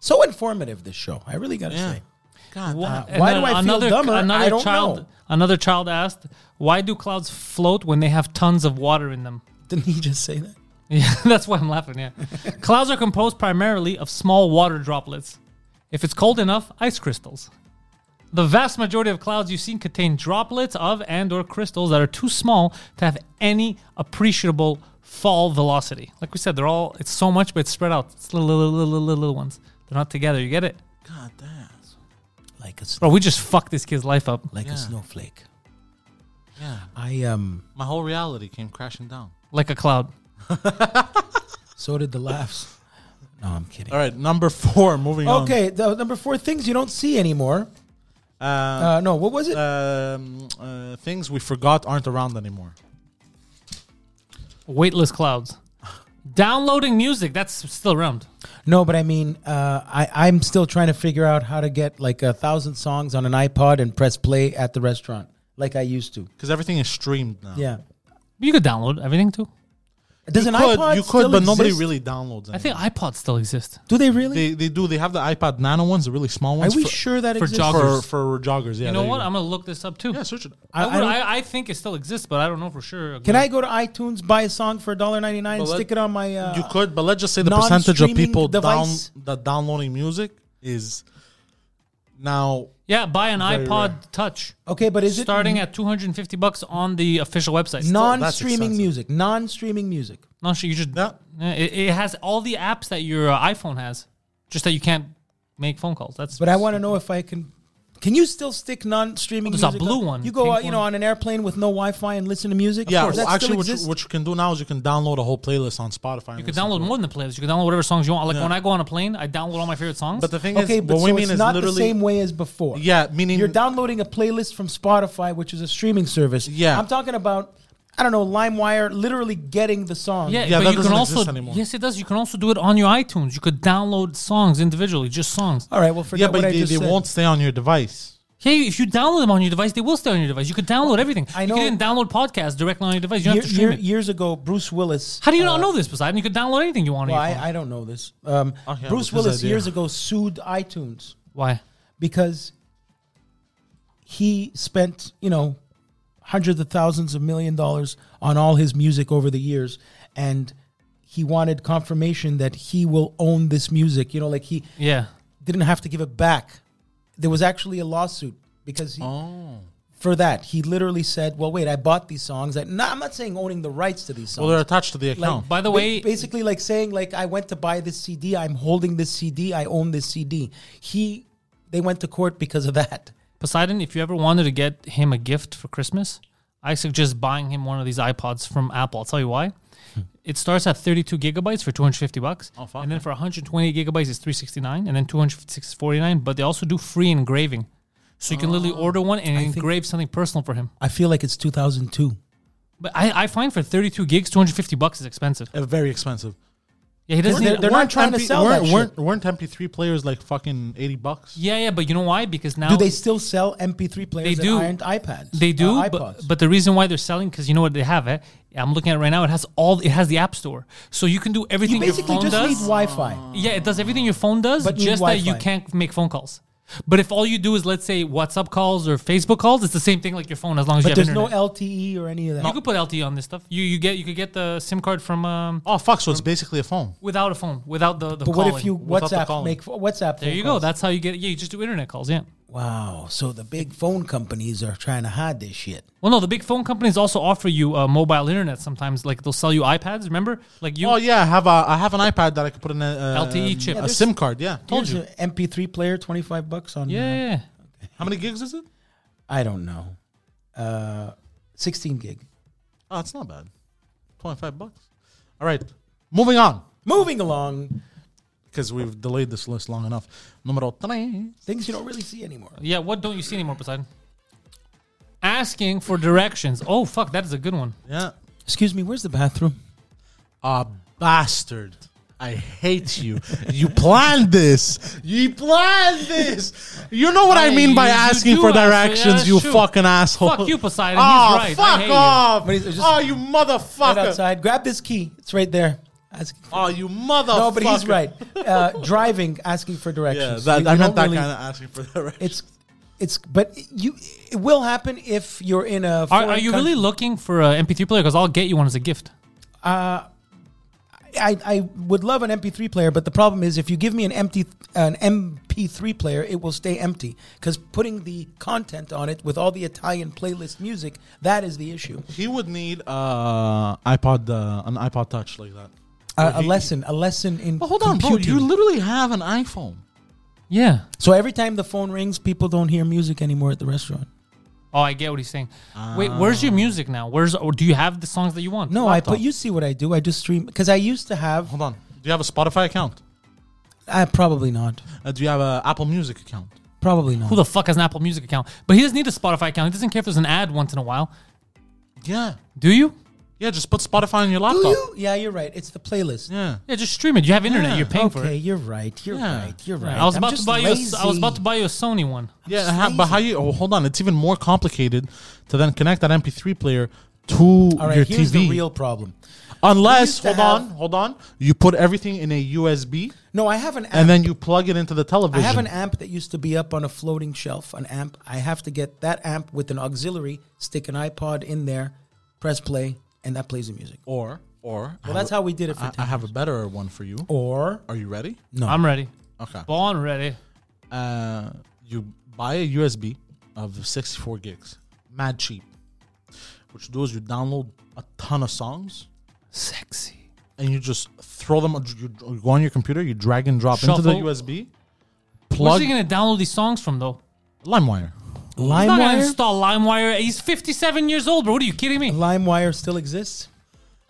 B: So informative this show. I really got to say.
A: God,
C: Wha-
B: Uh, why do I feel
C: another,
B: dumber?
C: Another
B: I don't
C: child,
B: know.
C: Another child asked, "Why do clouds float when they have tons of water in them?"
B: Didn't he just say that?
C: Yeah, that's why I'm laughing. Yeah, clouds are composed primarily of small water droplets. If it's cold enough, ice crystals. The vast majority of clouds you've seen contain droplets of and/or crystals that are too small to have any appreciable fall velocity. Like we said, they're all it's so much, but it's spread out. It's little, little, little, little, little ones. They're not together. You get it,
A: God damn.
B: Like a
C: bro? We just fucked this kid's life up.
B: like
A: Yeah.
B: a snowflake.
A: Yeah.
B: I um
A: My whole reality came crashing down.
C: Like a cloud.
B: so did the laughs. No, I'm kidding. Um,
A: All right, number four. Moving
B: Okay, the, number four things you don't see anymore.
A: on.
B: Uh, no, what was it?
A: Uh, um, uh, things we forgot aren't around anymore.
C: Weightless clouds. Downloading music. That's still around.
B: no, but I mean, uh, I I'm still trying to figure out how to get like a thousand songs on an iPod and press play at the restaurant like I used to.
A: Because everything is streamed now.
B: Yeah,
C: You could download everything too.
B: does
A: You
B: an
A: could,
B: iPod
A: you could,
B: still
A: but nobody
B: exist?
A: really downloads it.
C: I think iPods still exist.
B: do they really?
A: they, they do. They have the iPod Nano ones, the really small
B: Are
A: ones.
B: we
A: for,
B: sure that
C: for
B: exists?
C: jog-
A: for,
C: joggers?
A: for joggers? Yeah.
C: You know
A: there
C: what?
A: go.
C: I'm gonna look this up too.
A: yeah, search it.
C: I,
B: I
C: would,
B: don't-
C: I, I think it still exists, but I don't know for sure.
B: Can I go to iTunes, buy a song for $1.99 and
A: But let-
B: stick it on my? Uh,
A: you could, but let's just say the percentage of
B: non-streaming
A: people down
B: device?
A: that downloading music is now.
C: Yeah, buy an
A: Very
C: iPod
A: rare. Oh,
C: Touch.
B: Okay, but is it
C: starting
A: Mm-hmm.
C: at 250 bucks on the official website?
B: non-streaming
A: expensive.
B: music? Non-streaming music.
C: no, sure. You just
A: Yeah.
C: Yeah, it, it has all the apps that your uh, iPhone has, just that you can't make phone calls. That's
B: But I want to know if I can. Can you still stick non-streaming?
C: Well, there's
B: music
C: a blue
B: on?
C: one,
B: You go
C: pink
B: out, you know,
C: one.
B: on an airplane with no Wi-Fi and listen to music.
A: yeah,
B: Does
A: well,
B: that
A: actually,
B: still
A: what you,
B: exist?
A: what you can do now is you can download a whole playlist on Spotify.
C: You could download more than the playlist. You could download whatever songs you want. Like when I go on a plane, I download all my favorite songs.
A: But the thing
B: okay,
A: is,
B: but
A: what
B: so
A: we mean
B: it's
A: is
B: not the
A: literally
B: same way as before.
A: Yeah, meaning
B: you're downloading a playlist from Spotify, which is a streaming service.
A: Yeah.
B: I'm talking about I don't know, LimeWire, literally getting the song.
C: Yeah,
A: Yeah,
C: but
A: that
C: you
A: doesn't
C: can also
A: exist anymore.
C: yes, it does. You can also do it on your iTunes. You could download songs individually, just songs.
B: All right, well, forget
A: Yeah, but
B: what I
A: they,
B: just
A: they
B: said.
A: won't stay on your device.
C: Hey, if you download them on your device, they will stay on your device. You could download everything.
B: I
C: You
B: know-
C: can even download podcasts directly on your device. You don't
B: Year-
C: have to stream
B: year-
C: it.
B: years ago, Bruce Willis.
C: How do you not know this, Poseidon? You could download anything you want
B: Well,
C: on your phone.
B: I, I don't know this. Um,
A: Oh, yeah, what's
B: Bruce
A: his
B: Willis
A: idea?
B: years ago sued iTunes
C: Why?
B: because he spent, you know, hundreds of thousands of million dollars on all his music over the years, and he wanted confirmation that he will own this music. You know, like he
C: Yeah.
B: didn't have to give it back. There was actually a lawsuit because he,
A: Oh.
B: for that he literally said, "Well, wait, I bought these songs. I, no, I'm not saying owning the rights to these songs.
A: Well, they're attached to the
B: Like,
A: account.
C: By the
B: ba-
C: way-
B: basically like saying like I went to buy this CD. I'm holding this CD. I own this CD. He, they went to court because of that.
C: Poseidon, if you ever wanted to get him a gift for Christmas, I suggest buying him one of these iPods from Apple. I'll tell you why. It starts at 32 gigabytes for 250 bucks, oh,
A: fuck,
C: and then for 128 gigabytes it's 369, and then 249. But they also do free engraving, so you can literally
B: Oh,
C: order one and engrave something personal for him.
B: I feel like it's 2002.
C: But I, I find for 32 gigs, 250 bucks is expensive.
A: Uh, very expensive.
C: Yeah, he doesn't.
B: They're-
C: Need,
B: they're not
A: Weren't
B: trying to
A: MP
B: sell
A: weren't,
B: that
A: weren't, weren't MP3 players like fucking eighty bucks?
C: yeah, yeah, but you know why? Because now
B: Do they still sell MP3 players
C: do.
B: and ironed iPads?
C: They do,
B: uh,
C: but,
B: iPods?
C: but the reason why they're selling because you know what they have. Eh? I'm looking at it right now. It has all. It has the App Store, so you can do
B: you
C: everything your
B: basically
C: phone
B: just
C: does. Oh.
B: need Wi-Fi.
C: yeah, it does everything your phone does,
B: But need
C: just that you
B: Wi-Fi.
C: can't make phone calls. But if all you do is let's say WhatsApp calls or Facebook calls, it's the same thing like your phone as long as
B: But
C: you have
B: there's
C: internet.
B: no LTE or any of that.
C: you could put LTE on this stuff. You you get you could get the SIM card from um,
A: Oh fuck! So it's basically a phone.
C: without a phone, without the the.
B: But what
C: calling.
B: if you
A: without the
B: WhatsApp
A: calling.
B: make WhatsApp?
C: There
B: phone
C: you go.
B: calls?
C: That's how you get. Yeah, you just do internet calls. Yeah.
B: wow. So the big phone companies are trying to hide this shit.
C: Well, no, the big phone companies also offer you uh, mobile internet sometimes. Like they'll sell you iPads. Remember, like you.
A: Oh yeah, I have a I have an iPad that I could put in a uh,
C: LTE E chip. Yeah,
A: a
C: there's-
A: SIM card. Yeah,
B: Told you, MP3 player, twenty five bucks on. uh,
C: Yeah, yeah, yeah.
A: How many gigs is it?
B: I don't know. Uh, sixteen gig.
A: Oh, it's not bad. Twenty five bucks. All right, moving on
B: Moving along,
A: because we've delayed this list long enough. Numero tres.
B: things you don't really see anymore.
C: Yeah, what don't you see anymore, Poseidon? Asking for directions. Oh fuck, that is a good one.
A: Yeah,
B: Excuse me, where's the bathroom?
A: a bastard. I hate you. you planned this. You planned this. You know what I
C: Hey,
A: mean by
C: you- you
A: asking
C: do
A: for
C: ask- yeah,
A: directions,
C: that's
A: you
C: true.
A: fucking asshole.
C: Fuck you, Poseidon. He's
A: Oh,
C: right. I
A: fuck
C: hate you.
A: off.
B: But he's just-
A: oh, you
B: Right
A: motherfucker.
B: outside. Grab this key. It's right there. Ask.
A: Oh, you motherfucker.
B: No, but he's right. Uh, driving, asking for
A: Yeah,
B: directions.
A: that,
B: You-
A: I
B: you
A: meant
B: don't
A: that
B: really-
A: kind of asking for directions.
B: It's, it's, but you, it will happen if you're in a.
C: Are,
B: foreign
C: are you
B: country.
C: really looking for an MP3 player? Because I'll get you one as a gift.
B: I, I would love an MP3 player, but the problem is if you give me an empty an MP3 player, it will stay empty because putting the content on it with all the Italian playlist music that is the issue.
A: He would need uh, iPod, uh, an iPod Touch like that.
B: Uh, A, a lesson, a lesson in.
A: But hold on, bro.
B: computing.
A: You literally have an iPhone.
C: Yeah.
B: so every time the phone rings, people don't hear music anymore at the restaurant.
C: Oh, I get what he's saying. Wait, where's your music now? Where's or do you have the songs that you want?
B: Ah. No, I
A: Laptop.
B: put. You see what I do? I just stream because I used to have.
A: Hold on. Do you have a Spotify account?
B: I probably not.
A: Uh, do you have an Apple Music account?
B: Probably not.
C: Who the fuck has an Apple Music account? But he doesn't need a Spotify account. He doesn't care if there's an ad once in a while.
A: Yeah.
C: Do you?
A: Yeah, just put Spotify on your laptop.
B: Do you? Yeah, you're right. It's the playlist.
A: Yeah.
C: Yeah, just stream it. You have internet.
A: Yeah.
C: You're paying for
B: Okay,
C: it.
B: you're right. You're
A: Yeah.
B: right. You're right.
C: I was
B: I'm
C: about to
B: just
C: buy you. a s- I was
B: lazy.
C: about to buy you a Sony one.
A: Yeah, ha- but how you? Oh, hold on, it's even more complicated to then connect that MP3 player to
B: All right,
A: your
B: here's
A: TV.
B: the real problem.
A: Unless,
B: We
A: hold
B: used to
A: on,
B: have-
A: hold on, you put everything in a USB
B: No, I have an app.
A: and then you plug it into the
B: I
A: television.
B: have an amp that used to be up on a floating shelf. An amp. I have to get that amp with an auxiliary. Stick an iPod in there, press play, and that plays the music.
A: or or
B: Well, that's how we did it for.
A: I, I have a better one for you.
C: Oh.
B: or
A: Are you ready?
B: no.
C: I'm ready.
A: Okay.
C: Born ready.
A: Uh, you buy a USB of 64 gigs, mad cheap. What you do is you download a ton of songs
C: Sexy.
A: and you just throw them. You, you go on your computer, you drag and drop into the
C: Shuffle.
A: USB.
C: Where's
A: Plug
C: he gonna download these songs from though?
A: LimeWire.
C: He's not gonna
B: LimeWire.
C: install LimeWire. He's 57 years old, bro. What are you kidding me?
B: LimeWire still exists.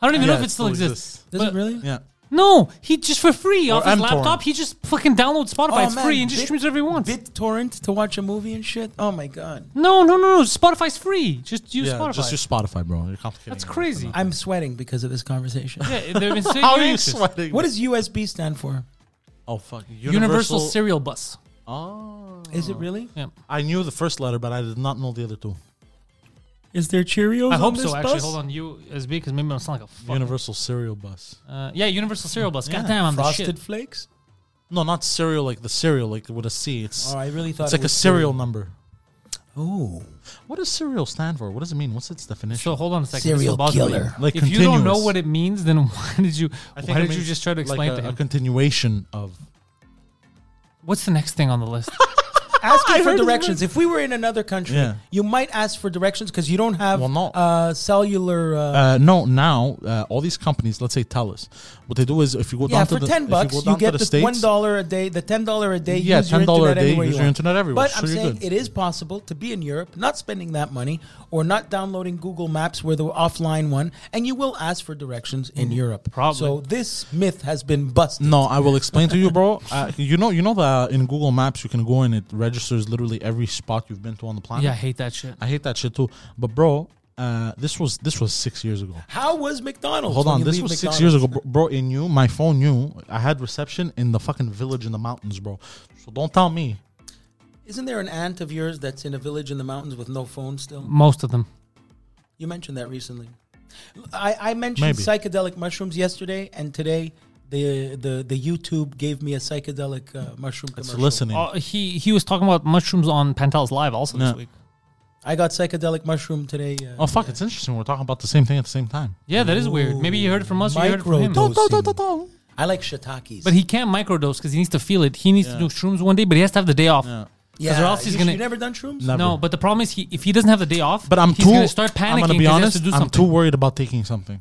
C: I don't even know
A: Yeah,
C: if
A: it
C: it still
A: still
C: exists.
B: Does it
C: But-
B: really?
A: Yeah.
C: No, he just for free
A: Or
C: off his
A: mTorrent.
C: laptop. He just fucking downloads Spotify. it's free and
B: Oh,
C: just
B: Bit-
C: streams whatever he wants.
B: BitTorrent to watch a movie and shit. Oh my god,
C: no, no, no, no. Spotify's free. Just use
A: yeah,
C: Spotify.
A: just use Spotify, bro. You're complicating.
C: That's
A: it.
C: crazy.
B: I'm sweating because of this conversation.
C: yeah, they've been saying
A: How
C: you're
A: are you
C: anxious.
A: sweating?
B: What does USB stand for?
A: Oh fuck!
C: Universal, Serial Bus.
A: Oh,
B: Is it really?
C: Yeah.
A: I knew the first letter, but I did not know the other two.
B: Is there Cheerios?
C: I
B: on
C: hope
B: this
C: so. Actually,
B: bus?
C: hold on. USB because maybe I'm sound like a fuck.
A: Universal cereal bus.
C: uh, yeah, Universal Serial Bus.
A: Yeah.
C: God damn, I'm
B: Frosted
C: the shit.
B: Flakes.
A: No, not cereal like the cereal like with a C. It's
B: Oh, I really thought
A: it's
B: it
A: like a
B: was
A: serial number.
B: Oh,
A: What does cereal stand for? What does it mean? What's its definition?
C: So hold on a second. This
B: Serial
C: will bother me.
B: killer.
A: Like
C: if you don't know
A: continuous.
C: what it means, then why did you? Why
A: it
C: did you
A: means
C: just try to explain
A: like a,
C: to
A: a
C: him?
A: continuation of?
C: What's the next thing on the list?
B: asking for
A: heard this
B: directions. If we were in another country,
A: Yeah.
B: you might ask for directions because you don't have
A: Well, no.
B: uh, cellular. Uh,
A: Uh, no, now uh, all these companies, let's say Telus, what they do is if you go
B: yeah,
A: down to
B: for
A: the
B: ten
A: if
B: bucks,
A: go
B: you,
A: down to
B: get
A: the
B: the,
A: States-
B: one dollar a day, the ten dollar a day.
A: Yeah,
B: use your
A: $10 a
B: internet
A: day,
B: anywhere
A: use
B: you
A: your
B: want.
A: internet everywhere,
B: But
A: so
B: I'm
A: you're
B: saying
A: good.
B: it is possible to be in Europe, not spending that money, or not downloading Google Maps, where the offline one, and you will ask for directions in
A: Mm-hmm.
B: Europe.
C: Probably.
B: So this myth has been busted.
A: No, I will explain to you, bro. Uh, you know, you know that in Google Maps you can go and it registers literally every spot you've been to on the planet.
C: yeah, I hate that shit.
A: I hate that shit too. But bro, uh, this was this was six years ago.
B: How was McDonald's?
A: Hold
B: when
A: on,
B: you
A: this
B: leave
A: was six years
B: McDonald's?
A: ago, bro. bro it knew my phone knew I had reception in the fucking village in the mountains, bro. So don't tell me.
B: Isn't there an aunt of yours that's in a village in the mountains with no phone still?
C: Most of them.
B: You mentioned that recently. I, I mentioned
A: Maybe.
B: psychedelic mushrooms yesterday, and today the the, the YouTube gave me a psychedelic uh, mushroom
A: It's
B: commercial. Oh,
A: listening.
C: Uh, he he was talking about mushrooms on Pantel's live also
A: Yeah.
C: this week.
B: I got psychedelic mushroom today. Uh,
A: oh fuck, it's interesting. We're talking about the same thing at the same time.
C: Yeah, that is weird. Maybe you heard it from us. Or you heard it from him.
B: Microdose.
A: Dun, dun, dun, dun.
B: I like shiitakes.
C: But he can't microdose because he needs to feel it. He needs to do shrooms one day, but he has to have the day off.
A: Yeah.
B: yeah,
C: or else he's
B: you,
C: gonna-
B: you never done shrooms?
A: Never.
C: No, but the problem is he if he doesn't have the day off,
A: But I'm
C: he's
A: too.
C: gonna start panicking.
A: I'm gonna be
C: 'cause he has
A: honest.
C: to do
A: I'm too
C: something.
A: worried about taking something.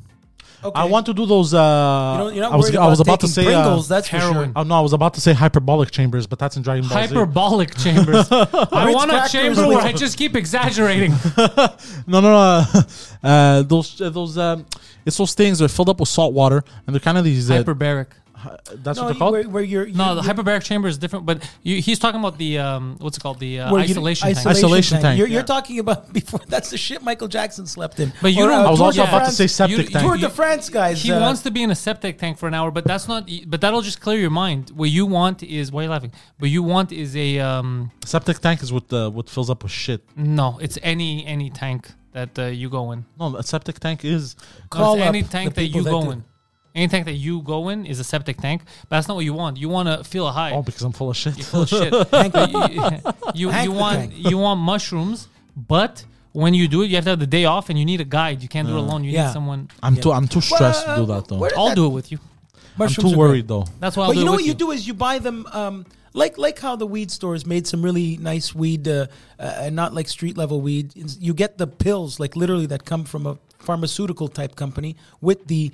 B: Okay.
A: I want to do those. Uh,
B: You know, you're not
A: I was,
B: worried
A: I was about to
B: taking
A: say uh,
B: Pringles. that's
C: heroin.
B: for sure.
A: Oh no, I was about to say hyperbolic chambers, but that's in Dragon Ball Z.
C: Hyperbolic chambers. I
B: Ritz
C: want a
B: crackers
C: chamber
B: with-
C: where I just keep exaggerating.
A: No, no, no. Uh, those, uh, those. Um, it's those things that are filled up with salt water, and they're kind of these. Uh,
C: hyperbaric.
A: that's
B: No,
A: what
B: you-
A: they're called.
B: where, where you're, you
C: No, the
B: you-
C: hyperbaric chamber is different, but you, he's talking about the um, what's it called? The uh,
B: where you-
C: isolation tank.
A: Isolation tank,
B: You're,
A: yeah.
B: you're talking about before. That's the shit Michael Jackson slept in.
C: But you
B: Or,
C: don't.
B: uh,
A: I was
B: Tour
A: also
B: de
A: about to
B: France-
A: say septic tank.
B: Tour de France, guys.
C: He
B: uh,
C: wants to be in a septic tank for an hour, but that's not. But that'll just clear your mind. What you want is why are you laughing? What you want is a um,
A: Septic tank is what uh, what fills up with shit.
C: no. It's any any tank that uh, you go in.
A: No, a septic tank is.
C: No,
B: call
C: it's
B: up
C: any
B: the
C: tank that
B: people
C: you go
B: do-
C: in. Any tank that you go in is a septic tank, but that's not what you want. You want to feel a high.
A: Oh, because I'm full of shit.
C: You're full of shit. you, you,
B: Hank
C: you
B: the
C: want
B: tank.
C: you want mushrooms, but when you do it, you have to have the day off, and you need a guide. You can't do it alone. You need
B: Yeah.
C: someone.
A: I'm too. I'm too stressed to do
B: Well,
A: that though.
B: where
A: I'm
B: did
C: I'll
B: that-
C: do it with you.
B: mushrooms
A: too
B: are great.
A: worried though.
C: That's why I'll
B: But
C: do
B: you
C: it
B: know
C: with
B: what you do is you buy them um, like like how the weed stores made some really nice weed, uh, uh, and not like street level weed. It's- You get the pills like literally that come from a pharmaceutical type company with the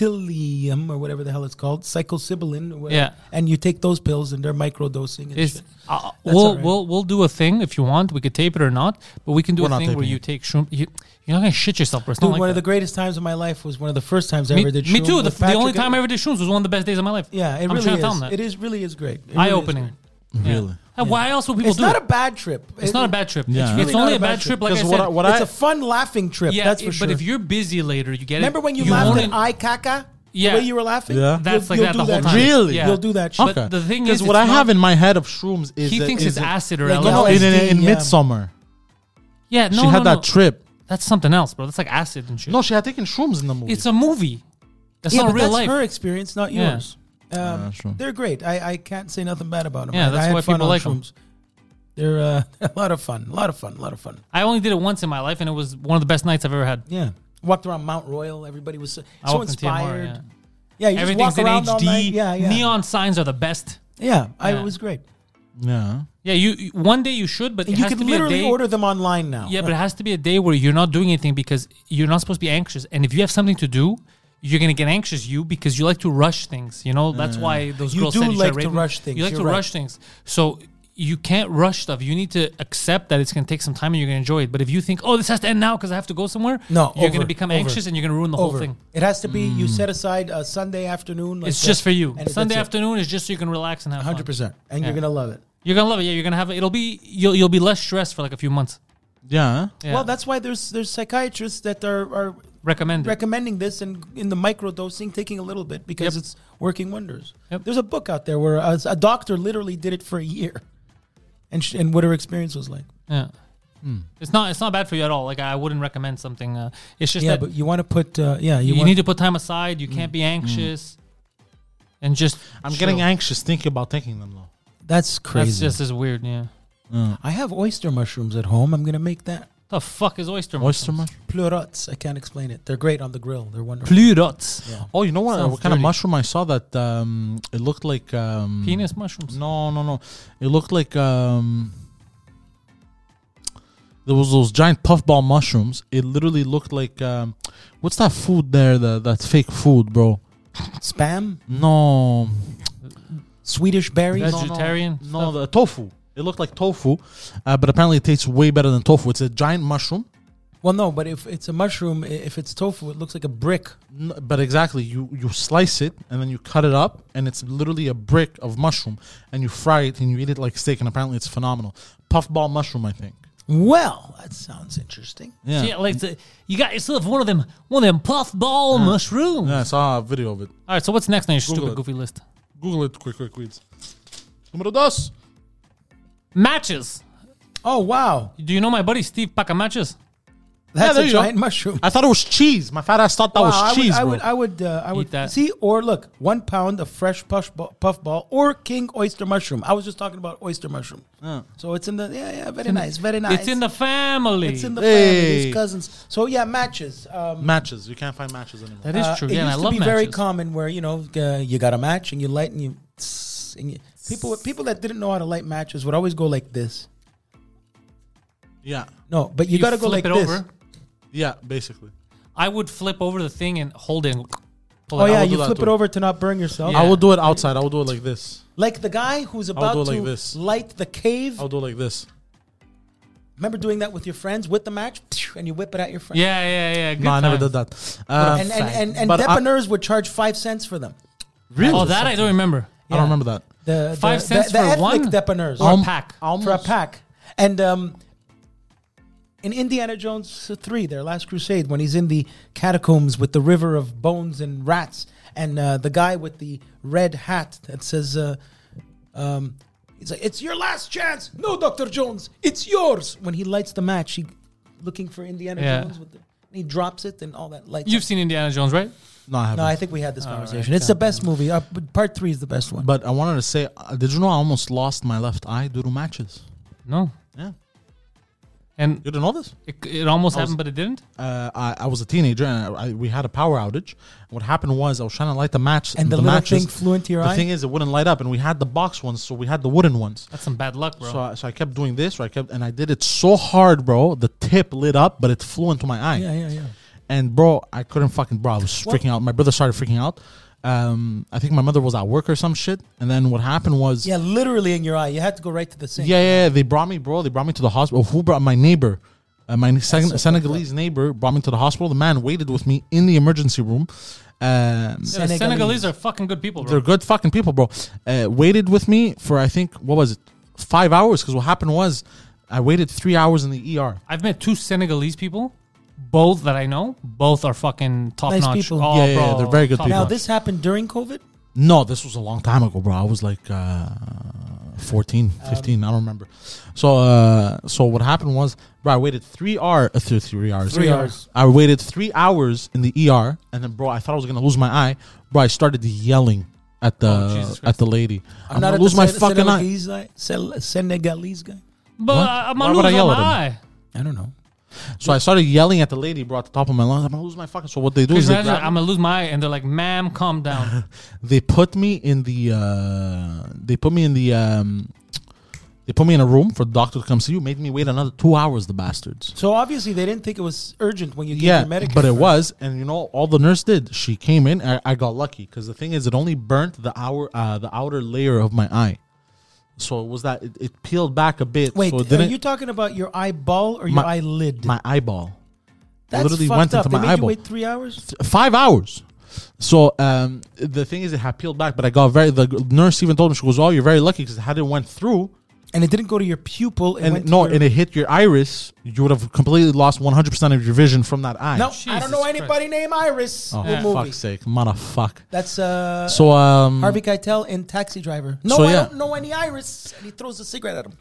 B: psyllium or whatever the hell it's called, psilocybin. or whatever.
C: Yeah.
B: and you take those pills and they're microdosing. And
C: It's,
B: shit.
C: uh,
B: That's
C: we'll
B: all right.
C: we'll we'll do a thing if you want. We could tape it or not, but we can do
A: We're
C: a
A: not
C: thing where
A: taping
C: you
A: it.
C: take shroom. You, you're not gonna shit yourself, bro. It's
B: Dude,
C: not like
B: one of
C: that.
B: the greatest times of my life was one of the first times I
C: me,
B: ever did.
C: me
B: shrooms
C: too. The,
B: with
C: the only
B: Patrick.
C: time I ever did shrooms was one of the best days of my life.
B: Yeah, it
C: I'm
B: really
C: trying
B: is.
C: to tell them that.
B: It is really is great. It really
C: Eye
B: is
C: opening.
B: great.
A: Really.
C: Uh, Why else would people
B: It's
C: do
B: not
C: it?
B: a bad trip.
C: it's not a bad trip.
A: Yeah.
C: It's,
A: Really
C: it's
B: not
C: only
B: a
C: a
B: bad
C: bad
B: trip.
C: trip, like I
A: Because
C: said.
A: what I- what
B: it's
A: I-
B: a fun laughing trip.
C: yeah,
B: that's
C: it-
B: for sure.
C: but if you're busy later, you get it.
B: Remember when you,
C: won't
B: laughed at
C: en-
B: I caca?
C: Yeah.
B: The way you were laughing?
A: Yeah.
C: That's like
B: you'll
C: that
B: do
C: the whole
B: that
C: time.
B: shit.
A: Really?
C: Yeah.
B: You'll do that shit.
C: But the thing
A: Because
C: is,
A: what
C: it's
A: I have
C: not-
A: in my head of shrooms is
C: he
A: that-
C: thinks
A: is
C: it's
A: it-
C: acid or
B: Like,
A: No, no,
C: LSD.
A: in, in, in
B: Yeah.
A: midsummer,
C: Yeah, no,
A: she
C: no,
A: had
C: no.
A: that trip.
C: That's something else, bro. That's like acid and shit.
A: No, she had taken shrooms in the movie.
C: it's a movie. That's
B: yeah,
C: not
B: but
C: real
B: that's
C: life.
B: her experience, not
C: Yeah.
B: yours. Um,
A: that's true.
B: They're great. I, I can't say nothing bad about them.
C: Yeah,
B: I,
C: that's
B: I had
C: why
B: fun
C: people
B: on
C: like 'em.
B: shrooms. They're uh, a lot of fun. A lot of fun. A lot of fun.
C: I only did it once in my life, and it was one of the best nights I've ever had.
B: Yeah. Walked around Mount Royal. Everybody was so,
C: I
B: so
C: walked in TMR,
B: inspired.
C: yeah.
B: yeah. you just
C: Everything's
B: walk
C: in
B: around all night.
C: HD.
B: Yeah, yeah.
C: Neon signs are the best.
B: Yeah, I,
C: Yeah.
B: it was great.
A: yeah.
C: Yeah, you you- one day you should, but it
B: you
C: has
B: can
C: to be a
B: literally
C: day.
B: order them online now.
C: yeah, but it has to be a day where you're not doing anything because you're not supposed to be anxious. And if you have something to do, you're gonna get anxious. You because you like to rush things. You know that's why those
B: Mm. You
C: girls
B: do
C: said you should
B: like to
C: rate them.
B: rush things,
C: You like
B: you're
C: to
B: right.
C: rush things. So you can't rush stuff. You need to accept that it's going to take some time and you're going to enjoy it. But if you think, oh, this has to end now because I have to go somewhere,
B: No,
C: you're
B: over,
C: going to become
B: over,
C: anxious and you're going to ruin the whole thing.
B: It has to be you set aside a Sunday afternoon. like
C: It's
B: that,
C: just for you.
B: and it-
C: Sunday
B: that's it.
C: afternoon is just so you can relax and have fun.
B: 100%. And you're going to love it.
C: You're gonna love it. Yeah, you're gonna have it. It'll be you'll you'll be less stressed for like a few months.
A: Yeah.
C: Yeah.
B: Well, that's why there's there's psychiatrists that are, are
C: recommended.
B: recommending this and in the microdosing, taking a little bit because
C: Yep.
B: it's working wonders.
C: Yep.
B: There's a book out there where a, a doctor literally did it for a year, and sh- and what her experience was like.
C: yeah.
A: Hmm.
C: It's not it's not bad for you at all. Like I wouldn't recommend something. Uh, it's just
B: Yeah,
C: that
B: but you want to put uh, yeah
C: you,
B: you, want,
C: need to put time aside.
A: Hmm.
C: You can't be anxious, and just
A: I'm
C: chill.
A: getting anxious thinking about taking them though.
B: that's crazy.
C: That's just as weird. Yeah.
B: I have oyster mushrooms at home. I'm gonna make that
C: The fuck is oyster?
A: Oyster
C: mushrooms?
A: mushroom.
B: pleurotes. I can't explain it. They're great on the grill. They're wonderful.
C: Pleurotes.
A: Oh, you know what?
C: Sounds
A: what kind
C: dirty.
A: of mushroom I saw that? Um, it looked like um,
C: Penis mushrooms.
A: No, no, no. It looked like um, there was those giant puffball mushrooms. It literally looked like um, what's that food there? That that fake food, bro.
B: Spam,
A: No,
B: Swedish berries.
C: Veg- Vegetarian
A: No, no, the tofu. It looked like tofu, uh, but apparently it tastes way better than tofu. It's a giant mushroom.
B: Well, no, but if it's a mushroom, i- if it's tofu, it looks like a brick.
A: N- but exactly you you slice it and then you cut it up and it's literally a brick of mushroom and you fry it and you eat it like steak and apparently it's phenomenal puffball mushroom i think
B: Well, that sounds interesting.
A: yeah
C: Yeah, like the, you got yourself one of them, one of them puffball mushrooms.
A: yeah i saw a video of it
C: All right, so what's next on your
A: Google
C: stupid
A: it.
C: goofy list?
A: google it quick quick quick número dos
C: Matches.
B: Oh wow,
C: Do you know my buddy Steve Pacamatches?
B: that's
A: there
B: a
A: you go.
B: giant mushroom.
A: i thought it was cheese my fat ass thought that
B: Wow,
A: was cheese
B: I
A: bro
B: would, I would, uh, I would
C: that.
B: see or look one pound of fresh puff ball, puffball or king oyster mushroom. I was just talking about oyster mushroom. So it's in the yeah, yeah, very nice, very nice.
C: It's in the family.
B: it's in the
A: Hey.
B: family, these cousins. So yeah, matches. Um,
A: matches you can't find matches anymore
C: that is
B: uh,
C: true.
B: It
C: yeah, and
B: used
C: I
B: to
C: love
B: be very
C: matches.
B: common where you know uh, you got a match and you light and you, tss, and you people people that didn't know how to light matches would always go like this.
A: yeah
B: No, but you, got to go like
C: flip
B: this.
C: it over.
A: yeah basically
C: I would flip over the thing and hold it. And pull
B: Oh
A: I
C: it out.
B: yeah,
A: will do
B: you
A: that
B: flip it
A: too.
B: over to not burn yourself.
C: Yeah.
A: i would do it outside i would do it like this
B: Like the guy who's
A: I'll do
B: about
A: it
B: to
A: like this.
B: light the cave.
A: i would do it like this
B: Remember doing that with your friends with the match, and you whip it at your friends.
C: Yeah, yeah, yeah. Good
A: no i never
C: times.
A: did that uh,
B: and and and, and
A: but I-
B: deponeurs would charge five cents for them.
A: really
C: Oh, that I don't remember.
A: i don't remember that
B: Uh, The, the-
C: Five
B: the-
C: cents
B: the
C: for
B: ethnic
C: one?
B: deponeurs
C: Or a
A: Alm-
C: pack.
B: for a pack. And um, in Indiana Jones three, their last crusade, when he's in the catacombs with the river of bones and rats, and uh, the guy with the red hat that says. Uh, um, He's like, it's your last chance. No, Dr. Jones, it's yours. When he lights the match, he looking for Indiana
C: Yeah.
B: Jones. With the, and he drops it and all that lights.
C: You've
B: up.
C: seen Indiana Jones, right?
A: no i haven't
B: No, I think we had this conversation. it's the best movie. Uh, but part three is the best one.
A: But I wanted to say, uh, did you know I almost lost my left eye due to matches?
C: No.
A: Yeah.
C: And
A: You didn't know this?
C: it, it almost happened, but it didn't.
A: Uh, I, I was a teenager and I, I, we had a power outage. What happened was I was trying to light the match,
B: And the little
A: matches,
B: thing flew into your
A: the
B: eye?
A: thing is, it wouldn't light up, and we had the box ones, so we had the wooden ones.
C: That's some bad luck, bro.
A: So uh, I, so I kept doing this, or I kept, and I did it so hard, bro. The tip lit up, but it flew into my eye.
B: yeah, yeah, yeah.
A: And bro, I couldn't fucking bro. I was freaking out. My brother started freaking out. Um, I think my mother was at work or some shit. And then what happened was,
B: Yeah, literally in your eye. You had to go right to the sink.
A: Yeah, yeah, yeah. They brought me, bro. They brought me to the hospital. Who brought my neighbor? Uh, my Sen- Senegalese neighbor brought me to the hospital. The man waited with me in the emergency room. Um,
C: Yeah, the Senegalese are fucking good people,
A: they're
C: bro.
A: good fucking people, bro. Uh, waited with me for I think what was it, five hours? Because what happened was, I waited three hours in the ER.
C: I've met two Senegalese people, both that I know. Both are fucking top
B: Nice
C: notch.
B: people.
C: Oh,
A: Yeah, yeah,
C: bro,
A: yeah, they're very good
C: top
A: people.
B: Now
C: notch.
B: this happened during COVID.
A: No, this was a long time ago, bro. I was like uh, 14, 15. I don't remember. So, uh, so what happened was, bro, I waited three hours, uh, three, three hours,
B: Three hours.
A: I waited three hours in the ER, and then, bro, I thought I was gonna lose my eye. Bro, I started yelling at the
C: Jesus
A: at
C: Christ.
A: the lady. I'm, gonna
B: a
A: lose my
B: Sen-
A: fucking eye.
B: Senegalese guy. Sel- Senegalese guy.
C: But
A: What?
C: I- I'm
A: Why
C: on
A: would I yell at him?
C: eye.
B: I don't know.
A: So I started yelling at the lady, bro, at the top of my lungs. I'm gonna lose my fucking. So what they do is
C: Because
A: they,
C: imagine,
A: grab-
C: I'm gonna lose my eye, and they're like, "Ma'am, calm down."
A: they put me in the uh, they put me in the um, they put me in a room for the doctor to come see you. Made me wait another two hours. The bastards.
B: So obviously they didn't think it was urgent when you gave
A: Yeah,
B: your medication.
A: but it
B: first.
A: was, and you know, all the nurse did. She came in. I, I got lucky because the thing is, it only burnt the hour, uh, the outer layer of my eye. So it was that it, it peeled back a bit.
B: Wait,
A: so it
B: are
A: didn't-
B: you talking about your eyeball or your
A: My-
B: eyelid?
A: my eyeball.
B: That's
A: literally
B: fucked
A: went
B: up.
A: into
B: they
A: my
B: made
A: eyeball.
B: You wait three hours.
A: five hours. So um, the thing is, it had peeled back, but I got very. The nurse even told me she goes, "Oh, you're very lucky because had it went through
B: and it didn't go to your pupil. It
A: and
B: went
A: no,
B: to your,
A: and it hit your iris, you would have completely lost 100 percent of your vision from that eye."
B: no. I
C: Jesus
B: don't know
C: Christ.
B: anybody named Iris.
A: oh,
B: Good movie.
A: fuck's sake, motherfuck.
B: That's uh,
A: So um,
B: Harvey Keitel in Taxi Driver. No,
A: So,
B: I
A: yeah.
B: don't know any Iris. And he throws a cigarette at him.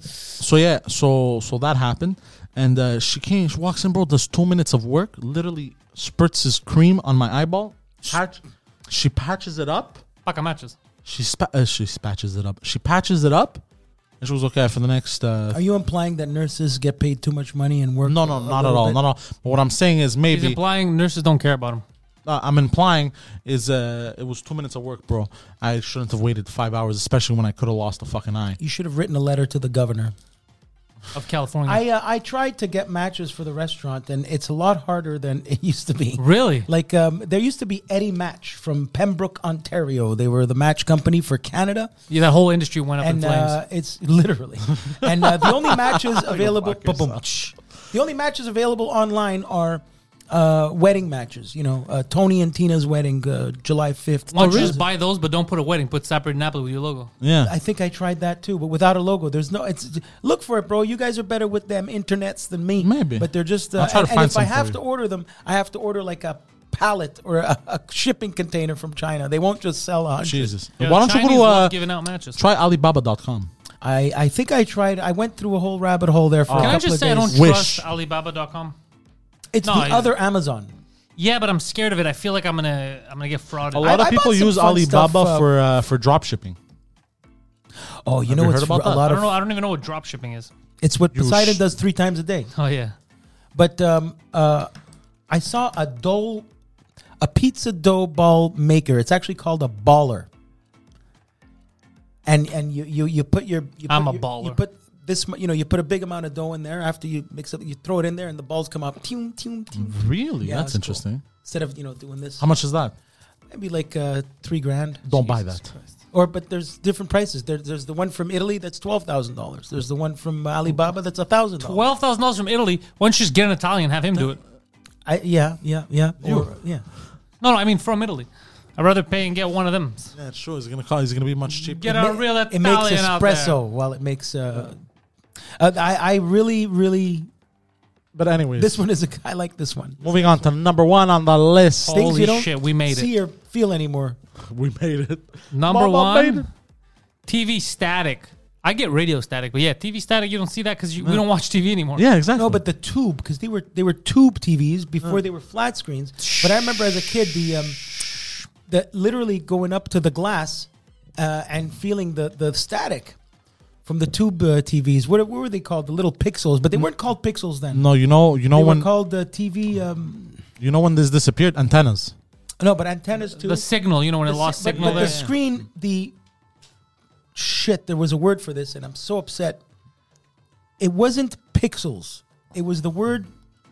A: so yeah, so so that happened, and uh, she came, she walks in, bro, does two minutes of work, literally spritzes cream on my eyeball, patch, she patches it up.
C: Fuck, matches.
A: She spa- uh, she patches it up. She patches it up, and she was okay for the next. Uh,
B: Are you implying that nurses get paid too much money and work?
A: no, no,
B: a
A: not at
B: little
A: all,
B: bit?
A: not at all. But what I'm saying is
C: He's
A: maybe
C: implying nurses don't care about him.
A: uh, I'm implying is uh, it was two minutes of work, bro. I shouldn't have waited five hours, especially when I could have lost a fucking eye.
B: You should have written a letter to the governor.
C: Of California.
B: I uh, I tried to get matches for the restaurant, and it's a lot harder than it used to be.
C: Really?
B: Like um, there used to be Eddie Match from Pembroke, Ontario. They were the match company for Canada,
C: yeah, that whole industry went up in
B: and
C: flames.
B: uh, it's literally. and uh, the only matches available. Ba-boom. The only matches available online are uh, wedding matches. You know, uh, Tony and Tina's wedding, uh, July fifth.
C: Why don't you just buy those, but don't put a wedding. Put separate Napoli with your logo.
A: Yeah,
B: I think I tried that too, but without a logo. There's no. It's look for it, bro. You guys are better with them internets than me.
A: Maybe.
B: but they're just. Uh,
A: I'll try
B: and,
A: to
B: and
A: find
B: if I
A: some for
B: have
A: you.
B: to order them, I have to order like a pallet or a, a shipping container from China. They won't just sell on.
A: Jesus.
C: Yeah,
A: Why
C: the
A: don't you go
C: Chinese
A: to
C: love
A: uh,
C: giving out matches?
A: try Alibaba.com?
B: I I think I tried. I went through a whole rabbit hole there for. a
C: Oh. Can I
B: couple
C: just
B: of
C: say I
B: days.
C: don't
A: Wish.
C: trust Alibaba.com?
B: It's
C: No,
B: the
C: I-
B: other Amazon.
C: Yeah, but I'm scared of it. I feel like I'm gonna I'm gonna get frauded.
A: A lot of
B: I- I
A: people
B: bought some
A: use
B: fun
A: Alibaba
B: stuff, uh,
A: for uh, for drop shipping.
B: Oh, you know
A: you
B: it's
A: heard about
B: a
A: that?
C: I
B: lot
C: don't
B: of.
C: know. I don't even know what drop shipping is.
B: It's what
A: You
B: Poseidon
A: sh-
B: does three times a day.
C: Oh yeah.
B: But um, uh, I saw a dough, a pizza dough ball maker. It's actually called a baller. And and you you you put your you
C: I'm
B: put
C: a
B: your-
C: baller.
B: You put this mu- you know you put a big amount of dough in there. After you mix it, you throw it in there, and the balls come out. Tune, tune, tune.
A: Really,
B: Yeah,
A: that's
B: it's cool.
A: interesting.
B: Instead of you know doing this,
A: How much is that?
B: maybe like uh, three grand.
A: Don't buy that.
B: Or but there's different prices. There, there's the one from Italy that's twelve thousand dollars. There's the one from Alibaba that's a thousand dollars.
C: Twelve thousand dollars from Italy. Why don't you just get an Italian, have him do it?
B: Yeah, yeah, yeah. Or, yeah.
C: No, no, I mean from Italy. I'd rather pay and get one of them.
A: Yeah, sure. It's gonna cost. It's gonna be much cheaper.
C: Get a
B: ma-
C: real
B: it makes
C: Italian out
B: espresso
C: there.
B: while it makes uh, uh, I, I really really
A: But anyways,
B: this one is a I like this one
A: moving on to number one on the list.
C: Holy shit, we made
B: see or feel anymore
A: We made it.
C: Number
A: Mama made it.
C: one, TV static. I get radio static, but yeah, TV static. You don't see that because we don't watch TV anymore.
A: Yeah, exactly.
B: no but the tube because they were they were tube TVs before they were flat screens but I remember as a kid the um the literally going up to the glass uh, and feeling the the static from the tube uh, TVs what, what were they called the little pixels but they weren't called pixels then
A: no, you know, you know
B: they were
A: when
B: called uh, TV um,
A: you know when this disappeared. Antennas.
B: no but antennas too
C: The signal, you know, when it
B: The
C: lost
B: si- but-
C: signal
B: But
C: there.
B: the screen, the shit. There was a word for this, and I'm so upset. It wasn't pixels. It was the word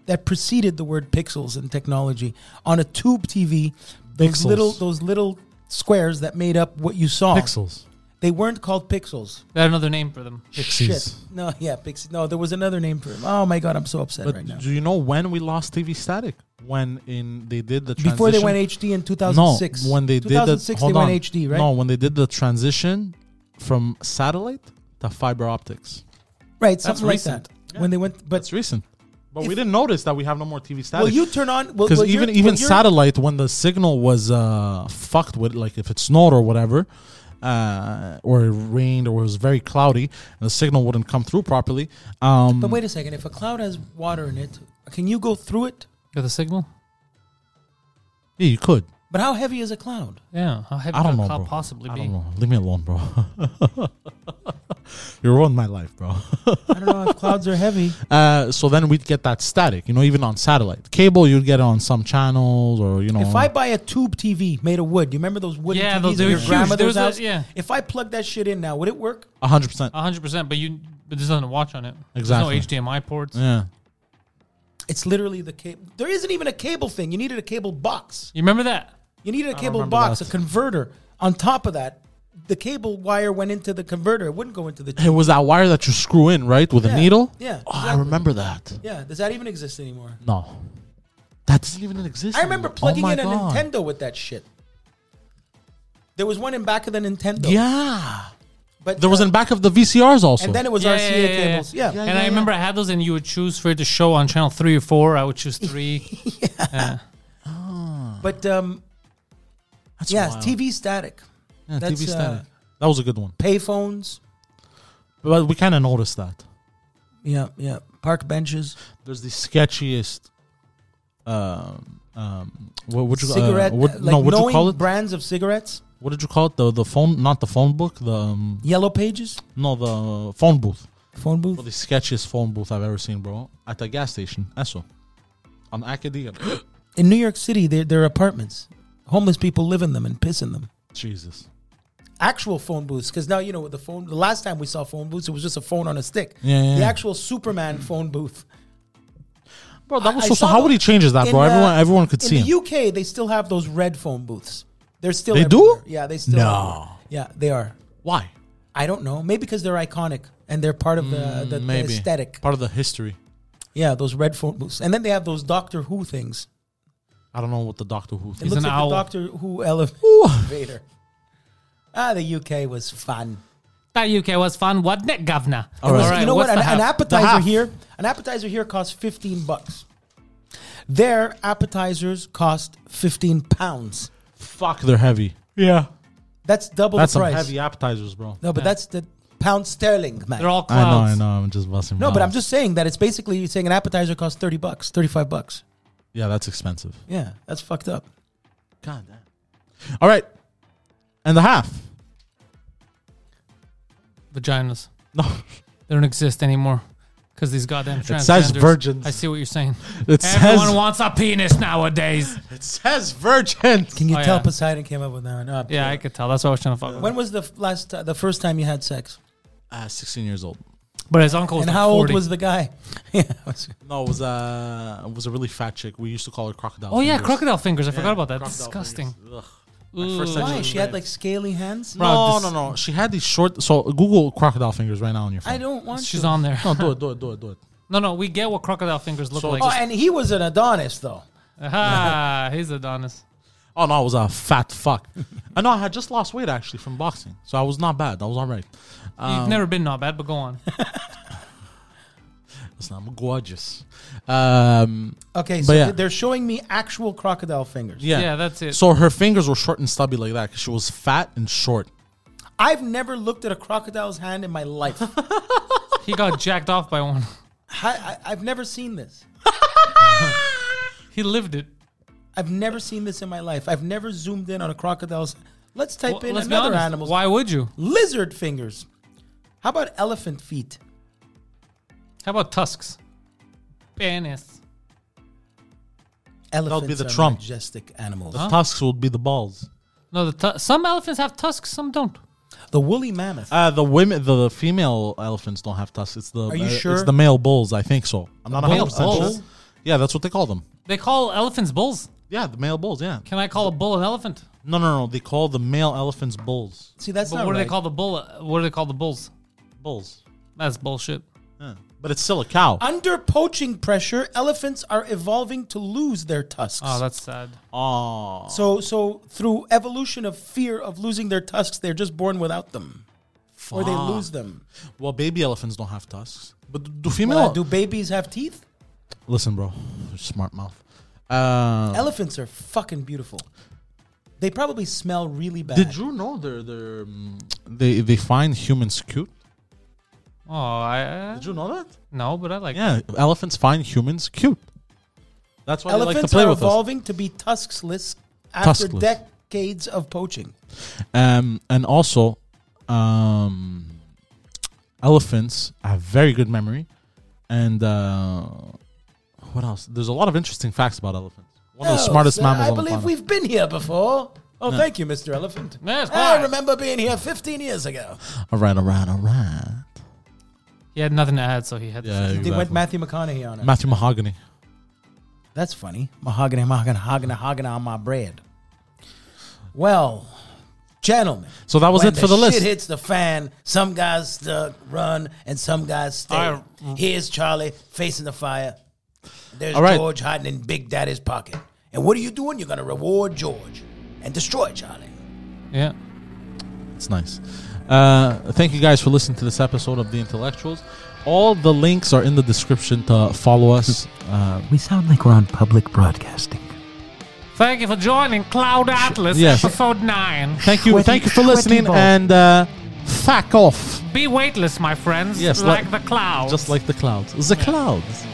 B: that preceded the word pixels in technology on a tube TV. Those
A: Pixels.
B: little, those little squares that made up what you saw.
A: Pixels.
B: They weren't called pixels.
C: They had another name for them.
A: Pixies.
B: Shit. No, yeah, pixies. No, there was another name for him. Oh my god, I'm so upset
A: But
B: right now.
A: do you know when we lost TV static? When in they did the
B: Before they went
A: transition-
B: HD in 2006.
A: No, when they did the
B: 2006,
A: hold
B: they
A: on.
B: went HD, right?
A: No, when they did the transition from satellite to fiber optics.
B: right, something like
C: recent.
B: that. When they went, but
A: That's recent. But we
B: If-
A: didn't notice that we have no more TV static.
B: Well, you turn on well,
A: because
B: well,
A: even
B: you're-
A: even
B: well, you're-
A: satellite when the signal was uh fucked with like if it snowed or whatever uh or it rained or it was very cloudy and the signal wouldn't come through properly um
B: But wait a second. If a cloud has water in it, can you go through it?
C: Got the signal?
A: yeah, you could
B: But how heavy is a cloud?
C: Yeah. How heavy
A: i don't
C: could a
A: know
C: cloud
A: bro.
C: possibly
A: i
C: be?
A: don't know leave me alone bro you ruined my life bro
B: I don't know if clouds are heavy.
A: uh so then we'd get that static you know even on satellite cable you'd get it on some channels or you know
B: If I buy a tube TV made of wood, you remember those wooden
C: Yeah,
B: TVs
C: those-
B: at
C: they were
B: your
C: huge.
B: grandmother's
C: There was
B: house?
C: a- yeah.
B: If I plug that shit in now, would it work?
A: 100%
C: hundred percent. But you, but there's nothing to watch on it.
A: Exactly.
C: There's no HDMI ports.
A: yeah
B: It's literally the cable. There isn't even a cable thing. You needed a cable box.
C: You remember that?
B: You needed a cable
A: remember
B: box,
A: that.
B: a converter on top of that. the cable wire went into the converter. It wouldn't go into the.
A: It was that wire that you screw in, right, with a
B: Yeah,
A: needle.
B: yeah,
A: Oh, I
B: exactly.
A: remember that.
B: Yeah, does that even exist anymore?
A: No, that doesn't even exist.
B: I remember
A: anymore. Oh
B: plugging
A: my
B: in a
A: God.
B: Nintendo with that shit. There was one in back of the Nintendo.
A: Yeah,
B: but
A: there was
B: uh,
A: in back of the VCRs also.
B: and then it was RCA cables. Yeah,
C: and I remember I had those, and you would choose for it to show on channel three or four. I would choose three.
B: but um,
A: That's
B: yeah,
A: wild.
B: TV static,
A: Yeah,
B: that's,
A: TV
B: uh,
A: static. That was a good one,
B: payphones.
A: but we kind of noticed that.
B: Yeah, yeah, park benches.
A: There's the sketchiest. Um, um, what would you uh,
B: cigarette,
A: what,
B: like
A: no, what you
B: knowing
A: call it?
B: brands of cigarettes,
A: what did you call it? The the phone, not the phone book. The um,
B: yellow pages,
A: no, the phone booth.
B: phone
A: Bro,
B: booth.
A: the sketchiest phone booth I've ever seen, bro. At a gas station, eso, on Acadia.
B: In New York City, there there are apartments. Homeless people live in them and piss in them.
A: Jesus.
B: Actual phone booths, because now you know with the phone. The last time we saw phone booths, it was just a phone on a stick.
A: Yeah, yeah,
B: the
A: yeah.
B: actual Superman phone booth.
A: Bro, that was
B: I
A: so, so
B: saw
A: how would he change that,
B: in
A: bro?
B: the-
A: everyone everyone could see
B: in
A: him.
B: the UK. They still have those red phone booths. They're still
A: They do?
B: everywhere. Yeah, they still.
A: No.
B: everywhere. Yeah, they are.
A: Ah. Why?
B: I don't know. Maybe because they're iconic and they're part of the, the, the
A: Mm, Maybe.
B: aesthetic.
A: Part of the history.
B: Yeah, those red phone booths, and then they have those Doctor Who things.
A: I don't know what the Doctor Who
B: It
A: thinks.
B: looks
C: an
B: like
C: owl.
B: the Doctor Who elevator. Ah, the UK was fun.
C: that UK was fun, wasn't it, Governor?
A: All right.
B: you know what?
C: what's
B: An,
C: the half?
B: an
A: The
B: appetizer
A: half.
B: here, an appetizer here costs fifteen bucks. Their appetizers cost fifteen pounds.
A: Fuck, they're heavy. Yeah.
B: That's double
A: That's
B: the
A: some
B: price.
A: heavy appetizers, bro.
B: No, but that's the pound sterling, man.
C: They're all
A: I know, I
C: clouds.
A: know. I'm just busting.
B: no, but I'm
A: balls.
B: just saying that it's basically you're saying an appetizer costs thirty bucks, thirty-five bucks.
A: Yeah, that's expensive.
B: Yeah, that's fucked up.
A: God damn. All right. And the half.
C: Vaginas.
A: No.
C: They don't exist anymore. Because these goddamn transgenders.
A: says virgins.
C: I see what you're saying.
A: It
C: Everyone
A: says
C: wants a penis nowadays.
A: it says virgin.
B: Can you
C: Oh,
B: tell
C: yeah.
B: Poseidon came up with that? one? Oh,
C: Yeah, I could tell. That's what I was trying to fuck with.
B: When was the f- last, ti- the first time you had sex?
A: Uh, 16 years old.
C: But his uncle was
B: And
C: like
B: how old
C: 40.
B: was the guy? yeah, it was-
A: No, it was uh, it was a really fat chick. We used to call her crocodile.
C: Oh, yeah,
A: fingers.
C: crocodile fingers. I forgot about that.
A: Crocodile
C: Disgusting.
A: fingers. Ugh. My first time
B: why?
A: was
B: She had
A: raped.
B: like scaly hands.
C: Bro,
A: no,
C: this-
A: no, no. She had these short. So Google crocodile fingers right now on your phone.
B: I don't want.
C: She's
B: to.
C: on there.
A: No, do it, do it, do it, do it.
C: No, no, we get what crocodile fingers look
A: So
C: like.
B: Oh, and he was an Adonis though.
C: Ah, he's Adonis.
A: Oh no, I was a fat fuck. I know I had just lost weight actually from boxing, so I was not bad. I was all right. Um,
C: You've never been not bad, but go on.
A: Listen, I'm gorgeous. Um,
B: Okay,
A: But
B: so
A: yeah.
B: th- they're showing me actual crocodile fingers.
A: yeah,
C: Yeah, that's it.
A: So her fingers were short and stubby like that. 'cause she was fat and short.
B: I've never looked at a crocodile's hand in my life. I,
C: He got jacked off by one.
B: I, I've never seen this.
C: He lived it.
B: I've never seen this in my life. I've never zoomed in on a crocodile's. Let's type
C: Well,
B: in
C: let's be
B: another
C: honest.
B: animal.
C: Why would you?
B: Lizard fingers. How about elephant feet?
C: How about tusks? Penis.
B: Elephants
A: be the
B: are
A: Trump.
B: majestic animals.
A: The tusks would be the balls.
C: No, the tu- some elephants have tusks, some don't.
B: The woolly mammoth.
A: Uh, the women, the, the female elephants don't have tusks. It's the
B: Are you
A: uh,
B: sure?
A: It's the male bulls. I think so. I'm not 100
C: male
A: percent sure.
C: bulls?
A: Yeah, that's what they call them.
C: They call elephants bulls.
A: Yeah, the male bulls. Yeah.
C: Can I call a bull an elephant?
A: No, no, no. They call the male elephants bulls.
B: See, that's
C: but
B: not
C: what do
B: right.
C: they call the bull? uh, What do they call the bulls?
A: Bulls.
C: That's bullshit.
A: Yeah. But it's still a cow.
B: Under poaching pressure, elephants are evolving to lose their tusks.
C: Oh, that's sad.
A: Oh.
B: So, so through evolution of fear of losing their tusks, they're just born without them, or they lose them.
A: Well, baby elephants don't have tusks. But do
B: Well,
A: female?
B: do babies have teeth?
A: Listen, bro. Smart mouth. Uh,
B: Elephants are fucking beautiful. They probably smell really bad.
A: did you know they're, they're, mm, they they find humans cute?
C: Oh, I
A: Did you know that?
C: no, but I like.
A: Yeah, elephants find humans cute. That's why
B: Elephants
A: they like to play
B: are
A: with us.
B: evolving to be tuskless after
A: Tuskless.
B: decades of poaching.
A: Um, and also, um, elephants have very good memory. And uh, what else? There's a lot of interesting facts about elephants. One of the
B: Oh,
A: smartest
B: sir,
A: mammals
B: I
A: on the
B: believe
A: planet.
B: we've been here before. Oh, thank you, Mr. Elephant.
C: Yes,
B: I
C: why?
B: remember being here 15 years ago.
A: All right, all right, all right.
C: He had nothing to add, so he had.
A: Yeah,
B: They went
A: exactly.
B: Matthew McConaughey on it.
A: Matthew Mahogany.
B: That's funny. Mahogany, mahogany, mahogany, mahogany on my bread. Well, Gentlemen.
A: So that was
B: when
A: it for the list.
B: Shit hits the fan. Some guys uh, run and some guys stay.
A: All
B: Here's Charlie facing the fire. There's
A: All right.
B: George hiding in Big Daddy's pocket. And what are you doing? You're gonna reward George and destroy Charlie.
C: Yeah.
A: It's nice. Uh, thank you guys for listening to this episode of The Intellectuals. All the links are in the description to follow us. Uh,
G: We sound like we're on public broadcasting.
C: Thank you for joining Cloud Atlas
A: yes.
C: episode nine.
A: thank you,
G: Sweaty-
A: thank you for
G: sweaty
A: listening,
G: balls.
A: and uh, fuck off,
C: Be weightless, my friends.
A: Yes,
C: like,
A: like-
C: the clouds.
A: just like the clouds. The clouds.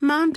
H: Mom